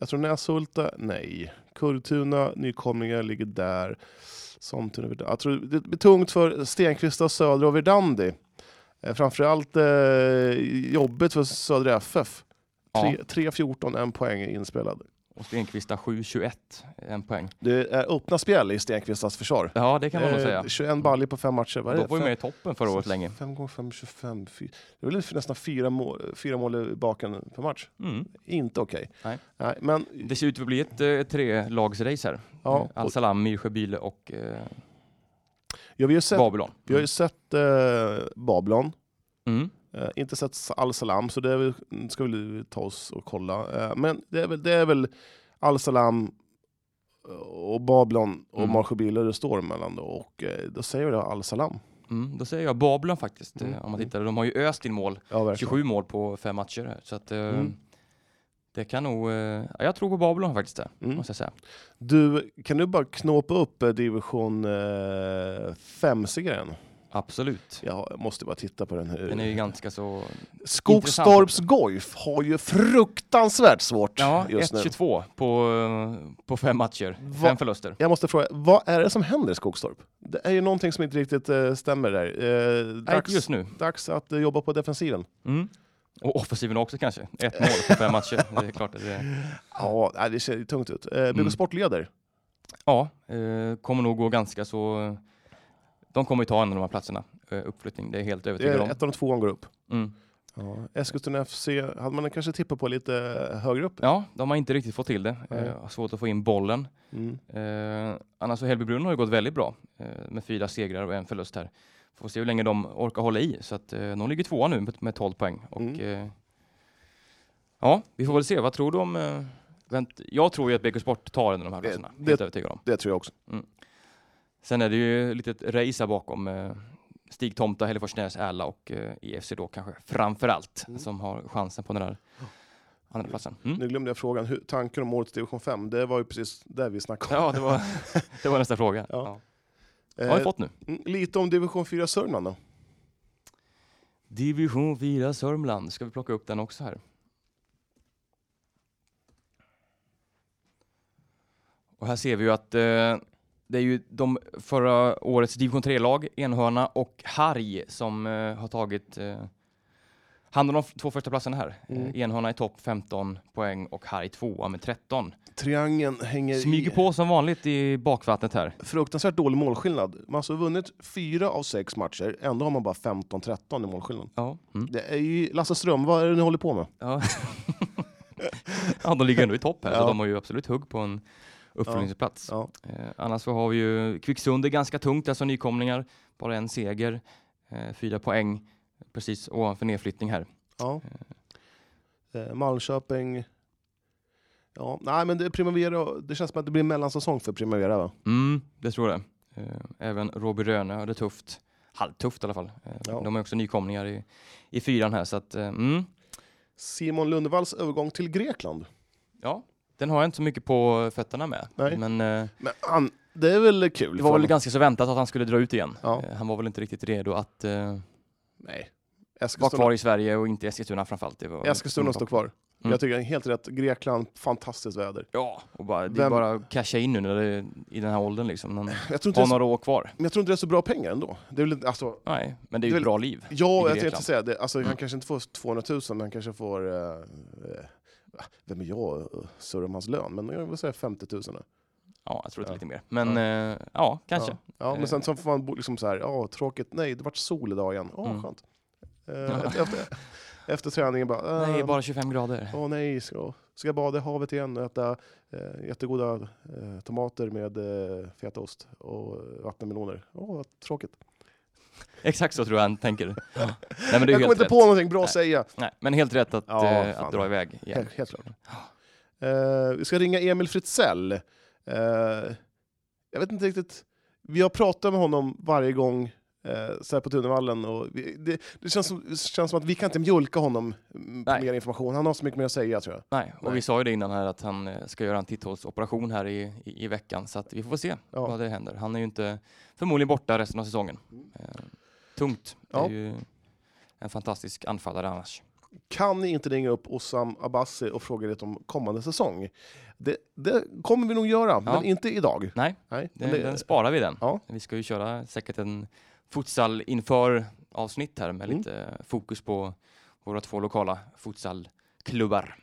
Speaker 2: Jag tror Näshulta, nej. Kurtuna, nykomlingar ligger där. Somtuna, Verdandi. jag tror det blir tungt för Stenkvista, Södra och Verdandi. Eh, Framförallt eh, jobbigt för Södra FF.
Speaker 1: Ja.
Speaker 2: 3-14, en poäng är inspelad.
Speaker 1: Och Stenkvista 7-21, en poäng.
Speaker 2: Det är öppna spjäll i Stenkvistas försvar.
Speaker 1: Ja, det kan man nog
Speaker 2: Eh,
Speaker 1: säga.
Speaker 2: 21 baljor på fem matcher. Vad är
Speaker 1: De
Speaker 2: det?
Speaker 1: var ju
Speaker 2: Fem-
Speaker 1: med i toppen förra året länge.
Speaker 2: 5 gånger 5, 25. Fy, det är väl nästan fyra mål, fyra mål i baken per match.
Speaker 1: Mm.
Speaker 2: Inte okej.
Speaker 1: Nej.
Speaker 2: Nej, men
Speaker 1: Det ser ut att bli ett eh, trelagsrace här.
Speaker 2: Ja,
Speaker 1: Eh, Al Salam, Myrsjö Byle och eh,
Speaker 2: jag har ju sett,
Speaker 1: Babylon.
Speaker 2: jag har ju sett eh, Babylon.
Speaker 1: Mm.
Speaker 2: Eh, inte sett Al Salam, så det är väl, ska vi ta oss och kolla. Eh, men det är väl, det är väl Al Salam eh, och Babylon och
Speaker 1: Mm.
Speaker 2: Marsjö Biller det står mellan då. Och eh, då säger jag Al Salam.
Speaker 1: Mm. Då säger jag Babylon faktiskt, eh,
Speaker 2: Mm.
Speaker 1: om man tittar. De har ju öst in mål.
Speaker 2: Ja, verkligen.
Speaker 1: 27 mål på fem matcher här. Så att, eh,
Speaker 2: Mm.
Speaker 1: det kan nog... Eh, ja, jag tror på Babylon faktiskt där,
Speaker 2: Mm.
Speaker 1: måste jag säga.
Speaker 2: Du, kan du bara knåpa upp eh, division 5-segern?
Speaker 1: Absolut.
Speaker 2: jag måste bara titta på den här.
Speaker 1: Den är ju ganska så...
Speaker 2: Skogstorps Goif har ju fruktansvärt svårt
Speaker 1: Ja,
Speaker 2: just nu.
Speaker 1: 1-22 på, eh, på fem matcher.
Speaker 2: Va-
Speaker 1: Fem förluster.
Speaker 2: Jag måste fråga, vad är det som händer i Skogstorp? Det är ju någonting som inte riktigt eh, stämmer där. Eh,
Speaker 1: Nej,
Speaker 2: dags,
Speaker 1: inte just nu.
Speaker 2: dags att eh, jobba på defensiven.
Speaker 1: Mm. Och offensiven också kanske. Ett mål på fem
Speaker 2: (laughs)
Speaker 1: matcher. Det är klart att det,
Speaker 2: Ja, nej, det ser ju tungt ut. Eh, Bygg och
Speaker 1: Mm.
Speaker 2: Sport leder.
Speaker 1: ja, eh, kommer nog gå ganska så... De kommer ju ta en av de här platserna. Eh, uppflyttning, det är jag helt
Speaker 2: Det
Speaker 1: övertygad
Speaker 2: är
Speaker 1: om.
Speaker 2: ettan och tvåan går upp.
Speaker 1: Mm.
Speaker 2: Ja. Eskilstuna FC hade man kanske tippat på lite eh, högre upp.
Speaker 1: Ja, de har inte riktigt fått till det.
Speaker 2: Nej.
Speaker 1: Eh, har svårt att få in bollen.
Speaker 2: Mm.
Speaker 1: Eh, annars så Hällbybrunn har ju gått väldigt bra eh, med fyra segrar och en förlust här. Får se hur länge de orkar hålla i. Så att, eh, de ligger tvåa nu med, med 12 poäng. Och,
Speaker 2: Mm.
Speaker 1: eh, ja, vi får väl se. Vad tror du om... Eh, vänt, jag tror ju att BK Sport tar en av de här
Speaker 2: Det-
Speaker 1: platserna.
Speaker 2: det-
Speaker 1: Helt övertygad om.
Speaker 2: Det tror jag också.
Speaker 1: Sen är det ju lite ett race här bakom. Eh, Stig Tomta, Hälleforsnäs, Ärla och eh, IFC då kanske framför allt som har chansen på den här andra platsen. Mm.
Speaker 2: Mm. Nu glömde jag frågan, hur, tanken om årets division 5, det var ju precis där vi snackade om.
Speaker 1: Ja, det
Speaker 2: (laughs)
Speaker 1: var, det var nästa fråga.
Speaker 2: Ja.
Speaker 1: Ja. Har vi fått nu?
Speaker 2: Mm, Lite om division 4 Sörmland då.
Speaker 1: Division 4 Sörmland. Ska vi plocka upp den också här? Och här ser vi ju att eh, det är ju de förra årets division 3-lag, Enhörna och Harg, som eh, har tagit eh, hand om de f- två första platserna här.
Speaker 2: Mm.
Speaker 1: Eh, Enhörna i topp 15 poäng och Harg tvåa med 13.
Speaker 2: Triangeln hänger
Speaker 1: Smyger
Speaker 2: i.
Speaker 1: på som vanligt i bakvattnet här.
Speaker 2: Fruktansvärt dålig målskillnad. Man har alltså vunnit fyra av sex matcher, ändå har man bara 15-13 i målskillnad.
Speaker 1: Ja. Mm.
Speaker 2: Det är ju Lasse Ström, vad är det ni håller på med?
Speaker 1: Ja. (laughs) ja, de ligger ändå i topp här,
Speaker 2: Ja.
Speaker 1: så de har ju absolut hugg på en uppföljningsplats.
Speaker 2: Ja.
Speaker 1: Eh, annars så har vi ju Kvicksund är ganska tungt, alltså nykomlingar. Bara en seger, eh, fyra poäng precis ovanför nedflyttning här.
Speaker 2: Ja. Eh, Malmköping... Ja, nej men det, är Primavera, det känns som att det blir mellansäsong för Primavera va?
Speaker 1: Mm, det tror jag. Eh, även Robby Röne har det tufft. Halvtufft i alla fall. Eh,
Speaker 2: Ja.
Speaker 1: De är också nykomlingar i, i fyran här, så att eh, mm,
Speaker 2: Simon Lundevalls övergång till Grekland.
Speaker 1: ja. Den har jag inte så mycket på fötterna med.
Speaker 2: Nej.
Speaker 1: Men eh,
Speaker 2: Men han, det är väl kul?
Speaker 1: det var
Speaker 2: för
Speaker 1: väl
Speaker 2: honom?
Speaker 1: ganska så väntat att han skulle dra ut igen.
Speaker 2: Ja.
Speaker 1: Eh, han var väl inte riktigt redo att eh,
Speaker 2: Nej.
Speaker 1: vara
Speaker 2: Eskilstuna,
Speaker 1: kvar i Sverige och inte i Eskilstuna framförallt. Det var
Speaker 2: Eskilstuna står kvar.
Speaker 1: Mm.
Speaker 2: Jag tycker helt rätt. Grekland, fantastiskt väder.
Speaker 1: Ja, och bara, det
Speaker 2: Vem-
Speaker 1: är bara att casha in nu när det är i den här åldern liksom. Man
Speaker 2: Jag tror inte det
Speaker 1: har
Speaker 2: är så,
Speaker 1: några år kvar.
Speaker 2: men jag tror inte det är så bra pengar ändå. Det är väl, inte- alltså,
Speaker 1: Nej, men det är
Speaker 2: Det
Speaker 1: ju
Speaker 2: är
Speaker 1: ett bra liv. i
Speaker 2: Ja, jag tänkte
Speaker 1: Grekland.
Speaker 2: säga det. Alltså, Han
Speaker 1: Mm.
Speaker 2: kanske inte får 200 000, men han kanske får... Eh, eh, vem är jag och surrar om hans lön? Men jag vill säga 50 000. då.
Speaker 1: Ja, jag tror det är
Speaker 2: Ja.
Speaker 1: lite mer. Men eh, ja, kanske.
Speaker 2: Ja, ja men
Speaker 1: Eh.
Speaker 2: sen så får man bo- liksom så här, ja tråkigt, nej det vart sol idag igen. Åh,
Speaker 1: Mm.
Speaker 2: skönt.
Speaker 1: Ja.
Speaker 2: Eh, efter, efter, efter träningen bara, eh,
Speaker 1: (laughs) Nej, bara 25 grader.
Speaker 2: åh nej, ska, ska jag bada i havet igen och äta eh, jättegoda eh, tomater med eh, fetaost och eh, vattenmeloner. Åh, vad tråkigt.
Speaker 1: Exakt så tror jag han
Speaker 2: (laughs)
Speaker 1: tänker. Ja. Nej, men det är
Speaker 2: Jag
Speaker 1: ju
Speaker 2: kommer
Speaker 1: helt
Speaker 2: inte
Speaker 1: rätt.
Speaker 2: på någonting bra att
Speaker 1: Nej.
Speaker 2: säga.
Speaker 1: Nej, men helt rätt att,
Speaker 2: Ja,
Speaker 1: eh,
Speaker 2: fan.
Speaker 1: att dra iväg igen.
Speaker 2: Helt, helt klart. Eh, vi ska ringa Emil Fritzell. Eh, jag vet inte riktigt. Vi har pratat med honom varje gång eh, så här på Tunevallen. Och vi, det det känns, som, det känns som att vi kan inte mjölka honom mm, på
Speaker 1: Nej.
Speaker 2: mer information. Han har så mycket mer att säga tror jag.
Speaker 1: Nej, och
Speaker 2: Nej.
Speaker 1: vi sa ju det innan här att han eh, ska göra en titthålsoperation här i, i, i veckan så att vi får se vad det händer. Han är ju inte förmodligen borta resten av säsongen. Eh, tungt. Det
Speaker 2: Mm. Ja.
Speaker 1: är ju en fantastisk anfallare annars.
Speaker 2: Kan ni inte ringa upp Osam Abbasi och fråga lite om kommande säsong? Det, det kommer vi nog göra, men inte idag.
Speaker 1: Nej,
Speaker 2: Nej,
Speaker 1: Den,
Speaker 2: men det-
Speaker 1: den sparar vi den.
Speaker 2: Ja.
Speaker 1: Vi ska ju köra säkert en futsal inför avsnitt här med
Speaker 2: Mm.
Speaker 1: lite fokus på våra två lokala futsalklubbar.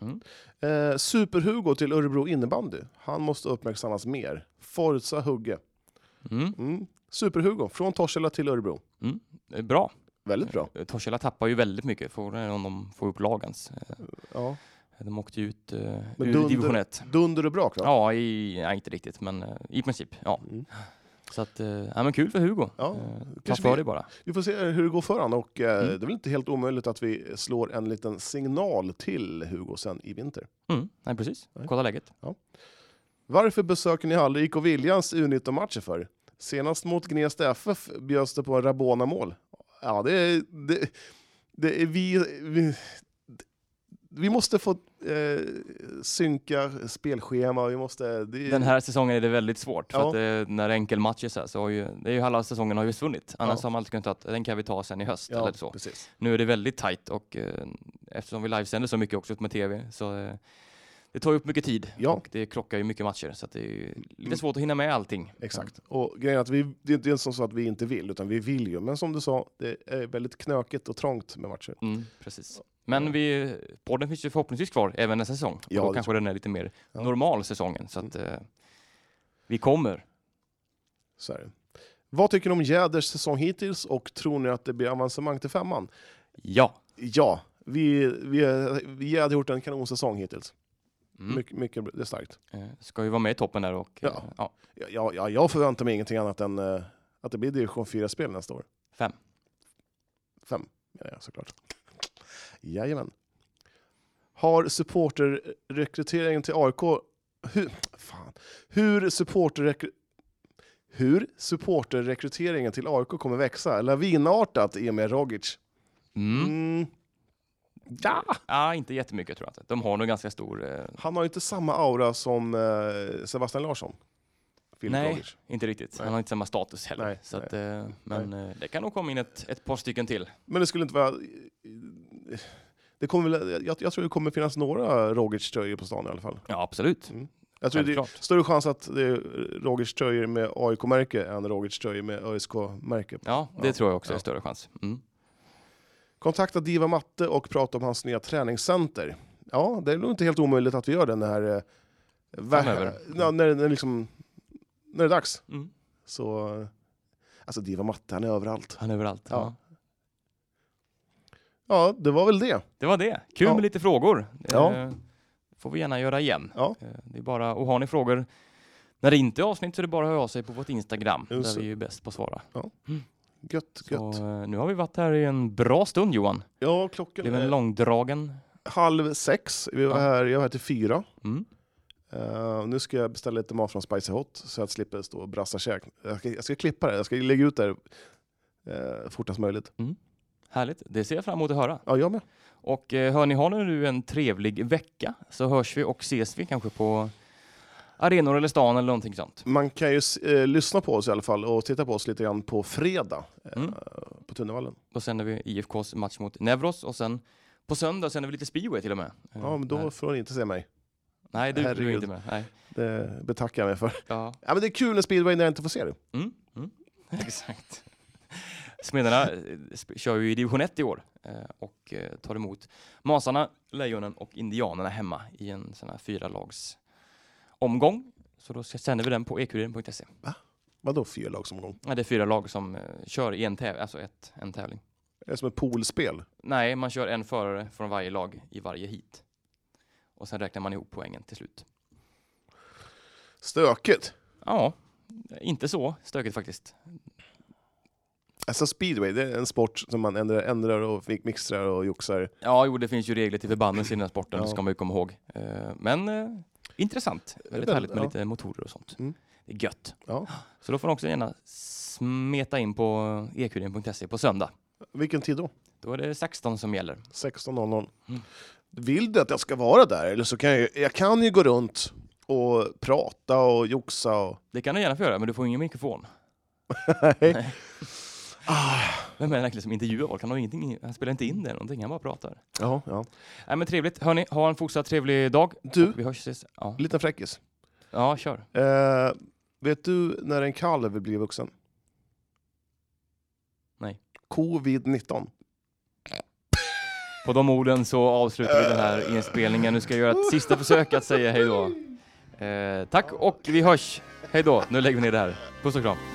Speaker 1: Mm.
Speaker 2: Eh, Super-Hugo till Örebro innebandy. Han måste uppmärksammas mer. Forza Hugge.
Speaker 1: Mm.
Speaker 2: Mm. Super-Hugo, från Torshälla till Örebro.
Speaker 1: eh, Bra.
Speaker 2: Väldigt bra.
Speaker 1: Eh, Torshälla tappar ju väldigt mycket frågan är om de får upp lagens. Eh,
Speaker 2: Ja.
Speaker 1: De åkte ju ut eh, ur
Speaker 2: Dunder-
Speaker 1: division 1.
Speaker 2: Dunder och brak va?
Speaker 1: Ja, i, nej, inte riktigt, men eh, i princip. Ja.
Speaker 2: Mm.
Speaker 1: Så att, eh, ja, men kul för Hugo.
Speaker 2: Ja,
Speaker 1: Eh, Ta
Speaker 2: kanske
Speaker 1: för
Speaker 2: vi-
Speaker 1: dig bara.
Speaker 2: Vi får se hur det går för honom och eh,
Speaker 1: Mm.
Speaker 2: det är väl inte helt omöjligt att vi slår en liten signal till Hugo sen i vinter.
Speaker 1: Mm. Nej, precis.
Speaker 2: Nej.
Speaker 1: Kolla läget.
Speaker 2: Varför besöker ni aldrig IK Viljans U19-matcher för? Senast mot Gnesta FF bjöds det på en Rabona-mål. Ja, det är... Det, det är vi, vi, vi måste få eh, synka spelschema, vi måste... Det, är-
Speaker 1: Den här säsongen är det väldigt svårt. För
Speaker 2: Ja.
Speaker 1: att eh, när det är enkelmatcher så, här, så har ju, det är ju halva säsongen har ju försvunnit. Annars
Speaker 2: Ja.
Speaker 1: har man alltid kunnat ta, den kan vi ta sen i höst
Speaker 2: ja,
Speaker 1: eller så.
Speaker 2: precis.
Speaker 1: Nu är det väldigt tajt och eh, eftersom vi livesänder så mycket också med tv så eh, det tar ju upp mycket tid
Speaker 2: Ja.
Speaker 1: och det krockar ju mycket matcher så att det är ju
Speaker 2: Mm.
Speaker 1: lite svårt att hinna med allting.
Speaker 2: Exakt. Och grejen är att vi, det är inte som så att vi inte vill, utan vi vill ju. Men som du sa, det är väldigt knökigt och trångt med matcher.
Speaker 1: Mm, precis. Men vi, podden finns ju förhoppningsvis kvar även nästa säsong.
Speaker 2: Ja,
Speaker 1: Ja,
Speaker 2: det
Speaker 1: då kanske den är lite mer
Speaker 2: Ja. Mm.
Speaker 1: normal säsongen. Så att, eh, vi kommer.
Speaker 2: Så är det. Vad tycker ni om Jäders säsong hittills och tror ni att det blir avancemang till femman?
Speaker 1: Ja.
Speaker 2: Ja, vi, vi, vi Jäder har gjort en kanonsäsong hittills.
Speaker 1: Mm.
Speaker 2: Mycket, mycket, det är starkt.
Speaker 1: Eh, ska ju vara med i toppen där och eh,
Speaker 2: Ja.
Speaker 1: ja,
Speaker 2: Ja, ja, ja, jag förväntar mig ingenting annat än eh, att det blir division 4-spel nästa år.
Speaker 1: Fem.
Speaker 2: Fem, ja, ja såklart. Jajamän. Har supporterrekryteringen till AIK... Hur, fan. Hur, supporterrekry, hur supporterrekryteringen till AIK kommer växa lavinartat i och med Rogic.
Speaker 1: Mm.
Speaker 2: Mm. Ja.
Speaker 1: Ah, inte jättemycket tror jag inte. De har nog ganska stor... Eh,
Speaker 2: Han har inte samma aura som eh, Sebastian Larsson. Filip
Speaker 1: Nej.
Speaker 2: Rogic.
Speaker 1: inte riktigt.
Speaker 2: Nej.
Speaker 1: Han har inte samma status heller.
Speaker 2: Nej,
Speaker 1: så att, eh, men eh, det kan nog komma in ett, ett par stycken till.
Speaker 2: Men det skulle inte vara... eh, Det kommer väl, jag, jag tror det kommer finnas några Rogic-tröjor på stan i alla fall.
Speaker 1: Ja, absolut.
Speaker 2: Jag tror det är
Speaker 1: Självklart.
Speaker 2: större chans att det är Rogic-tröjor med AIK-märke än Rogic-tröjor med ÖSK-märke.
Speaker 1: Ja, det
Speaker 2: Ja.
Speaker 1: tror jag också
Speaker 2: Ja.
Speaker 1: är större chans. Mm.
Speaker 2: Kontakta Diva Matte och prata om hans nya träningscenter. Ja, det är nog inte helt omöjligt att vi gör den här... eh, ver-
Speaker 1: Framöver.
Speaker 2: Ja, när, när, liksom, när det är dags.
Speaker 1: Mm.
Speaker 2: Så, eh, alltså Diva Matte, han är överallt.
Speaker 1: Han är överallt.
Speaker 2: Ja.
Speaker 1: Ja.
Speaker 2: Ja, det var väl det.
Speaker 1: Det var det. Kul
Speaker 2: Ja.
Speaker 1: med lite frågor.
Speaker 2: Ja.
Speaker 1: Eh, får vi gärna göra igen.
Speaker 2: Ja.
Speaker 1: Eh, det är bara, och har ni frågor när det inte är avsnitt så är det bara att höra av sig på vårt Instagram.
Speaker 2: Just
Speaker 1: Där
Speaker 2: det.
Speaker 1: vi är bäst på att svara.
Speaker 2: Gött,
Speaker 1: Så,
Speaker 2: gött.
Speaker 1: eh, nu har vi varit här i en bra stund Johan.
Speaker 2: Ja,
Speaker 1: Det
Speaker 2: klockan
Speaker 1: blev
Speaker 2: är
Speaker 1: en långdragen.
Speaker 2: halv sex. Vi var
Speaker 1: Ja.
Speaker 2: här, jag var här till fyra.
Speaker 1: Mm.
Speaker 2: Eh, nu ska jag beställa lite mat från Spicy Hot så jag slipper stå och brassa käk. Jag ska, jag ska klippa det, jag ska lägga ut det här, eh, fortast möjligt.
Speaker 1: Härligt. Det ser jag fram emot att höra.
Speaker 2: Ja, jag med.
Speaker 1: Och eh, hörni, har ni nu en trevlig vecka så hörs vi och ses vi kanske på arenor eller stan eller någonting sånt.
Speaker 2: Man kan ju s- eh, lyssna på oss i alla fall och titta på oss lite grann på fredag eh,
Speaker 1: Mm.
Speaker 2: på Tunnevallen.
Speaker 1: Då sänder vi IFKs match mot Nevros och sen på söndag sänder vi lite speedway till och med. Eh,
Speaker 2: Ja, men då
Speaker 1: här.
Speaker 2: får ni inte se mig.
Speaker 1: Nej, du, du
Speaker 2: Herregud.
Speaker 1: är inte med. Nej.
Speaker 2: Det betackar jag mig för.
Speaker 1: Ja.
Speaker 2: Ja, men det är kul med speedway när jag inte får se det.
Speaker 1: Mm. Mm. (laughs) Exakt. Smedarna eh, sp- kör ju i division 1 i år eh, och eh, tar emot Masarna, Lejonen och Indianerna hemma i en sån här fyra lags omgång. Så då ska- sänder vi den på E ekuriren.se.
Speaker 2: Vadå fyra lagsomgång?
Speaker 1: Ja, det är fyra lag som eh, kör i en tävling, alltså ett, en tävling.
Speaker 2: Det är som ett poolspel.
Speaker 1: Nej, man kör en förare från varje lag i varje heat. Och sen räknar man ihop poängen till slut.
Speaker 2: Stökigt.
Speaker 1: Ja, inte så stökigt faktiskt.
Speaker 2: Alltså speedway, det är en sport som man ändrar, ändrar och mi- mixtrar och joxar.
Speaker 1: Ja, jo, det finns ju regler till förbannelse i den här sporten,
Speaker 2: Ja.
Speaker 1: det ska man ju komma ihåg. Eh, Men eh, intressant. Väldigt
Speaker 2: väl-
Speaker 1: härligt med
Speaker 2: ja.
Speaker 1: lite motorer och sånt.
Speaker 2: Mm.
Speaker 1: Det är gött.
Speaker 2: Ja.
Speaker 1: Så då får ni också gärna s- smeta in på eqdn.se på söndag.
Speaker 2: Vilken tid då?
Speaker 1: Då är det 16 som gäller.
Speaker 2: 16.00. Vill du att jag ska vara där? Eller så kan jag, ju- jag kan ju gå runt och prata och joxa. Och...
Speaker 1: Det kan du gärna få göra, men du får ingen mikrofon.
Speaker 2: Nej.
Speaker 1: Vem är det verkligen som intervjuar folk? Han, har ingenting, han spelar inte in det eller någonting, han bara pratar.
Speaker 2: Ja, ja.
Speaker 1: Nej men trevligt, hörni, ha en fortsatt trevlig dag.
Speaker 2: Du,
Speaker 1: Vi hörs ses. Ja,
Speaker 2: liten fräckis.
Speaker 1: ja kör.
Speaker 2: Eh, vet du när en kalv blir vuxen?
Speaker 1: Nej.
Speaker 2: Covid-19.
Speaker 1: På de orden så avslutar vi den här inspelningen. Nu ska jag göra ett sista försök att säga hej då. Eh, tack och vi hörs. Hej då, nu lägger vi ner det här. Puss och kram.